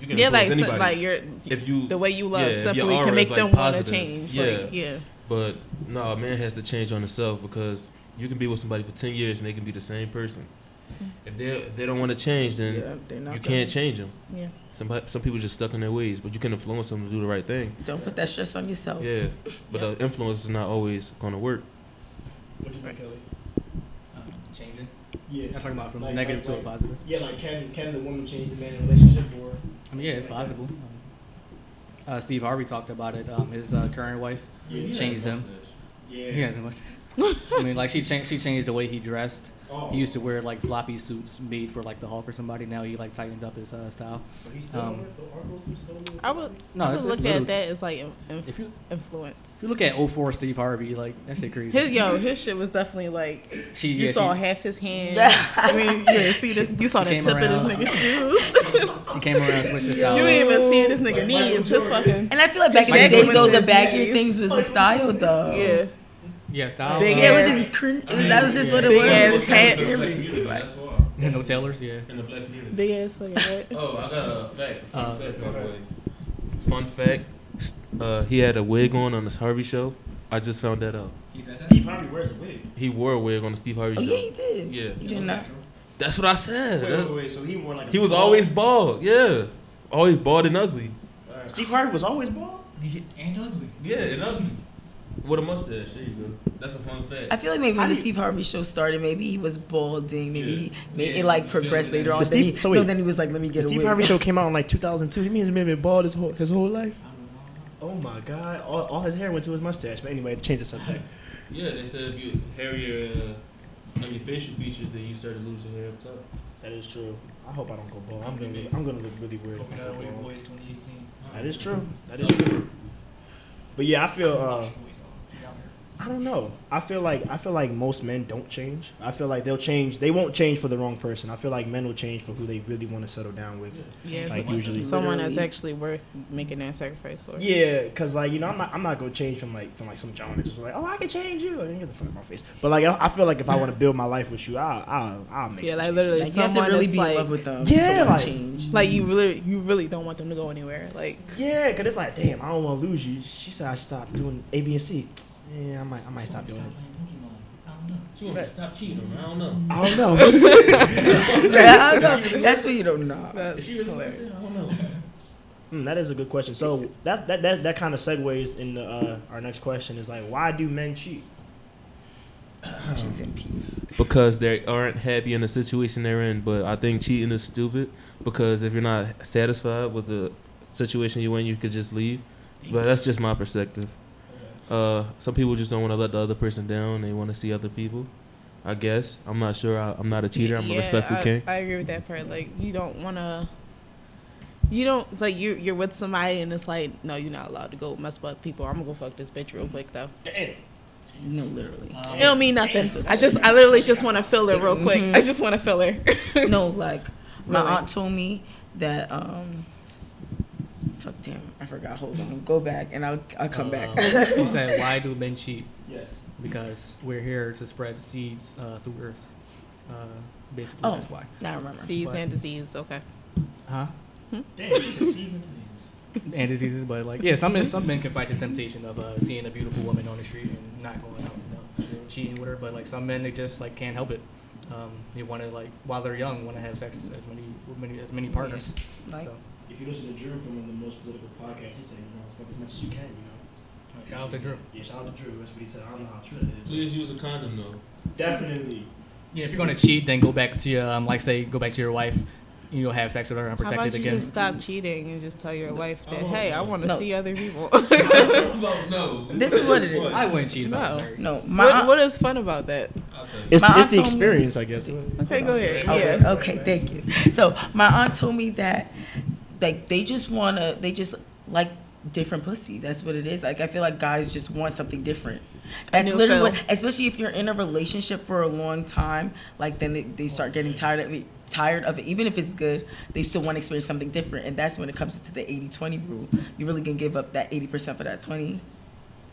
S1: you can
S5: yeah,
S1: influence
S5: like so-
S1: anybody.
S5: like your
S1: if you
S5: the way you love
S1: yeah, if your
S5: simply
S1: aura
S5: can make
S1: is, like,
S5: them want to
S1: positive,
S5: change.
S1: yeah.
S5: Like, yeah,
S1: But no, a man has to change on himself because you can be with somebody for ten years and they can be the same person. If they if they don't want to change, then
S4: Mm-hmm. Yeah, they're not
S1: you
S4: gonna-
S1: can't change them.
S5: yeah.
S1: Some pe- some people just stuck in their ways, but you can influence them to do the right thing.
S4: Don't put that stress on yourself.
S1: Yeah, but the influence is not always going to work.
S3: What you think, Kelly?
S2: um, changing. I'm
S3: Yeah.
S2: talking about from
S3: Like-
S2: negative
S3: like-
S2: to a
S3: like-
S2: positive.
S3: Yeah, like can can the woman change the man in a relationship or?
S2: I mean, yeah, it's possible. Um, Uh, Steve Harvey talked about it. Um, his uh, current wife.
S3: Yeah.
S2: Changes him.
S3: Yeah.
S2: Yeah. the most- I mean, like she changed. She changed the way he dressed.
S3: Oh.
S2: He used to wear like floppy suits made for like the Hulk or somebody. Now he like tightened up his uh, style.
S3: So he's still
S2: um,
S3: with the Oracle's he's still with.
S5: I would
S2: No,
S5: I would
S2: it's,
S5: look
S2: it's
S5: at
S2: literally-
S5: that as like in- in-
S2: If you, if
S5: influence.
S2: you look at 04 Steve Harvey, like that shit crazy.
S5: His yo, his shit was definitely like
S2: she,
S5: you
S2: yeah,
S5: saw
S2: she,
S5: half his hand. I mean, yeah, see this, you saw the
S2: came
S5: tip of
S2: around.
S5: this nigga's shoe.
S2: she came around and switched his style.
S5: You
S2: up.
S5: ain't even see this nigga
S3: Like Michael
S5: knees. His
S3: Jordan.
S5: fucking
S4: And I feel like back in the
S5: Exactly.
S4: day, though, the
S5: With his
S4: baggy
S5: knees.
S4: things was the style, though.
S5: yeah.
S2: Yeah, style.
S5: Big
S2: uh,
S4: Yeah, it was
S5: ass.
S4: just cringe.
S1: I mean,
S4: that was just what it
S5: Big
S4: was.
S5: ass
S1: Look at the
S5: hats.
S1: black community, that's why.
S2: and no tailors. Yeah.
S1: In the black community.
S5: Big ass fucking head.
S1: Oh, I got a fact. Fun
S2: Uh,
S1: fact, by the way. Fun fact. Uh, he had a wig on on this Harvey show, I just found that out.
S2: He said that?
S3: Steve Harvey wears a wig.
S1: He wore a wig on the Steve Harvey
S4: Oh,
S1: show.
S4: yeah, he did.
S1: Yeah.
S4: You did not.
S1: That's what I said.
S3: Wait,
S1: That-
S3: wait, wait. So he wore like a
S1: He was
S3: bald-
S1: always bald. Yeah, always bald and ugly.
S3: Steve Harvey was always bald.
S2: And ugly.
S1: Yeah, and ugly. With a mustache. There you go. That's a fun
S4: I
S1: fact.
S4: feel like maybe when
S3: How
S4: the
S3: do
S4: Steve Harvey show started, maybe he was balding. Maybe
S1: Yeah.
S4: he, maybe
S2: Yeah,
S4: it
S2: he
S4: like
S2: was
S4: progressed
S2: feeling it.
S4: later on.
S3: The
S4: then
S3: Steve-
S4: he,
S3: so
S4: no,
S3: wait.
S4: then he was like, "Let me
S3: The
S4: get a
S3: Steve
S4: wig.
S3: Harvey show came out in like 2002. He means he's been bald his whole his whole life. Oh my God! All, all his hair went to his mustache. But anyway, change the subject.
S1: Yeah, they said if you hairier uh, on your facial features, then you started losing hair up top.
S3: That is true. I hope I don't go bald. I'm gonna look, I'm gonna look really weird. If I go bald. That is true. That is true. But yeah, I feel. Uh, I don't know. I feel like I feel like most men don't change. I feel like they'll change. They won't change for the wrong person. I feel like men will change for who they really want to settle down with.
S5: Yeah,
S3: Like,
S5: but
S3: usually-
S5: someone that's
S4: Literally.
S5: actually worth making that sacrifice for.
S3: Yeah, cause like you know, I'm not I'm not gonna change from like from like some John that's just like, oh, I can change you. Like, get the fuck out my face. But like, I, I feel like if I want to build my life with you, I'll I'll, I'll make.
S5: Yeah,
S3: some changes.
S5: like literally,
S4: Like, you have
S5: someone
S4: to really
S5: that's
S4: be
S5: like,
S4: in love with them.
S3: Yeah,
S4: to wanna
S3: like-
S4: change.
S5: like you really, you really don't want them to go anywhere. Like,
S3: Yeah, cause it's like, damn, I don't want to lose you. She said I should stop doing A, B, and C. Yeah, I might I might stop doing it.
S1: She want me to stop cheating on her. I don't
S3: I
S1: know.
S3: don't know.
S4: I don't know. That's what you don't know.
S5: that's
S1: Is she really?
S5: hilarious.
S1: I don't know.
S3: Hmm, that is a good question. So that that that, that kind of segues into uh, our next question is like, why do men cheat?
S4: She's in peace.
S1: Because they aren't happy in the situation they're in. But I think cheating is stupid because if you're not satisfied with the situation you're in, you could just leave. But that's just my perspective. Uh, some people just don't want to let the other person down. They want to see other people. I guess I'm not sure. I, I'm not a cheater. I'm
S5: yeah,
S1: a respectful
S5: I,
S1: king.
S5: I agree with that part. Like, you don't want to. You don't like you. You're with somebody, and it's like, no, you're not allowed to go mess with people. I'm gonna go fuck this bitch real quick though.
S3: Damn.
S4: No, literally.
S2: Um,
S5: It don't mean nothing. I just, I literally just want to fill her real quick.
S4: Mhm.
S5: I just want to fill her.
S4: no, like my
S5: Really?
S4: aunt told me that. um Fuck damn, I forgot. Hold on, go back, and I'll I'll come back.
S2: Uh,
S3: Oh.
S2: he said, "Why do men cheat?
S3: Yes.
S2: Because we're here to spread the seeds uh, through Earth. Uh, basically,
S4: Oh.
S2: that's why."
S4: now I remember.
S5: Seeds
S2: What?
S5: and disease. Okay.
S2: Huh?
S3: Damn. She said season diseases.
S2: and diseases, but like yeah, some men, some men can fight the temptation of uh, seeing a beautiful woman on the street and not going out, you know, cheating with her. But like some men, they just like can't help it. Um, they want to like while they're young, want to have sex as many, with many as many partners.
S4: Like,
S2: so
S3: If you listen to Drew from one of the most political podcasts, he said, you know, fuck as much as you can, you know.
S2: shout out to Drew.
S3: Yeah, shout out to Drew. That's what he said. I don't know how true that is.
S1: use a condom though.
S3: Definitely.
S2: Yeah, if you're gonna cheat, then go back to your um, like say go back to your wife. and You'll have sex with her
S5: How about
S2: unprotected
S5: you
S2: again.
S5: just stop cheating and just tell your wife that,
S1: I won't.
S5: hey, I want to
S4: No.
S5: see other people.
S1: no.
S4: This is what it is.
S2: I wouldn't cheat if I
S5: No.
S2: was married.
S4: no, my
S5: what,
S4: aunt,
S5: what is fun about that?
S1: I'll tell you.
S3: It's,
S4: My
S3: it's the
S4: aunt told me-
S3: experience, I guess.
S5: Okay, go ahead.
S4: Oh,
S5: Yeah.
S4: wait, okay, thank you. So my aunt told me that like they just wanna they just like different pussy. That's what it is. Like I feel like guys just want something different. That's
S5: knew
S4: literally
S5: Phil.
S4: what, especially if you're in a relationship for a long time, like then they, they start getting tired of it tired of it even if it's good they still want to experience something different and that's when it comes to the 80-20 rule you really can give up that 80% for that 20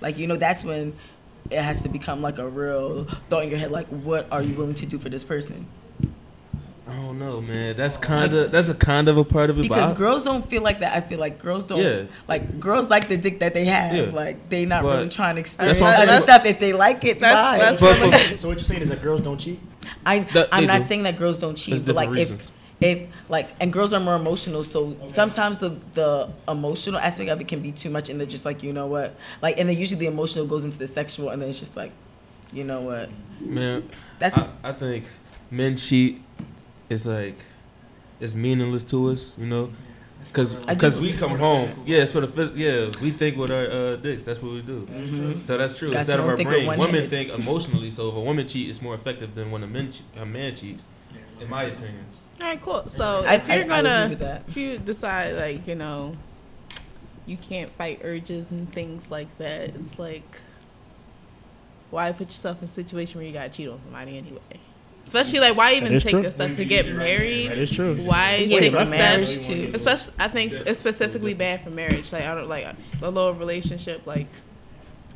S4: like you know that's when it has to become like a real thought in your head like what are you willing to do for this person
S1: I don't know, man. That's kind of that's a kind of a part of it.
S4: because
S1: but I-
S4: girls don't feel like that. I feel like girls don't
S1: Yeah.
S4: like girls like the dick that they have.
S1: Yeah.
S4: Like they not
S1: But-
S4: really trying to
S1: That's
S4: experience
S1: what I'm
S4: other
S1: saying.
S4: stuff. If they like it,
S5: That's-
S4: bye.
S5: that's
S1: But for-
S3: So what you're saying is that girls don't cheat?
S4: I
S1: That-
S4: I'm
S1: they
S4: not
S1: do.
S4: saying that girls don't
S1: There's
S4: cheat, but like
S1: different
S4: if if like and girls are more emotional, so sometimes the the emotional aspect of it can be too much, and they're just like you know what, like and then usually the emotional goes into the sexual, and then it's just like, you know what,
S1: man,
S4: that's
S1: I, I think men cheat. It's like it's meaningless to us, you know, because
S4: I do.
S1: we come home. Yeah, it's for the phys- yeah. We think with our uh, dicks. That's what we do.
S4: Mhm.
S3: Mm-hmm.
S1: So that's true.
S4: Guys
S1: Instead of
S4: don't
S1: our
S4: think with
S1: brain,
S4: one
S1: women
S4: head.
S1: think emotionally. So if a woman cheats, it's more effective than when a man che- a man cheats, in my opinion.
S5: All right, cool. So
S4: I,
S5: if
S4: I, I
S5: you're
S4: agree
S5: gonna,
S4: with that.
S5: if you decide like you know, you can't fight urges and things like that, it's like, why put yourself in a situation where you gotta cheat on somebody anyway? Especially like, why even
S3: is
S5: take
S3: true.
S5: the steps to get married?
S3: is true.
S5: Why
S4: Yeah,
S5: take
S4: for
S5: the
S4: marriage
S5: steps?
S4: too.
S5: Especially, I think it's specifically bad for marriage. Like I don't like a low relationship. Like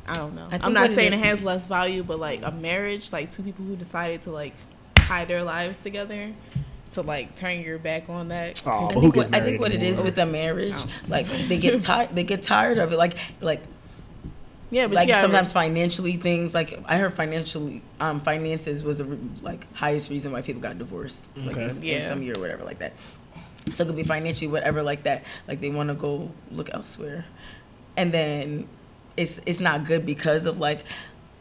S5: I don't know.
S4: I
S5: I'm
S4: think
S5: not
S4: what it
S5: saying it,
S4: is-
S5: has less value, but like a marriage, like two people who decided to like tie their lives together, to like turn your back on that.
S3: Oh,
S4: I
S3: but who
S4: think,
S3: gets
S4: what, I
S3: married
S4: think what it
S3: anymore?
S4: is with a marriage,
S5: Oh.
S4: like they get tired, they get tired of it. Like like
S5: Yeah, but
S4: like
S5: she got
S4: sometimes financially things like I heard financially um, finances was the re- like highest reason why people got divorced like
S3: Okay.
S4: in, in
S5: Yeah.
S4: some year or whatever like that. So it could be financially whatever like that. Like they want to go look elsewhere, and then it's it's not good because of like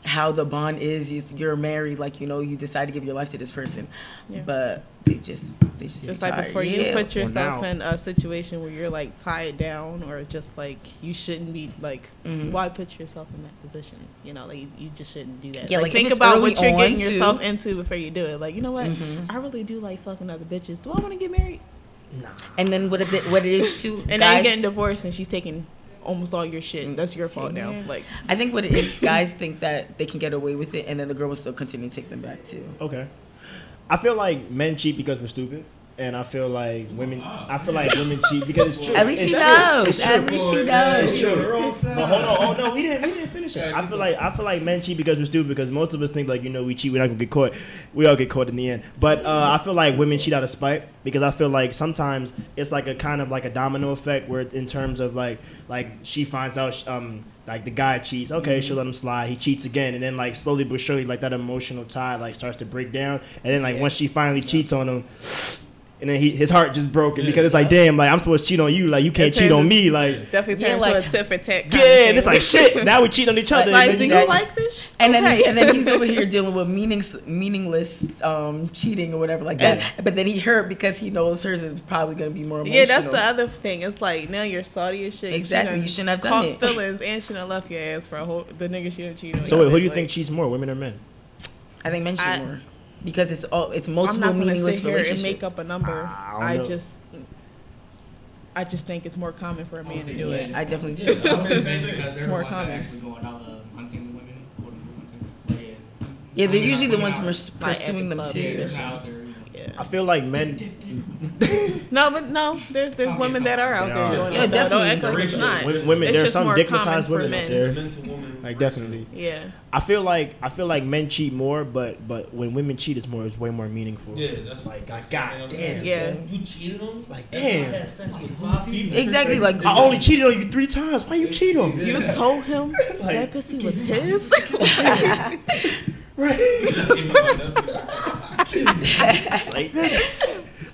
S4: how the bond is. is You're married, like you know you decide to give your life to this person,
S5: Yeah.
S4: but they just they just
S5: It's
S4: be
S5: like
S4: tired.
S5: before
S4: Yeah.
S5: you put
S3: Well, now-
S5: yourself in a situation where you're like tied down or just like you shouldn't be like
S4: Mhm.
S5: why put yourself in that position? You know, like you- you just shouldn't do that.
S4: Yeah, like,
S5: like,
S4: if
S5: think
S4: it's
S5: about
S4: early
S5: what you're
S4: on,
S5: getting
S4: too.
S5: yourself into before you do it. Like, you know what?
S4: Mhm.
S5: I really do like fucking other bitches. Do I want to get married?
S4: And then what it what it is too,
S5: And now
S4: guys,
S5: you're getting divorced and she's taking almost all your shit. That's your fault now.
S4: Yeah.
S5: Like
S4: I think what it is, guys think that they can get away with it, and then the girl will still continue to take them back too.
S3: Okay. I feel like men cheat because we're stupid. And I feel like women. I feel like women cheat because it's true.
S4: At least
S3: It's
S4: he
S3: true.
S4: knows.
S3: It's
S4: At
S3: true.
S4: least he
S3: It's
S4: knows.
S3: true. But hold on. Oh no, we didn't. We didn't finish it. I feel like I feel like men cheat because we're stupid. Because most of us think like you know we cheat. We're not gonna get caught. We all get caught in the end. But uh, I feel like women cheat out of spite because I feel like sometimes it's like a kind of like a domino effect where in terms of like like she finds out sh- um like the guy cheats. Okay, she'll let him slide. He cheats again, and then like slowly but surely like that emotional tie like starts to break down. And then like
S4: Yeah.
S3: once she finally cheats on him. And then he, his heart just broken because it's like, damn, like I'm supposed to cheat on you, like you can't
S5: That's
S3: cheat
S5: it.
S3: on me, like
S5: definitely
S4: Yeah,
S5: turn
S4: like-
S5: into a tit for tat. kinda
S3: yeah, and
S5: thing.
S3: it's like shit. Now we cheat on each other.
S5: like,
S3: and
S5: do
S3: then
S5: you like this? shit?
S4: And then,
S5: Okay.
S4: and then he's over here dealing with meanings, meaningless um, cheating or whatever like that. But then he hurt because he knows hers is probably going to be more emotional.
S5: Yeah, that's the other thing. It's like now you're salty as shit.
S4: Exactly,
S5: done
S4: you shouldn't have done
S5: caught
S4: it.
S5: feelings, and she done left your ass for a whole the nigga she done cheated on.
S3: so
S5: Y'all
S3: wait, who do you
S5: like-
S3: think cheats more, women or men?
S4: I think men should
S5: I-
S4: more because it's all it's
S5: I'm
S4: multiple
S5: not gonna
S4: meaningless
S5: sit here and make
S4: relationships.
S5: up a number.
S3: I don't
S5: I,
S3: know.
S5: just, I just think it's more common for a man to do
S4: yeah,
S5: it.
S4: I definitely
S7: Yeah,
S4: do.
S7: I was gonna say because
S5: It's
S7: they're the
S5: more
S7: ones that
S5: common.
S7: actually going out uh, hunting the women, quote unquote hunting. But yeah,
S4: Yeah, they're
S7: women are-
S4: usually the
S7: women
S4: ones
S7: are-
S4: who are s-
S5: Like
S4: pursuing them
S5: Epic
S7: Yeah,
S4: too.
S5: Love.
S7: they're not out there. you know.
S5: Yeah.
S3: I feel like men.
S5: No, but no, there's there's
S7: Common,
S5: women that are out
S3: They
S5: there
S3: are.
S5: doing
S4: Yeah,
S5: it. though. Don't
S4: definitely.
S5: act like it's not.
S3: Wo- women-
S5: It's
S3: there are
S5: just
S3: some
S5: more
S3: dignitized
S5: common for
S3: women out
S5: men.
S3: there.
S1: mental woman.
S3: Like definitely.
S5: Yeah,
S3: I feel like I feel like men cheat more, but but when women cheat, it's more. It's way more meaningful.
S1: Yeah, that's
S3: Like,
S1: that's
S3: God
S1: something I'm
S3: damn.
S1: saying.
S5: yeah.
S1: You cheated on me?
S3: Like
S1: I
S3: damn.
S1: had sex with five people.
S4: Exactly, like
S3: I only cheated on you three times. Why you cheat on me?
S5: You told him that pussy was his.
S3: Like man,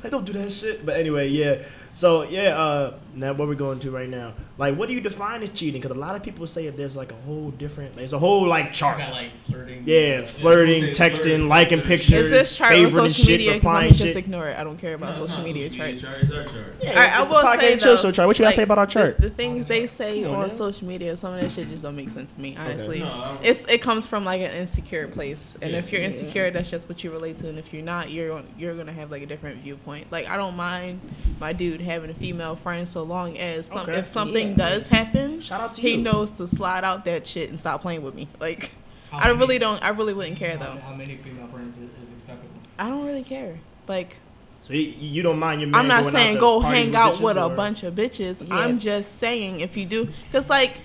S3: like don't do that shit. But anyway, yeah. So yeah. Uh, now what we're going to right now? Like, what do you define as cheating? Because a lot of people say that there's like a whole different. There's a whole like chart.
S7: Got like flirting.
S3: Yeah, flirting,
S1: Yeah,
S3: texting,
S1: flirting, texting.
S3: liking
S1: Is
S3: pictures,
S5: Is this chart on
S3: favoriting
S5: social
S3: shit,
S5: media? Because I'm
S3: replying
S5: gonna just
S3: shit.
S5: ignore it. I don't care about social media charts.
S1: Charts are charts.
S3: Yeah,
S5: All right,
S3: it's- it's
S5: I will
S3: the Podcast
S5: say,
S3: Chill
S5: though,
S3: Show chart. What you gotta
S5: like,
S3: say about our chart?
S5: The, the things they say
S3: Come
S5: on,
S3: on now.
S5: social media, some of that shit just don't make sense to me. Honestly,
S1: No, I don't-
S5: it's it comes from like an insecure place, and if you're
S4: Yeah.
S5: insecure, that's just what you relate to, and if you're not, you're on, you're gonna have like a different viewpoint. Like I don't mind my dude having a female friend so long as some,
S3: Okay.
S5: if something
S4: Yeah.
S5: does happen,
S3: Shout out to
S5: he
S3: you.
S5: knows to slide out that shit and stop playing with me. Like
S7: How
S5: I
S7: many-
S5: really don't, I really wouldn't care
S7: how-
S5: though.
S7: How many female friends is, is acceptable?
S5: I don't really care. Like
S3: So you, you don't mind your man
S5: I'm not
S3: going out
S5: saying
S3: to
S5: go
S3: parties
S5: hang out
S3: bitches
S5: with a
S3: or-
S5: bunch of bitches.
S4: Yeah.
S5: I'm just saying if you do, because like,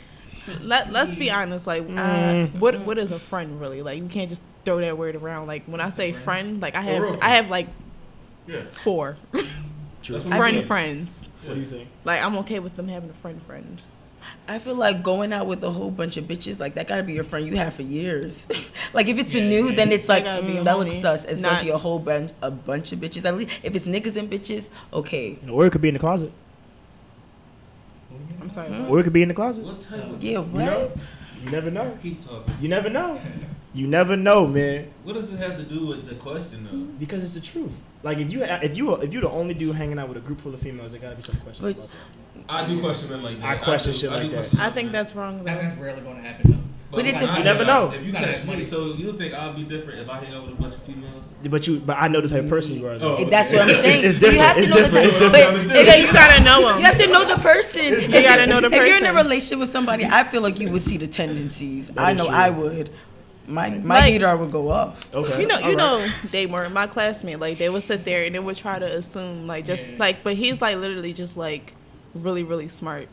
S5: let let's be honest. Like,
S3: Mm.
S5: what what is a friend really? Like, you can't just throw that word around. Like, when I say
S7: Friend.
S5: friend, like I
S1: Or real
S5: have I
S1: friend.
S5: have like
S1: Yeah.
S5: four
S3: True.
S1: That's what
S5: friend
S1: I'm saying.
S5: friends.
S3: What do you think?
S5: Like, I'm okay with them having a friend friend.
S4: I feel like going out with a whole bunch of bitches, like that gotta be your friend you have for years. like if it's
S7: Yeah,
S4: new,
S7: yeah.
S4: then it's
S5: That
S4: like
S5: gotta be
S4: mm,
S5: a
S4: that
S5: homie.
S4: looks sus, especially
S5: Not-
S4: a whole bunch a bunch of bitches. At least if it's niggas and bitches, okay.
S3: Or it could be in the closet.
S5: I'm sorry.
S4: Mm.
S5: what?
S3: Or it could be in the closet.
S1: What type of
S4: Yeah, what?
S3: No. You never know.
S1: keep talking?
S3: You never know. You never know, man.
S1: What does it have to do with the question though?
S3: Because it's the truth. Like if you if you if you the only dude hanging out with a group full of females, there gotta be some questions
S4: But-
S3: about that.
S1: I do question men like that.
S3: I question
S1: do-
S3: shit
S1: I do
S3: like that.
S1: question
S5: I
S1: men
S5: think
S1: like
S5: that's wrong
S7: That's,
S5: though.
S7: that's rarely going to happen though.
S4: But
S1: when
S4: it
S1: I
S4: dep-
S3: You
S1: hang
S3: never
S1: out-
S3: know.
S1: If you
S7: Gotta
S1: catch
S7: have
S1: me,
S7: money.
S1: so you think I'll be different if I hang out with a bunch of females?
S3: But you but I know the type of person you are. though.
S1: Oh.
S4: That's what I'm
S3: It's- it's-
S4: saying.
S3: it's
S4: You have to
S3: different.
S4: know the
S3: It's
S4: type-
S3: different.
S4: but-
S5: Yeah, you gotta know
S4: You
S5: them.
S4: have to know the person.
S5: You gotta know the
S4: If you're in a
S5: person.
S4: relationship with somebody, I feel like you would see the tendencies. I
S3: is
S4: know
S3: true.
S4: I would. My my
S5: Like-
S4: radar would go off.
S3: Okay.
S5: You know,
S3: Alright.
S5: you know, Daymore, my classmate, like they would sit there and they would try to assume, like just
S7: Yeah.
S5: like, but he's like literally just like really, really smart,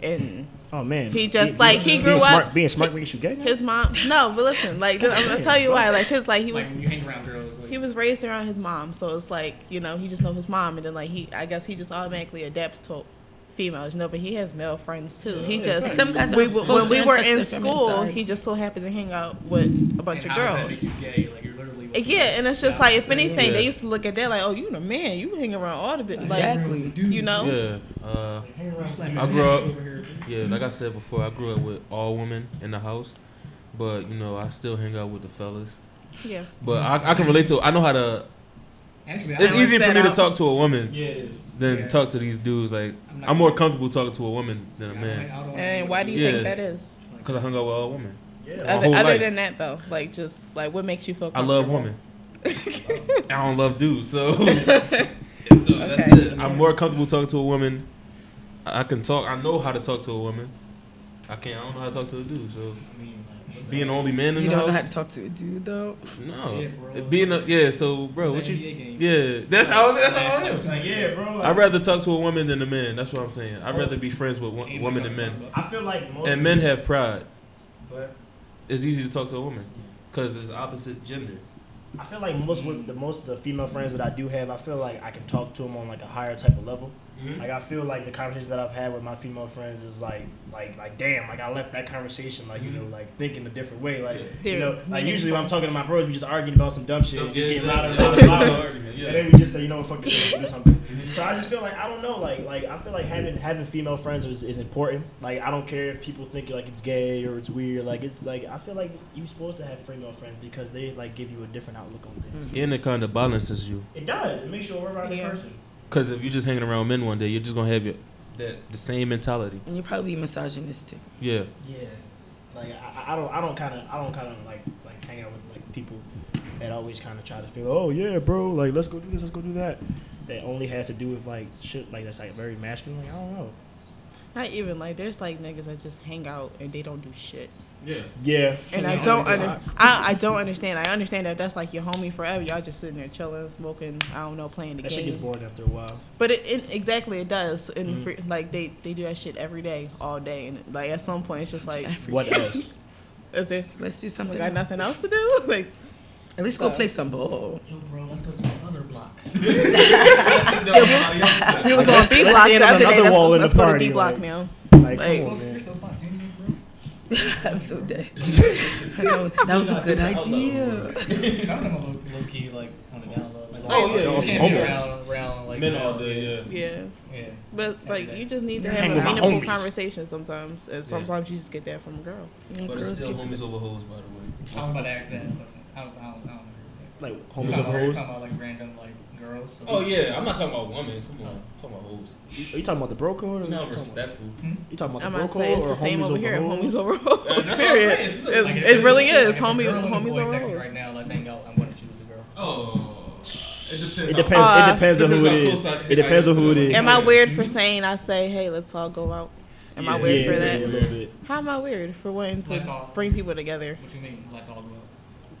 S5: and
S3: Oh man.
S5: He just, like, he
S3: being
S5: grew up-
S3: smart- being smart makes you gay. now?
S5: his mom. No, but listen, like I'm gonna tell you why. Like his, like he was
S7: Like when you hang around girls, like,
S5: he was raised around his mom, so it's like you know he just know his mom, and then like he, I guess he just automatically adapts to females. No, but he has male friends too. He
S3: Yeah.
S5: just
S4: Some guys are
S5: we, were- when
S4: closer
S5: we were
S4: in touch
S5: in
S4: with the feminine
S5: school,
S4: side.
S5: he just so happened to hang out with a bunch
S2: And how
S5: of
S2: does
S5: girls.
S2: that make you gay? Like, you're literally with
S5: Yeah, and it's just
S2: Yeah.
S5: like if anything,
S1: Yeah.
S5: they used to look at that like, oh, you the man, you hang around all the bit, like
S4: Exactly.
S5: you know.
S1: Yeah. Uh,
S3: Hang around.
S1: I grew up. Yeah, like I said before, I grew up with all women in the house, but you know I still hang out with the fellas.
S5: Yeah.
S1: But I, I can relate to. I know how to.
S2: Actually,
S1: It's
S5: Balance
S1: easier for
S5: that
S1: me to
S5: out.
S1: talk to a woman
S3: Yeah, it is.
S1: than
S2: Yeah.
S1: talk to these dudes. Like
S2: not
S1: I'm more
S2: gay.
S1: comfortable talking to a woman than a
S2: Yeah, I
S1: man
S2: don't- I don't-
S5: And why do you
S1: Yeah.
S5: think that is?
S1: because I hung out with all women.
S3: Yeah.
S5: Other,
S1: whole
S5: other
S1: life.
S5: than that, though, like just like what makes you feel.
S1: I love
S5: comfortable?
S1: women. I don't love dudes, so so that's it. I'm more comfortable talking to a woman. I I can talk. I know how to talk to a woman. I can't. I don't know how to talk to a dude. So
S3: I mean, like, what the-
S1: being the only man in the
S4: You don't know how
S1: house,
S4: to talk to a dude though.
S1: no.
S2: Yeah, bro.
S1: being a yeah. So bro, what
S2: It's an
S1: you?
S2: NBA game.
S1: Yeah, that's how. That's how I
S3: It's
S1: am.
S3: like, Oh, yeah, bro. Like,
S1: I'd rather talk to a woman than a man. That's what I'm saying. I'd rather be friends with wo- women than men.
S3: I feel like most.
S1: And men have pride.
S3: But
S1: It's easy to talk to a woman because it's opposite gender.
S3: I feel like most with the most of the female friends that I do have, I feel like I can talk to them on like a higher type of level. Like I feel like the conversations that I've had with my female friends is like like like damn, like I left that conversation like you
S1: Mhm.
S3: know like thinking a different way. Like
S5: Yeah.
S3: you know like
S5: Yeah.
S3: usually when I'm talking to my bros, we just arguing about some dumb shit,
S1: So,
S3: and just
S1: yeah,
S3: getting
S1: yeah,
S3: louder and
S1: yeah,
S3: louder
S1: yeah,
S3: and louder.
S1: argument, yeah.
S3: And then we just say, you know what, fuck this shit, we'll do something. So I just feel like I don't know, like like I feel like having having female friends is, is important. Like I don't care if people think like it's gay or it's weird. Like it's like I feel like you're supposed to have female friends because they like give you a different outlook on things.
S1: And it kind of balances you.
S3: It does. It makes you aware about
S5: Yeah.
S3: the person.
S1: Because if you're just hanging around men one day, you're just gonna have your that the same mentality.
S4: And you're probably misogynistic.
S1: Yeah,
S3: Yeah. Like I, I- I don't I don't kind of I don't kind of like like hang out with like people that always kind of try to feel oh yeah bro like let's go do this let's go do that that only has to do with like shit like that's like very masculine like I don't know
S5: Not even like there's like niggas that just hang out and they don't do shit.
S1: yeah.
S3: yeah
S5: And I don't under, I, I don't understand. I understand that that's like your homie forever. Y'all just sitting there chilling, smoking. I don't know, playing the
S3: that shit gets
S5: game.
S3: bored after a while
S5: But it, it exactly it does. And
S3: Mhm.
S5: for, like they they do that shit every day, all day. And like at some point, it's just like,
S3: what else
S5: is there
S4: Let's do
S5: we
S4: something.
S5: got
S4: else.
S5: nothing else to do? Like
S4: At least go play some ball.
S2: Yo, bro, let's go to the other block.
S5: it was
S3: Let's-
S5: on B
S3: let's
S5: block
S3: stand
S5: the
S3: on
S5: other day.
S3: another
S5: Let's,
S3: wall
S5: go-
S3: in the
S5: let's go to
S3: party,
S5: D block
S3: like-
S5: now.
S3: like, come
S5: Like-
S2: So,
S3: on,
S2: you're
S3: man.
S2: so spontaneous, bro.
S4: I'm so dead. I know, that was a good idea.
S2: Some of them are low, low key, like on the down low. Like,
S1: Oh, yeah,
S2: you
S1: on some
S2: can't be
S1: homework.
S2: around, around, like
S1: men
S2: around,
S1: all day. Yeah.
S5: Yeah,
S2: Yeah.
S5: but like you just need to
S3: Hang
S5: have
S3: with
S5: a
S3: my
S5: meaningful
S3: homies.
S5: conversation sometimes, and
S1: Yeah.
S5: sometimes you just get that from a girl.
S4: Yeah,
S1: But it's
S4: girls
S1: still
S4: get
S1: homies over hoes, by the way.
S2: I was about to ask that question. I don't, I don't, I don't know.
S3: like
S2: You're
S3: homies
S2: talking
S3: of
S2: about- You're
S3: hoes
S2: talking about like random like girls. so-
S1: Oh yeah, I'm not talking about women. Come on, I'm talking about hoes.
S3: are you talking about the bro code or
S1: No,
S3: you talking about?
S1: respectful.
S3: You talking
S5: I'm
S3: about the bro
S5: gonna say
S3: code
S5: it's
S3: or
S5: the same
S3: homies
S5: over here.
S3: over hoes
S5: Homies over hoes.
S1: Yeah, that's what I'm
S5: Period.
S1: saying. It's
S5: It,
S1: like-
S2: if
S5: it
S2: there's-
S5: really
S2: like,
S5: is.
S2: if a
S5: Homie,
S2: girl and a
S5: homies
S2: boy
S5: over
S2: text me
S5: hoes.
S2: Right now, let's hang out. I'm gonna choose the girl.
S1: Oh, it
S3: It
S1: depends. how-
S3: depends.
S5: Uh,
S3: it depends on who
S1: depends
S3: it
S1: how
S3: is.
S1: close I get-
S3: It depends
S1: I
S3: on
S1: get
S3: who it
S1: to
S3: is.
S1: them.
S5: Am I weird for saying I say, hey, let's all go out? Am I
S1: Yeah.
S5: weird for
S3: Yeah,
S5: that?
S3: yeah, a little bit.
S5: How am I weird for wanting
S2: Let's
S5: to
S2: all-
S5: bring people together?
S2: What you mean? Let's all go. out?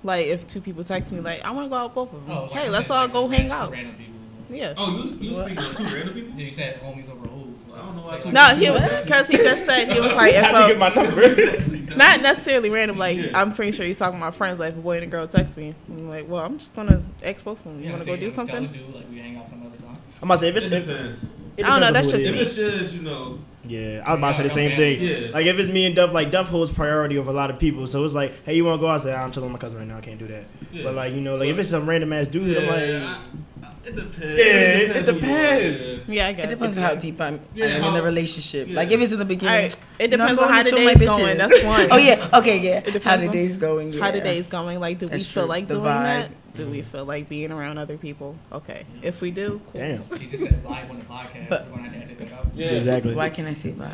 S5: Like if two people text me, like I want to go out both of them.
S2: Oh, like
S5: hey,
S2: you
S5: let's
S2: said,
S5: all
S2: like,
S5: go
S2: just
S5: hang
S2: ran- just
S5: out.
S2: Random people.
S5: Yeah.
S1: Oh, you you speaking to two random people?
S2: Yeah, you said homies over hoes. Like,
S1: I don't know why I
S2: say,
S1: took
S5: No,
S2: like,
S5: he was because he just said he was like if
S3: How'd you get
S5: a,
S3: my number?
S5: not necessarily random. Like
S1: Yeah.
S5: I'm pretty sure he's talking about friends. Like if a boy and a girl text me, I'm like, well, I'm just gonna ex both of them. You
S2: yeah,
S5: wanna
S2: say
S5: go do
S2: tell the
S5: something?
S2: dude, like, we hang out some other time.
S3: I'm about to say if
S1: It
S3: it's if,
S1: depends.
S3: It
S5: I don't
S3: depends
S5: know,
S3: on
S5: that's
S3: who
S1: If
S3: it
S1: it's just you know,
S3: is. Yeah, I was about to say the same thing.
S1: yeah.
S3: Like if it's me and Duff, like Duff holds priority over a lot of people. So it's like, hey, you want to go? I say, "Ah, I'm telling my cousin right now, I can't do that.
S1: yeah.
S3: But like you know, like if it's some random ass dude, I'm like,
S1: I- I- it depends.
S3: it
S1: who you are,
S3: depends.
S1: yeah.
S5: Yeah, I guess
S4: It depends on how deep I'm
S1: Yeah,
S4: I am in
S1: how-
S4: the relationship.
S1: yeah.
S4: Like if it's in the
S5: All
S4: beginning.
S5: right. It
S4: No, I'm
S5: day's going.
S4: going
S5: How the
S4: to chill my
S5: day's going.
S4: bitches.
S5: That's one.
S4: Oh yeah. Okay. Yeah.
S5: depends
S4: How the
S5: on-
S4: day's going. Yeah.
S5: How the day's going? Like, do
S4: That's
S5: we feel
S4: true.
S5: like
S4: The
S5: doing
S4: vibe. Mm-hmm.
S5: that? Do we feel like being around other people? Okay, if we do, cool.
S3: damn,
S2: She just said live on the podcast.
S4: But-
S2: We're gonna have to edit that out.
S1: Yeah.
S3: exactly.
S4: Why can't I say bye?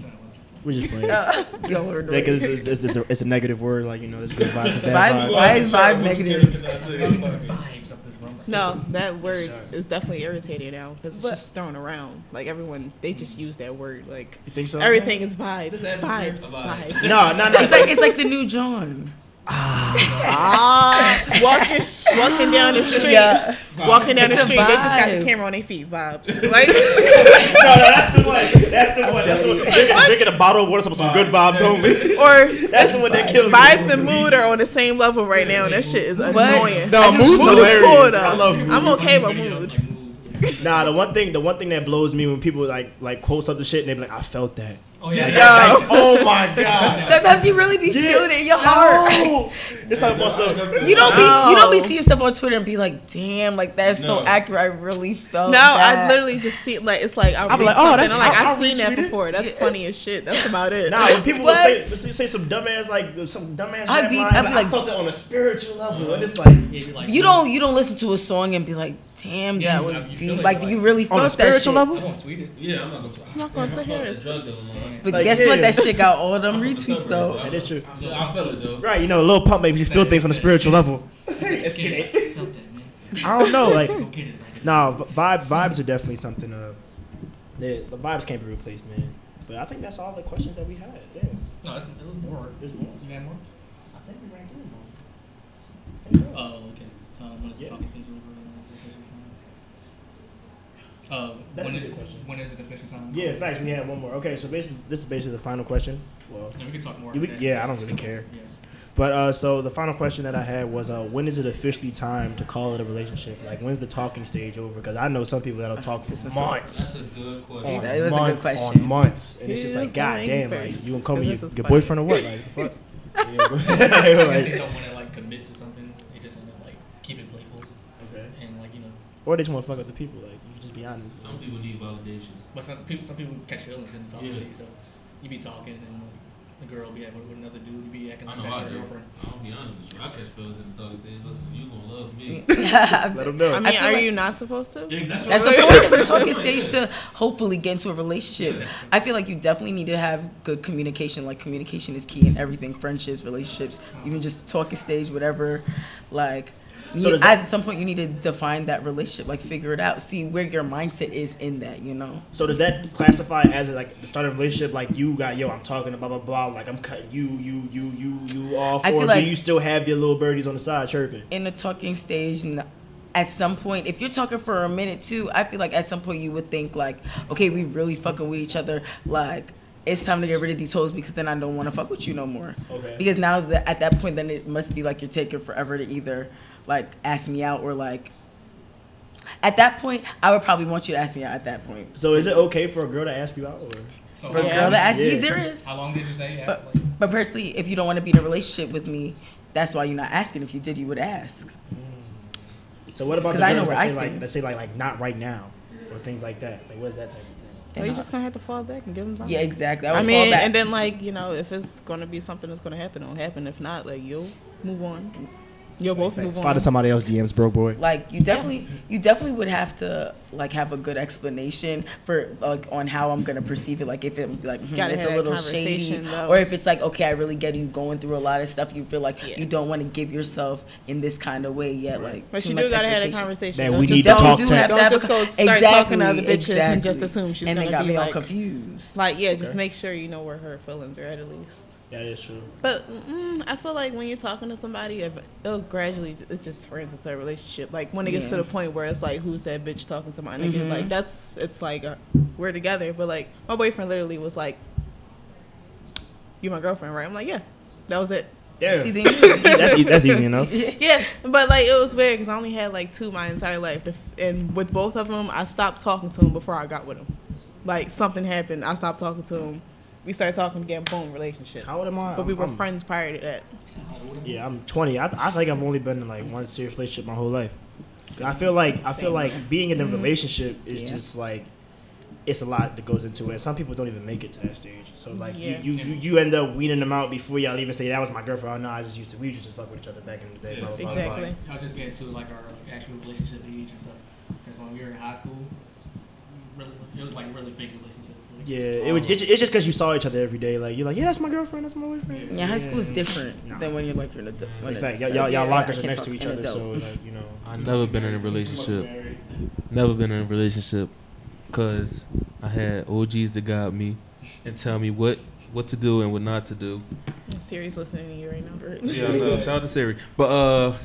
S2: So,
S3: We're just playing.
S4: Y'all were
S3: Like, it's, it's, it's, the, it's a negative word, like you know, it's good vibes and
S4: Vibe-
S3: bad vibes.
S4: Why is vibe
S1: What you can
S4: negative?
S1: and cannot say.
S2: vibes of this room. right now.
S5: No, that word
S3: Sure.
S5: is definitely irritating now because it's
S4: But-
S5: just thrown around. Like everyone, they just use that word. Like
S3: You think so?
S5: everything is vibes,
S1: This atmosphere
S5: vibes,
S1: of vibes.
S5: vibes.
S3: No, no, no.
S4: It's like it's like the new John.
S5: Ah, walking, walking down the street,
S4: Yeah.
S5: walking down
S4: It's a
S5: the street, they just got the
S4: vibe.
S5: camera on their feet. Vibes. Like
S3: no, no, that's the one. That's the one. That's the one. Drinking, drinking a bottle of water, some, some good vibes only.
S5: or
S3: That's the one that kills me.
S5: vibes and mood are on the same level right now, and that shit is
S4: What?
S5: annoying.
S3: No,
S5: I just-
S3: mood's
S5: mood is
S3: hilarious.
S5: cool, though.
S3: I love
S5: I'm okay with
S2: Video,
S5: mood.
S2: like, mood.
S3: Nah, the one thing, the one thing that blows me when people like like quote something shit and they be like, I felt that.
S7: Oh yeah.
S3: Like, oh my god.
S4: Sometimes you really be
S3: Yeah.
S4: feeling it in your heart.
S3: No. It's like what's up.
S4: You don't be you don't be
S5: No.
S4: seeing stuff on Twitter and be like, damn, like that's so
S1: No.
S4: accurate. I really felt
S5: No,
S4: Oh, that.
S5: I literally just see like it's like I
S3: I'm
S5: read
S3: like, oh,
S5: something.
S3: that's-
S5: I'm like
S3: I-
S5: I've
S3: I
S5: seen that
S3: retweeted.
S5: before. That's funny as shit. That's about it.
S3: Nah, when people will say,
S4: What?
S3: say say some dumbass like some dumbass
S4: I'd
S3: rap
S4: be-
S3: line,
S4: I'd be
S3: like, I
S4: like-
S3: felt that on a spiritual level, and it's like
S7: Yeah, you like-
S4: You don't you don't listen to a song and be like, damn,
S7: Yeah,
S4: that
S7: you-
S4: was
S7: you feel
S4: deep.
S7: it,
S4: Like,
S7: like-
S4: you really felt
S3: on a
S4: that
S3: spiritual
S4: shit.
S7: I
S3: level.
S7: won't tweet it.
S1: Yeah, I'm not gonna try. I'm
S5: not gonna sit here and-
S4: But
S3: Like,
S4: guess what?
S3: yeah.
S4: That shit got all them retweets though.
S3: That is true.
S1: I feel it though.
S3: Right, you know, Lil Pump makes you feel things on a spiritual level.
S7: It's
S3: kidding.
S7: I felt that, man.
S3: I don't know, like,
S7: Go get it, man.
S3: nah, v- vibe vibes are definitely something. Uh, the, the vibes can't be replaced, man. But I think that's all the questions that we had. Damn,
S7: No, it's, it was more.
S3: there's more.
S7: You had more?
S3: I think we ran through them all. I think so.
S7: Oh, okay. Um, when is
S3: Yeah.
S7: the talking stage over? Uh, when
S3: That's a
S7: is-
S3: good question.
S7: When is the official time?
S3: Yeah, facts. We had one more. Okay, so basically, this is basically the final question. Well,
S7: Yeah, we can talk more.
S3: You-
S7: about that.
S3: yeah, I don't really care.
S7: Yeah.
S3: but uh, so the final question that I had was, uh, when is it officially time to call it a relationship? Like, when's the talking stage over? Because I know some people that'll talk for months.
S1: That's a good question.
S3: on
S4: That was a good
S3: months
S4: question.
S3: On months, and it's
S5: Who's
S3: just like, god
S5: going
S3: damn, like
S5: first?
S3: you and Comey,
S5: 'Cause
S3: your,
S5: this is
S3: your
S5: funny.
S3: boyfriend or what? Like, the fuck?
S7: I
S3: Yeah,
S7: guess they
S3: right.
S7: don't want to like commit to something. They just want to like keep it playful
S3: Okay.
S7: and like you know.
S3: Or they just want to fuck with the people. Like, you just be honest.
S1: Some people need validation.
S7: But some people, some people catch feelings and talk
S1: Yeah.
S7: to you. So you be talking and like, the girl be having with another dude. You be acting
S1: I
S7: like
S1: know I
S7: that's
S1: do.
S7: your girlfriend.
S1: I'll be honest with you. I catch feelings in the talking stage. Listen, you gonna love me.
S3: Let
S4: That's
S3: them
S5: I
S3: know.
S5: mean,
S4: I feel
S5: are
S4: like-
S5: you not supposed to?
S1: that's
S4: the point of the talking stage to hopefully get into a relationship. I feel like you definitely need to have good communication. Like communication is key in everything, friendships, relationships, even just talking stage, whatever. Like
S3: So
S4: you-
S3: does that-
S4: at some point you need to define that relationship, like figure it out, see where your mindset is in that, you know.
S3: So does that classify as like the start of a relationship? Like you got yo, I'm talking to blah blah blah. Like I'm cutting you, you, you, you, you off.
S4: I
S3: or
S4: feel
S3: do
S4: like-
S3: you still have your little birdies on the side chirping?
S4: in the talking stage and at some point if you're talking for a minute too i feel like at some point you would think like okay we really fucking with each other like it's time to get rid of these hoes because then i don't want to fuck with you no more
S3: Okay.
S4: because now that at that point then it must be like you're taking forever to either like ask me out or like at that point i would probably want you to ask me out at that point
S3: So is it okay for a girl to ask you out? Or?
S7: So
S2: Oh,
S4: for a
S5: Yeah.
S4: girl to ask
S3: Yeah.
S4: you there is
S7: How long did you say? Yeah,
S4: But-
S7: like,
S4: but personally if you don't want to be in a relationship with me that's why you're not asking if you did you would ask
S3: So what about the
S4: 'Cause I know
S3: girls
S4: where
S3: that
S4: I
S3: say like
S4: stand.
S3: that say like like not right now or things like that? Like what's that type of thing?
S4: Then
S5: Are you
S4: I-
S5: just gonna have to fall back and give them something?
S4: yeah exactly
S5: I
S4: would fall
S5: mean,
S4: back.
S5: and then like you know, if it's gonna be something that's gonna happen, it'll happen. If not, like you'll move on. You'll both move
S3: Slide
S5: on.
S3: to somebody else DMs, bro, boy.
S4: like you definitely you definitely would have to like have a good explanation for like on how I'm gonna perceive it. Like if it would be like hmm,
S5: Gotta
S4: it's
S5: have
S4: a
S5: that
S4: little shady,
S5: conversation, though.
S4: or if it's like okay, I really get you going through a lot of stuff. You feel like
S5: Yeah.
S4: you don't want to give yourself in this kind of way yet.
S3: Right.
S4: Like
S5: But
S4: too
S5: you
S4: much
S5: do gotta have a
S4: expectations.
S5: conversation.
S3: That
S5: Don't
S3: we
S5: just
S3: need to
S5: don't,
S3: talk
S4: do
S3: to.
S4: have to
S5: don't
S4: have
S5: just
S4: a
S5: go
S4: con-
S5: start talking to other bitches and just
S4: exactly.
S5: assume she's
S4: and
S5: gonna
S4: it got
S5: be
S4: me
S5: like,
S4: all confused.
S5: like yeah, just
S3: Okay.
S5: make sure you know where her feelings are at at least.
S3: That is true.
S5: But mm, I feel like when you're talking to somebody, if- it'll gradually it just turns into a relationship. Like when it gets to
S4: Yeah.
S5: the point where it's like, who's that bitch talking to my nigga?
S3: Mm-hmm.
S4: Mhm.
S5: Like that's it's like uh, we're together, but like my boyfriend literally was like, "You my girlfriend, right?" I'm like, "Yeah." That was it.
S3: Damn.
S4: See, then
S3: that's e- that's easy enough.
S4: you,
S5: Yeah, but like it was weird because I only had like two my entire life, The f- and with both of them, I stopped talking to him before I got with him. Like something happened, I stopped talking to him. We started talking again, boom, relationship.
S3: How old am I?
S5: But we
S3: I'm-
S5: were
S3: I'm-
S5: friends prior to that.
S3: Yeah, I'm 20. I, I think I've only been in like one serious relationship my whole life. And I feel like I feel like being in a relationship is
S4: Mm-hmm. Yeah.
S3: just like it's a lot that goes into it. Some people don't even make it to that stage. So like
S5: Yeah.
S3: you, you, you you end up weaning them out before y'all even say that was my girlfriend. Oh no, I just used to we used to just fuck with each other back in the day.
S1: Yeah.
S3: blah, blah, blah, blah.
S5: Exactly.
S7: I'll just get into like our like, actual relationship age and stuff. Because when we were in high school, really, it was like really fake relationships. Like,
S3: Yeah, it was. It's, it's just because you saw each other every day. Like you're like, yeah, that's my girlfriend. That's my boyfriend.
S4: yeah, high school is different
S3: Nah.
S4: than when you're like you're an adult.
S3: So
S4: when
S3: in
S4: it-
S3: fact, y'all y'all, y'all
S4: yeah,
S3: lockers
S4: I
S3: are
S4: can't
S3: next
S4: talk
S3: to each
S4: an
S3: other.
S4: adult.
S3: So like you know,
S1: I've never been in a relationship. Never been in a relationship because I had OGs to guide me and tell me what what to do and what not to do.
S5: Siri's listening to you right now.
S1: Yeah, I know. Shout out to Siri. But uh,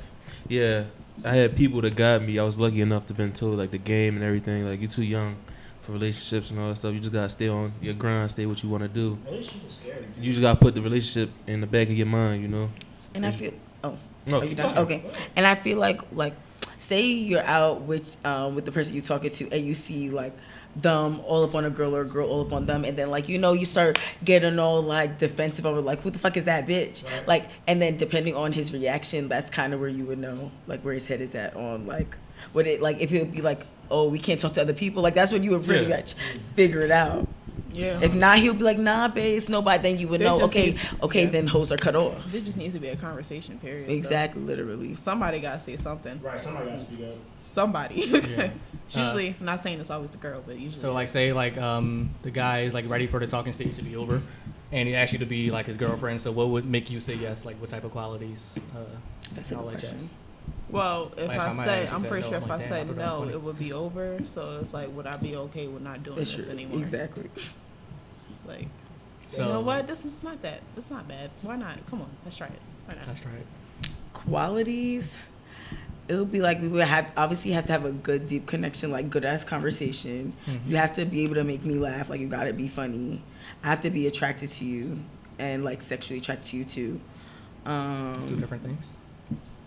S1: yeah, I had people that guide me. I was lucky enough to been told like the game and everything. Like you're too young for relationships and all that stuff. You just gotta stay on your grind, stay what you want to do.
S3: relationship is scary.
S1: You just gotta put the relationship in the back of your mind. You know.
S4: And I feel
S1: No,
S5: Oh,
S4: Are you done? Okay. And I feel like like say you're out with um, with the person you're talking to and you see like them all up on a girl or a girl all up on them and then like you know you start getting all like defensive over like who the fuck is that bitch like and then depending on his reaction that's kind of where you would know like where his head is at on like would it like if it would be like oh we can't talk to other people like that's when you would pretty
S1: Yeah.
S4: much figure it out
S5: Yeah.
S4: if not he'll be like nah babe it's nobody then you would
S5: There
S4: know
S5: Uh-huh. just
S4: okay
S5: needs-
S4: okay
S5: yeah.
S4: then hoes are cut off
S5: There just needs to be a conversation, period. though.
S4: exactly literally
S5: Somebody got to say something.
S3: Right, somebody got to speak up.
S5: Somebody.
S2: Yeah.
S5: it's usually, I'm not saying it's always the girl, but usually.
S2: So like say like um the guy is like ready for the talking stage to be over, and he asks you to be like his girlfriend. So what would make you say yes? Like what type of qualities? Uh,
S4: That's a
S2: and all
S4: good
S2: that jazz?
S4: question.
S5: Well, if
S2: Last
S5: I
S2: time I
S5: say,
S2: actually
S5: I'm
S2: said
S5: pretty
S2: no,
S5: sure
S2: I'm
S5: if
S2: like,
S5: I
S2: damn, I
S5: say
S2: thought it was
S5: no,
S2: funny.
S5: it would be over. So it's like, would I be okay with not doing
S4: That's
S5: this
S4: true.
S5: anymore?
S4: exactly
S5: Like,
S2: So
S5: you know what? This is not that. It's not bad. Why not? Come on, let's try it. Why not?
S2: That's right.
S4: qualities it would be like we would have obviously have to have a good deep connection like good ass conversation
S5: Hmm.
S4: you have to be able to make me laugh like you gotta be funny i have to be attracted to you and like sexually attracted to you too
S2: Two
S4: um,
S2: different things.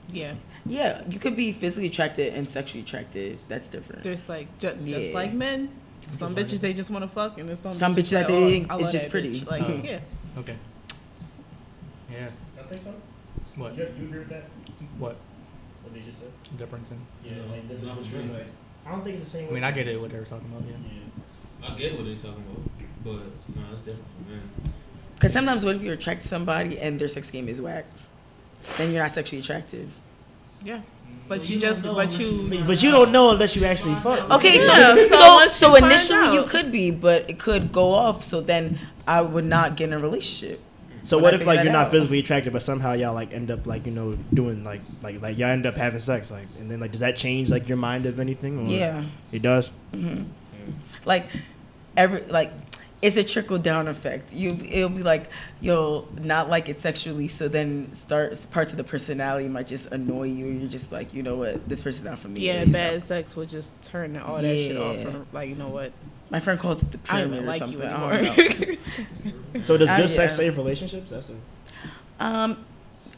S5: Yeah,
S4: yeah you could be physically attracted and sexually attracted that's different
S5: just like ju- just
S4: Yeah.
S5: like men. Some
S2: like
S5: bitches they just want to fuck, and there's some
S4: Some bitches
S5: like,
S4: that they
S5: oh,
S4: think
S5: I
S4: is
S5: love
S4: just
S5: that
S4: pretty.
S5: bitch. Like,
S2: Oh.
S5: yeah,
S2: Okay. Yeah.
S3: I think so.
S2: What?
S3: You, you agree with that?
S2: What
S3: What they just said?
S2: difference in?
S3: Yeah,
S1: No,
S3: like, the-
S1: not
S3: the-
S1: for me.
S3: like, I don't think it's the same.
S2: I mean,
S3: way-
S2: I get it what they were talking about. Yeah.
S3: Yeah.
S1: I get what they're talking about, but no, it's different for men.
S4: because sometimes what if you're attracted to somebody and their sex game is whack then you're not sexually attracted
S5: yeah. But
S1: Well,
S5: you,
S1: you
S5: just,
S1: don't know
S5: but
S1: unless
S5: you,
S1: you-
S3: But you don't know unless you actually fuck.
S4: Okay,
S5: Yeah,
S4: so
S5: so
S4: so
S5: once
S4: so
S5: you find
S4: initially you
S5: out.
S4: could be, but it could go off. So then I would not get in a relationship.
S3: So
S4: But
S3: what
S4: I
S3: if
S4: figured
S3: like you're
S4: that
S3: not
S4: out.
S3: physically attracted, but somehow y'all like end up like you know doing like like like y'all end up having sex like, and then like does that change like your mind of anything? Or
S4: Yeah, Mm-hmm.
S3: it does.
S4: like every like it's a trickle down effect. You it'll be like you'll not like it sexually, so then starts parts of the personality might just annoy you, and you're just like, you know what, this person's not for me.
S5: yeah,
S4: So-
S5: bad sex would just turn all that shit off.
S4: Yeah.
S5: From, like, you know what?
S4: My friend calls it the
S5: I don't
S4: pyramid
S5: even
S4: or
S5: like
S4: something.
S5: you
S4: I
S5: anymore.
S4: don't know.
S3: So does
S4: Uh,
S3: good sex
S4: yeah.
S3: save relationships? That's a
S4: Um,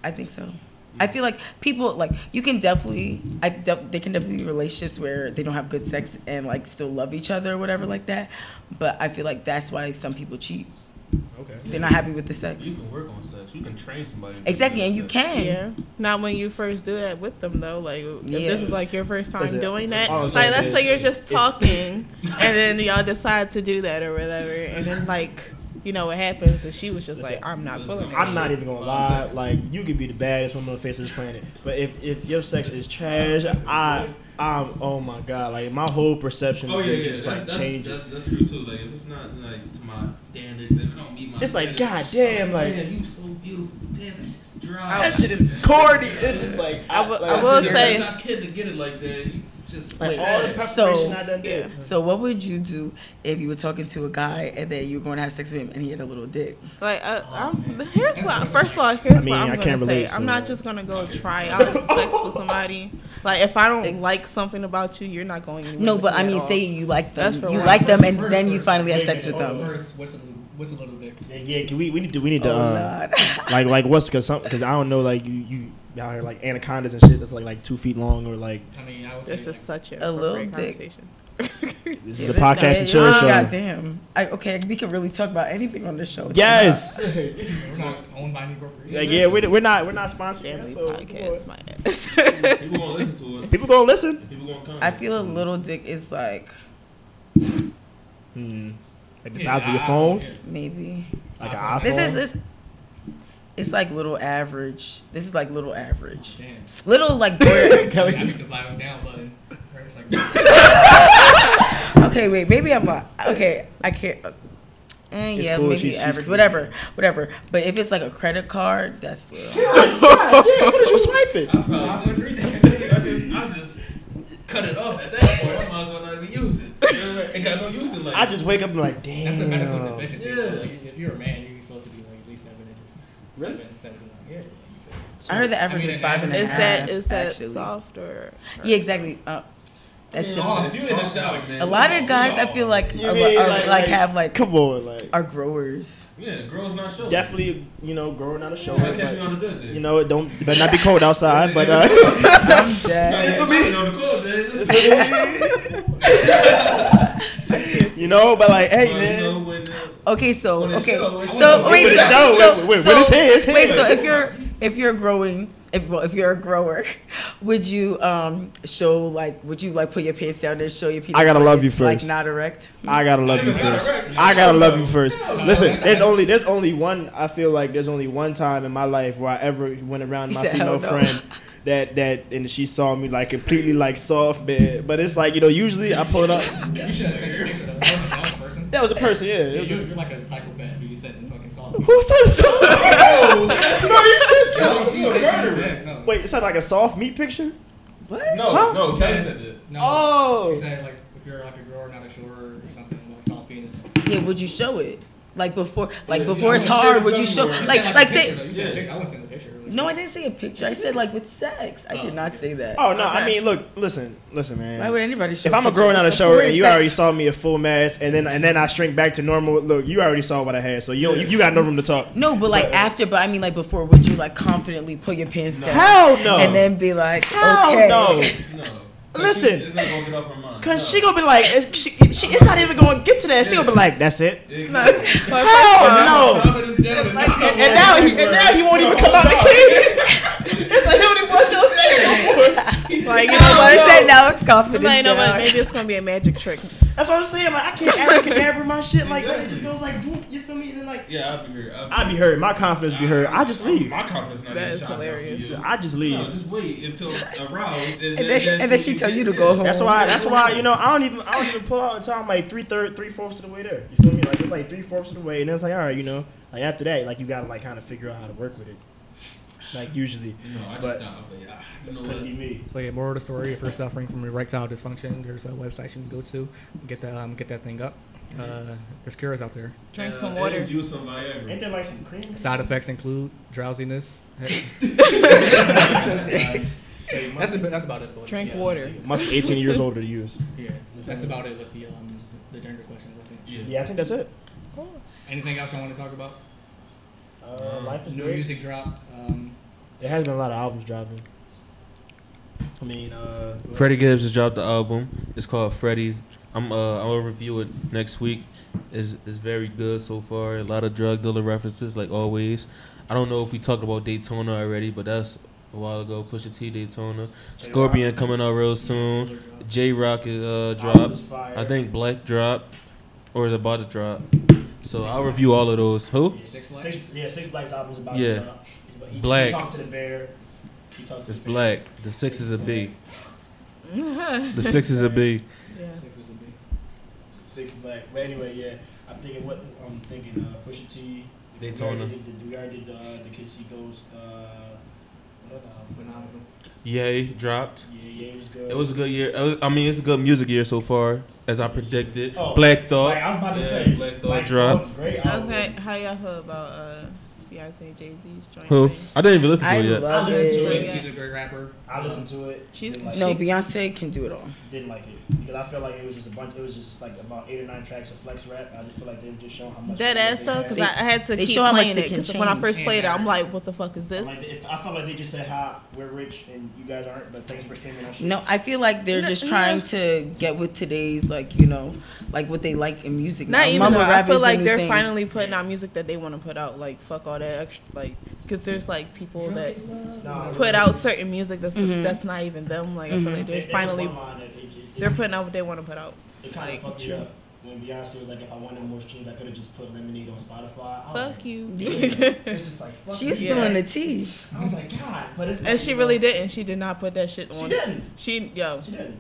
S4: I think so. I feel like people like you can definitely I def- there can definitely be relationships where they don't have good sex and like still love each other or whatever like that. But I feel like that's why some people cheat.
S3: okay.
S4: They're not happy with the sex.
S1: You can work on sex. You can train somebody. to do
S4: Exactly,
S1: good
S4: and you
S1: sex.
S4: can.
S5: Yeah. Not when you first do that with them though. Like if this
S4: Yeah.
S5: is like your first time
S3: Is it-
S5: doing that.
S3: all I'm
S5: Like
S3: saying
S5: let's
S3: is
S5: say you're just
S3: if-
S5: talking and then y'all decide to do that or whatever and then like you know what happens and she was just
S3: Listen,
S5: like, I'm not
S1: listen,
S5: feeling it.
S3: I'm not even gonna lie. Like you could be the baddest woman on the face of this planet, but if if your sex is trash, I I'm oh my god, like my whole perception
S1: Oh
S3: of
S1: yeah,
S3: it
S1: yeah.
S3: just
S1: that's,
S3: like
S1: that's,
S3: changes.
S1: That's, that's true too. Like if it's not like to my standards, if it don't meet my.
S3: It's like
S1: standards,
S3: goddamn, like
S1: man, you so beautiful. Damn, that shit's dry.
S3: that shit is corny. It's just like
S5: I will-
S3: like,
S5: I will
S1: you're
S5: say-
S1: not kidding to get it like that. You just
S3: like,
S1: it's
S3: all the preparation
S1: trash.
S4: So-
S3: I done did.
S4: So what would you do if you were talking to a guy and then you were going to have sex with him and he had a little dick?
S5: Like uh, I'm, here's what. First of all, here's
S3: mean,
S5: what I'm
S3: I
S5: gonna
S3: can't
S5: say.
S3: relate,
S5: I'm
S3: so-
S5: not just gonna go try out sex with somebody. Like if I don't like something about you, you're not going anywhere.
S4: No,
S5: with
S4: but
S5: me
S4: I
S5: at
S4: mean,
S5: all.
S4: say you like
S5: That's
S4: them,
S5: for
S4: you
S5: real.
S4: like them, and
S1: First,
S4: then you
S1: first,
S4: finally have
S3: wait a
S4: sex with
S3: minute, hold
S4: them.
S3: on.
S2: First, what's a little, what's a little dick?
S3: Yeah, yeah, can we we need to we need to
S4: Oh,
S3: uh,
S4: Lord.
S3: like like what's cause some cause I don't know like you you out here like anacondas and shit that's like like two feet long or like
S2: I mean, I would say
S5: this
S2: like,
S5: is such
S4: A
S5: a,
S4: little
S5: appropriate
S4: dick.
S5: conversation.
S3: this
S4: Yeah,
S3: is a
S4: this
S3: podcast
S4: guy-
S3: and chill show.
S4: God damn. I, okay, we can really talk about anything on this show.
S3: Yes.
S2: we're not owned by any corporation.
S3: Like, yeah, we're, we're not we're not sponsored.
S5: Family
S3: yet, so
S5: podcast, my ass.
S1: People gonna listen to it.
S3: People gonna listen.
S1: People gonna come.
S4: I feel a little dick is like
S3: Hmm. Like the size of your phone,
S4: maybe.
S3: like an iPhone.
S4: This is this. It's like little average. This is like little average.
S2: Damn.
S4: Little like border.
S2: I think the fly down button. Right? It's like,
S4: okay, wait. Maybe I'm not. Okay, I can't. Uh, eh,
S3: It's
S4: yeah,
S3: cool,
S4: maybe
S3: she's- she's
S4: average.
S3: cool.
S4: whatever, whatever. But if it's like a credit card, that's little.
S3: God damn, what did you swipe it?
S1: I probably just, I just, I just cut it off at that point. I might as well not even use it. It got no use in like.
S3: I just wake up and be like, damn.
S2: that's a medical deficiency.
S1: Yeah.
S2: Like, if you're a man, you're supposed to be like at least seven inches.
S3: Really?
S2: Seven, seven, like, yeah.
S4: I heard the average
S2: mean,
S4: was
S2: an
S4: five and a
S5: is
S4: half.
S5: that is that
S4: actually.
S5: soft or? or-
S4: Yeah, exactly. Uh, That's
S8: Oh,
S4: different.
S8: if you in the shower, man.
S4: A lot of guys, I feel like,
S3: You
S4: are,
S3: mean,
S4: are,
S3: like-
S4: like, have like
S3: Come on, like
S4: are growers.
S8: Yeah, girls not showing.
S3: definitely, you know, growing out of
S8: Yeah,
S3: show.
S8: they catch me on a good day.
S3: you know, it don't it better not be cold outside, but uh,
S4: I'm
S8: Nah, they
S4: dead.
S8: put me on the cold days.
S3: you know, but like, hey
S8: But,
S3: man,
S8: You know, when, uh,
S4: Okay, so
S8: With a
S4: okay,
S8: show, it's-
S4: so
S8: With
S4: wait,
S3: a
S4: so,
S3: show,
S4: so,
S3: with- with-
S4: so,
S3: with his hair, his hair.
S4: wait, so if you're if you're growing, if well, if you're a grower, would you um show like would you like put your pants down and show your penis?
S3: I gotta
S4: like
S3: love you
S4: it's, like,
S3: first.
S4: not erect.
S3: I gotta love you
S8: Niggas gotta
S3: first.
S8: rap.
S3: I gotta love you
S8: Hell
S3: first.
S8: no.
S3: Listen, there's only there's only one. I feel like there's only one time in my life where I ever went around
S4: You
S3: my
S4: said
S3: female
S4: hell no.
S3: friend that that and she saw me like completely like soft, but but it's like you know usually I pull it up.
S2: You should have taken a picture of that person.
S3: That was a person, yeah. It
S2: You're,
S3: was a-
S2: you're like a psychopath who you said in fucking song.
S3: who said soft? Oh.
S8: no, she's a murderer.
S2: No,
S3: Wait, it sounded like a soft meat picture.
S4: What?
S8: No,
S3: Huh?
S8: no, Sally said that.
S2: no.
S3: Oh.
S2: You said like if you're like a grower, not a shorer or something, like soft penis.
S4: Yeah, would you show it? Like before, like
S8: Yeah,
S4: before
S8: you
S4: it's
S8: know, you
S4: hard.
S8: should've
S4: Would
S8: done
S4: you show
S8: more. You
S4: like
S2: said,
S4: like
S2: a
S4: say?
S2: picture, though. You said a
S8: Yeah.
S2: pic- I wouldn't send the picture. Like,
S4: No, I didn't say a picture. I said like with sex. I did not say that.
S3: Oh no, I
S4: Okay.
S3: mean look, listen, listen, man.
S4: why would anybody show?
S3: if I'm a
S4: pictures?
S3: growing out of
S4: It's
S3: show
S4: weird
S3: and you
S4: fest-
S3: already saw me a full mass and then and then I shrink back to normal, look, you already saw what I had, so you don't- you, you got no room to talk.
S4: No, but like after, but I mean like before, would you like confidently pull your pants down?
S3: Hell no.
S4: And then be like,
S3: Hell
S4: okay.
S3: no.
S8: No.
S3: Oh. Listen.
S8: It's not gonna get off her mind.
S3: Cause she gonna be like, if she, if she it's not even gonna get to that. She gonna be like, that's it.
S8: Exactly.
S3: Hell no.
S8: Confidence down and
S3: Like,
S8: down.
S3: and, and now he and now he won't even come out the cave. it's like him and wash your face no more.
S5: Like, you know
S3: Hell
S5: what?
S4: I
S3: no.
S4: said now it's confident.
S5: Like, you know what?
S4: down.
S5: Maybe it's gonna be a magic trick.
S3: That's what I'm saying. Like I can't abracadabra my shit. Like it just goes like, boop, you feel me? And then like,
S8: Yeah, I'll be hurt.
S3: I be hurt. My confidence be hurt. I just leave.
S8: My confidence not
S5: That
S8: that
S5: is
S8: shot
S5: hilarious.
S8: hilarious.
S3: I just
S8: No,
S3: leave.
S8: just wait until around. And,
S4: And then, and then she tell you to go home.
S3: That's why. That's why. You know, I don't even. I don't even pull out until I'm like three third, three fourths of the way there. You feel me? Like it's like three fourths of the way, and then it's like, all right, you know, like after that, like you gotta like kind of figure out how to work with it. Like usually,
S8: No, I
S3: But-
S8: just stopped. But yeah, you know
S3: couldn't be
S8: what?
S3: me.
S2: So yeah, moral of the story: if you're suffering from erectile dysfunction, there's a website you can go to, get that um, get that thing up. Uh, there's cures out there.
S5: Drink
S8: Uh,
S5: some
S8: and
S5: water.
S8: Use some Viagra.
S3: Ain't there like some cream?
S2: Side effects include drowsiness. that's, ab- that's about it. but,
S5: Drink
S2: yeah.
S5: water.
S3: Must be 18 years older to use.
S2: Yeah, that's about it with the um, the gender questions. I think.
S8: Yeah.
S3: Yeah, I think that's it.
S2: Anything else I want to talk about?
S3: Uh, life is
S2: New
S3: great.
S2: music drop. Um,
S3: There has been a lot of albums dropping. I mean, uh,
S1: Freddie Gibbs has dropped the album. It's called Freddie. I'm uh I'll review it next week. It's it's very good so far. A lot of drug dealer references like always. I don't know if we talked about Daytona already, but that's a while ago. Pusha T Daytona. Scorpion coming out real soon. J Rock is uh
S3: Album
S1: dropped.
S3: is fire.
S1: I think Black dropped or is about to drop. So I'll review all of those. Who?
S3: Yeah,
S2: Six
S3: six,
S2: Black?
S3: six, yeah, Six Black's album's about
S1: Yeah.
S3: to drop. But he,
S1: Black.
S3: He talked to the bear. He talked to
S1: It's
S3: the bear.
S1: Black. The six is a B. The six is a B.
S5: Yeah.
S3: Six is a big. Six Black. But anyway, yeah, I'm thinking what I'm thinking. Uh, Pusha T.
S1: Daytona.
S3: We already did, the- we already did uh, the Kissy Ghost. Uh, what other album?
S2: phenomenal.
S1: Yay dropped.
S3: Yeah, yeah, it was good.
S1: It was a good year. Uh, I mean, it's a good music year so far, as I predicted.
S3: Oh.
S1: Black Thought.
S3: Like, I was about to
S8: Yeah,
S3: say.
S8: Black
S1: Thought
S3: Black
S1: drop.
S3: Thought, Great
S5: I was
S3: album.
S5: gonna, how y'all feel about uh, Beyonce Jay Z's joint?
S1: Who?
S5: thing?
S1: I didn't even listen to
S4: I
S1: it yet.
S4: love
S3: listened to
S4: it.
S3: it.
S2: She's a great rapper.
S3: I listened to it.
S5: She's-
S3: didn't like
S4: No,
S3: it.
S4: Beyonce can do it all.
S3: didn't like it because I felt like it was just a bunch. It was just like about eight or nine tracks of flex rap. I just feel like they were just showing how much
S5: Dead
S3: they-
S5: ass
S3: they
S5: though,
S3: had.
S5: because
S4: They-
S5: I I had to
S4: they
S5: keep
S4: show how much
S5: playing
S4: they
S5: it.
S4: can
S5: 'cause when I
S4: change.
S5: first played it, I'm like, what the fuck is this?
S3: Like, if- I felt like they just said, "Hi, we're rich and you guys aren't," but thanks for streaming our shit.
S4: No, I feel like they're
S5: No,
S4: just
S5: no.
S4: trying to get with today's like you know, like what they like in music.
S5: Not
S4: now.
S5: even
S4: Mumble
S5: though. I
S4: rap
S5: feel
S4: is the
S5: like
S4: new
S5: they're
S4: thing.
S5: finally putting out music that they want to put out. Like fuck all that extra. Like because there's like people that
S3: Nah,
S5: put out certain music that's
S4: Mhm.
S5: that's not even them. Like I
S4: Mhm.
S5: feel
S3: there-
S5: like
S3: there
S5: they're
S3: was
S5: finally
S3: one line that it- it-
S5: they're putting out what they want to put out.
S3: It kind
S5: like,
S3: of fucked me up when Beyonce was like, "If I wanted more streams, I could have just put Lemonade on Spotify."
S4: Oh.
S3: I was
S5: Fuck
S3: like,
S5: you.
S3: "Damn." It's just like fuck.
S4: She was
S3: you.
S5: Yeah.
S4: spilling the tea.
S3: I was like, God, but it's
S5: and she really didn't. She did not put that shit
S3: She
S5: on.
S3: didn't.
S5: She yo
S3: She didn't.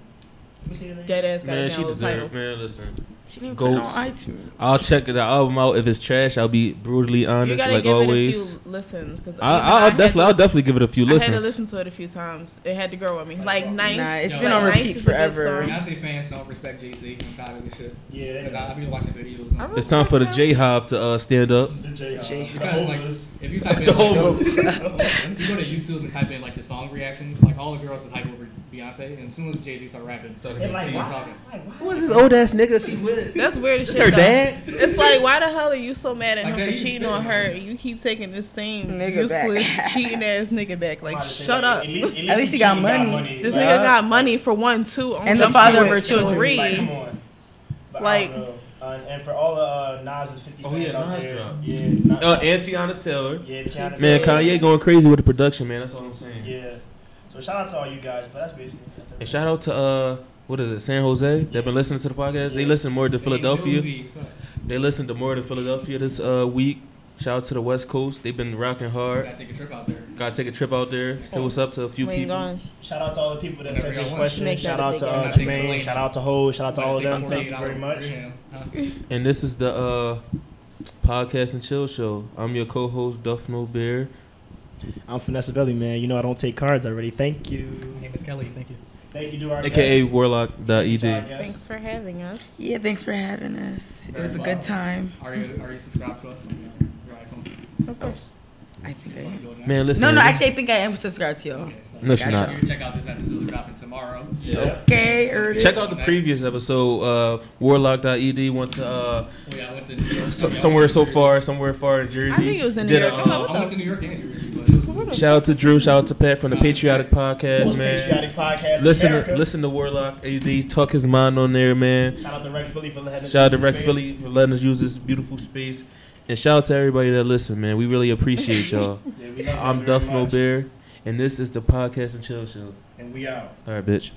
S3: Let me see that again.
S5: dead ass got
S1: Man,
S5: a
S1: she
S5: download
S1: deserved.
S5: title.
S1: Man, listen.
S4: She didn't
S1: Go-
S4: put it on iTunes.
S1: I'll check the album out. If it's trash, I'll be brutally
S5: you
S1: honest,
S5: gotta
S1: like
S5: give
S1: always.
S5: it a few listens because
S1: I, I'll definitely, I'll definitely give it a few
S5: I had to
S1: listens.
S5: listen to it a few times. It had to grow on me. Like nice.
S4: Nah, it's
S5: like,
S2: been on
S4: repeat
S5: Nice is a good
S4: forever.
S5: song.
S2: Beyonce fans don't respect Jay Z. I'm tired of this shit.
S3: Yeah,
S2: Because
S3: that-
S2: I've been watching videos.
S5: I
S2: On,
S5: really
S1: It's time for the
S5: like
S1: J Hop to uh, stand up.
S3: the J.
S2: uh,
S3: J. The
S2: because, like,
S3: Overs.
S2: if you type in,
S1: The
S2: like,
S1: Overs.
S2: if you go to YouTube and type in like the song reactions, like all the girls is hype over Beyonce, and as soon as Jay Z start rapping, so
S3: And like,
S2: Team
S3: why?
S2: talking.
S3: Like, why?
S1: Who is this old ass nigga? She with.
S5: That's weird as
S1: It's
S5: shit.
S1: her
S5: though.
S1: dad.
S5: It's like, why the hell are you so mad at
S2: Like,
S5: him
S2: that
S5: for
S2: you
S5: cheating
S2: said,
S5: on her?
S2: man.
S5: You keep taking this same
S4: Nigga back.
S5: useless, cheating ass nigga back. Like,
S3: Somebody say,
S5: shut
S3: like,
S5: up.
S3: At least,
S4: At least he got
S3: cheated,
S4: money.
S5: This
S3: Like,
S5: nigga got money for one, two, on
S4: And the
S5: Jump
S4: father of
S5: Street,
S4: her children.
S5: Three.
S3: Like, come on. But I
S5: Like-
S3: don't know. Uh, and for all the uh, Nas and 50
S1: Oh,
S3: fans
S1: yeah,
S3: out
S1: Nas
S3: there,
S1: dropped.
S3: yeah, not,
S1: Uh, and Tiana Taylor.
S3: yeah, Tiana
S1: Man,
S3: Taylor,
S1: Kanye going crazy with the production, man. That's all I'm saying.
S3: yeah. So shout out to all you guys, but that's basically. That's
S1: And shout out to uh, what is it, San Jose? They've been listening to the podcast. They listen more to Philadelphia.
S2: Jay-Z, what's up?
S1: They listened to more to Philadelphia this uh, week. Shout out to the West Coast. They've been rocking
S2: You
S1: hard.
S2: gotta take a trip out there.
S1: Gotta take a trip out there. Say what's up to a few
S5: When you
S1: people.
S5: gone.
S3: Shout out to all the people that sent
S2: Whenever
S3: their
S2: y'all want.
S5: Make
S3: questions.
S5: that
S3: Shout
S5: a
S3: out
S5: big
S3: to
S5: effort.
S3: uh,
S2: I think so,
S3: Jermaine.
S2: like-
S3: Shout out to Ho. Shout out to
S2: Gotta
S3: all of
S2: take a
S3: them. Thank you
S2: $48
S3: very much.
S2: Greyhound, huh?
S1: And this is the uh, podcast and chill show. I'm your co-host Duffno Bear.
S3: I'm Vanessa Belly, man. You know I don't take cards already. Thank you.
S2: Hey, Miss Kelly, thank you.
S3: Thank you, do our
S1: aka
S3: guest. Thank you to our
S1: warlock.ed.
S3: guest.
S5: Thanks for having us.
S4: Yeah, thanks for having us. It was a good time.
S2: Are you are you subscribed to us on uh, your iPhone?
S5: Of course.
S4: I think I
S2: You
S4: am.
S2: doing that?
S1: Man, listen.
S4: No, no, actually, I think I am subscribed to y'all.
S2: Okay, so
S1: No, she's
S4: Gotcha.
S1: not.
S2: you can check out this episode dropping tomorrow.
S1: Yeah.
S4: Okay, or
S1: Check out the previous episode. Uh, warlock.ed went to uh,
S2: We, Oh, I went to New York,
S1: so,
S2: we all
S1: somewhere
S2: went to
S1: so
S2: Jersey.
S1: far, somewhere far in Jersey.
S5: I think it was in New
S1: Did a,
S5: York. I'm
S1: uh,
S5: like,
S2: I
S5: what
S2: went
S5: the?
S2: to New York and Jersey, but it was
S5: What the-
S1: Shout out to Drew. Shout out to Pat from the Patriotic Podcast,
S3: Most
S1: man.
S3: patriotic podcast. in
S1: Listen,
S3: America.
S1: listen to Warlock AD talk his mind on there, man.
S3: Shout out to Rec Philly for letting us
S1: Shout out to
S3: use
S1: Rec
S3: the space.
S1: Philly for letting us use this beautiful space, and shout out to everybody that listen, man. We really appreciate y'all.
S3: Yeah, we love you
S1: I'm
S3: very
S1: Duff No
S3: much.
S1: Bear, and this is the podcast and chill show.
S3: And we out.
S1: All right, bitch.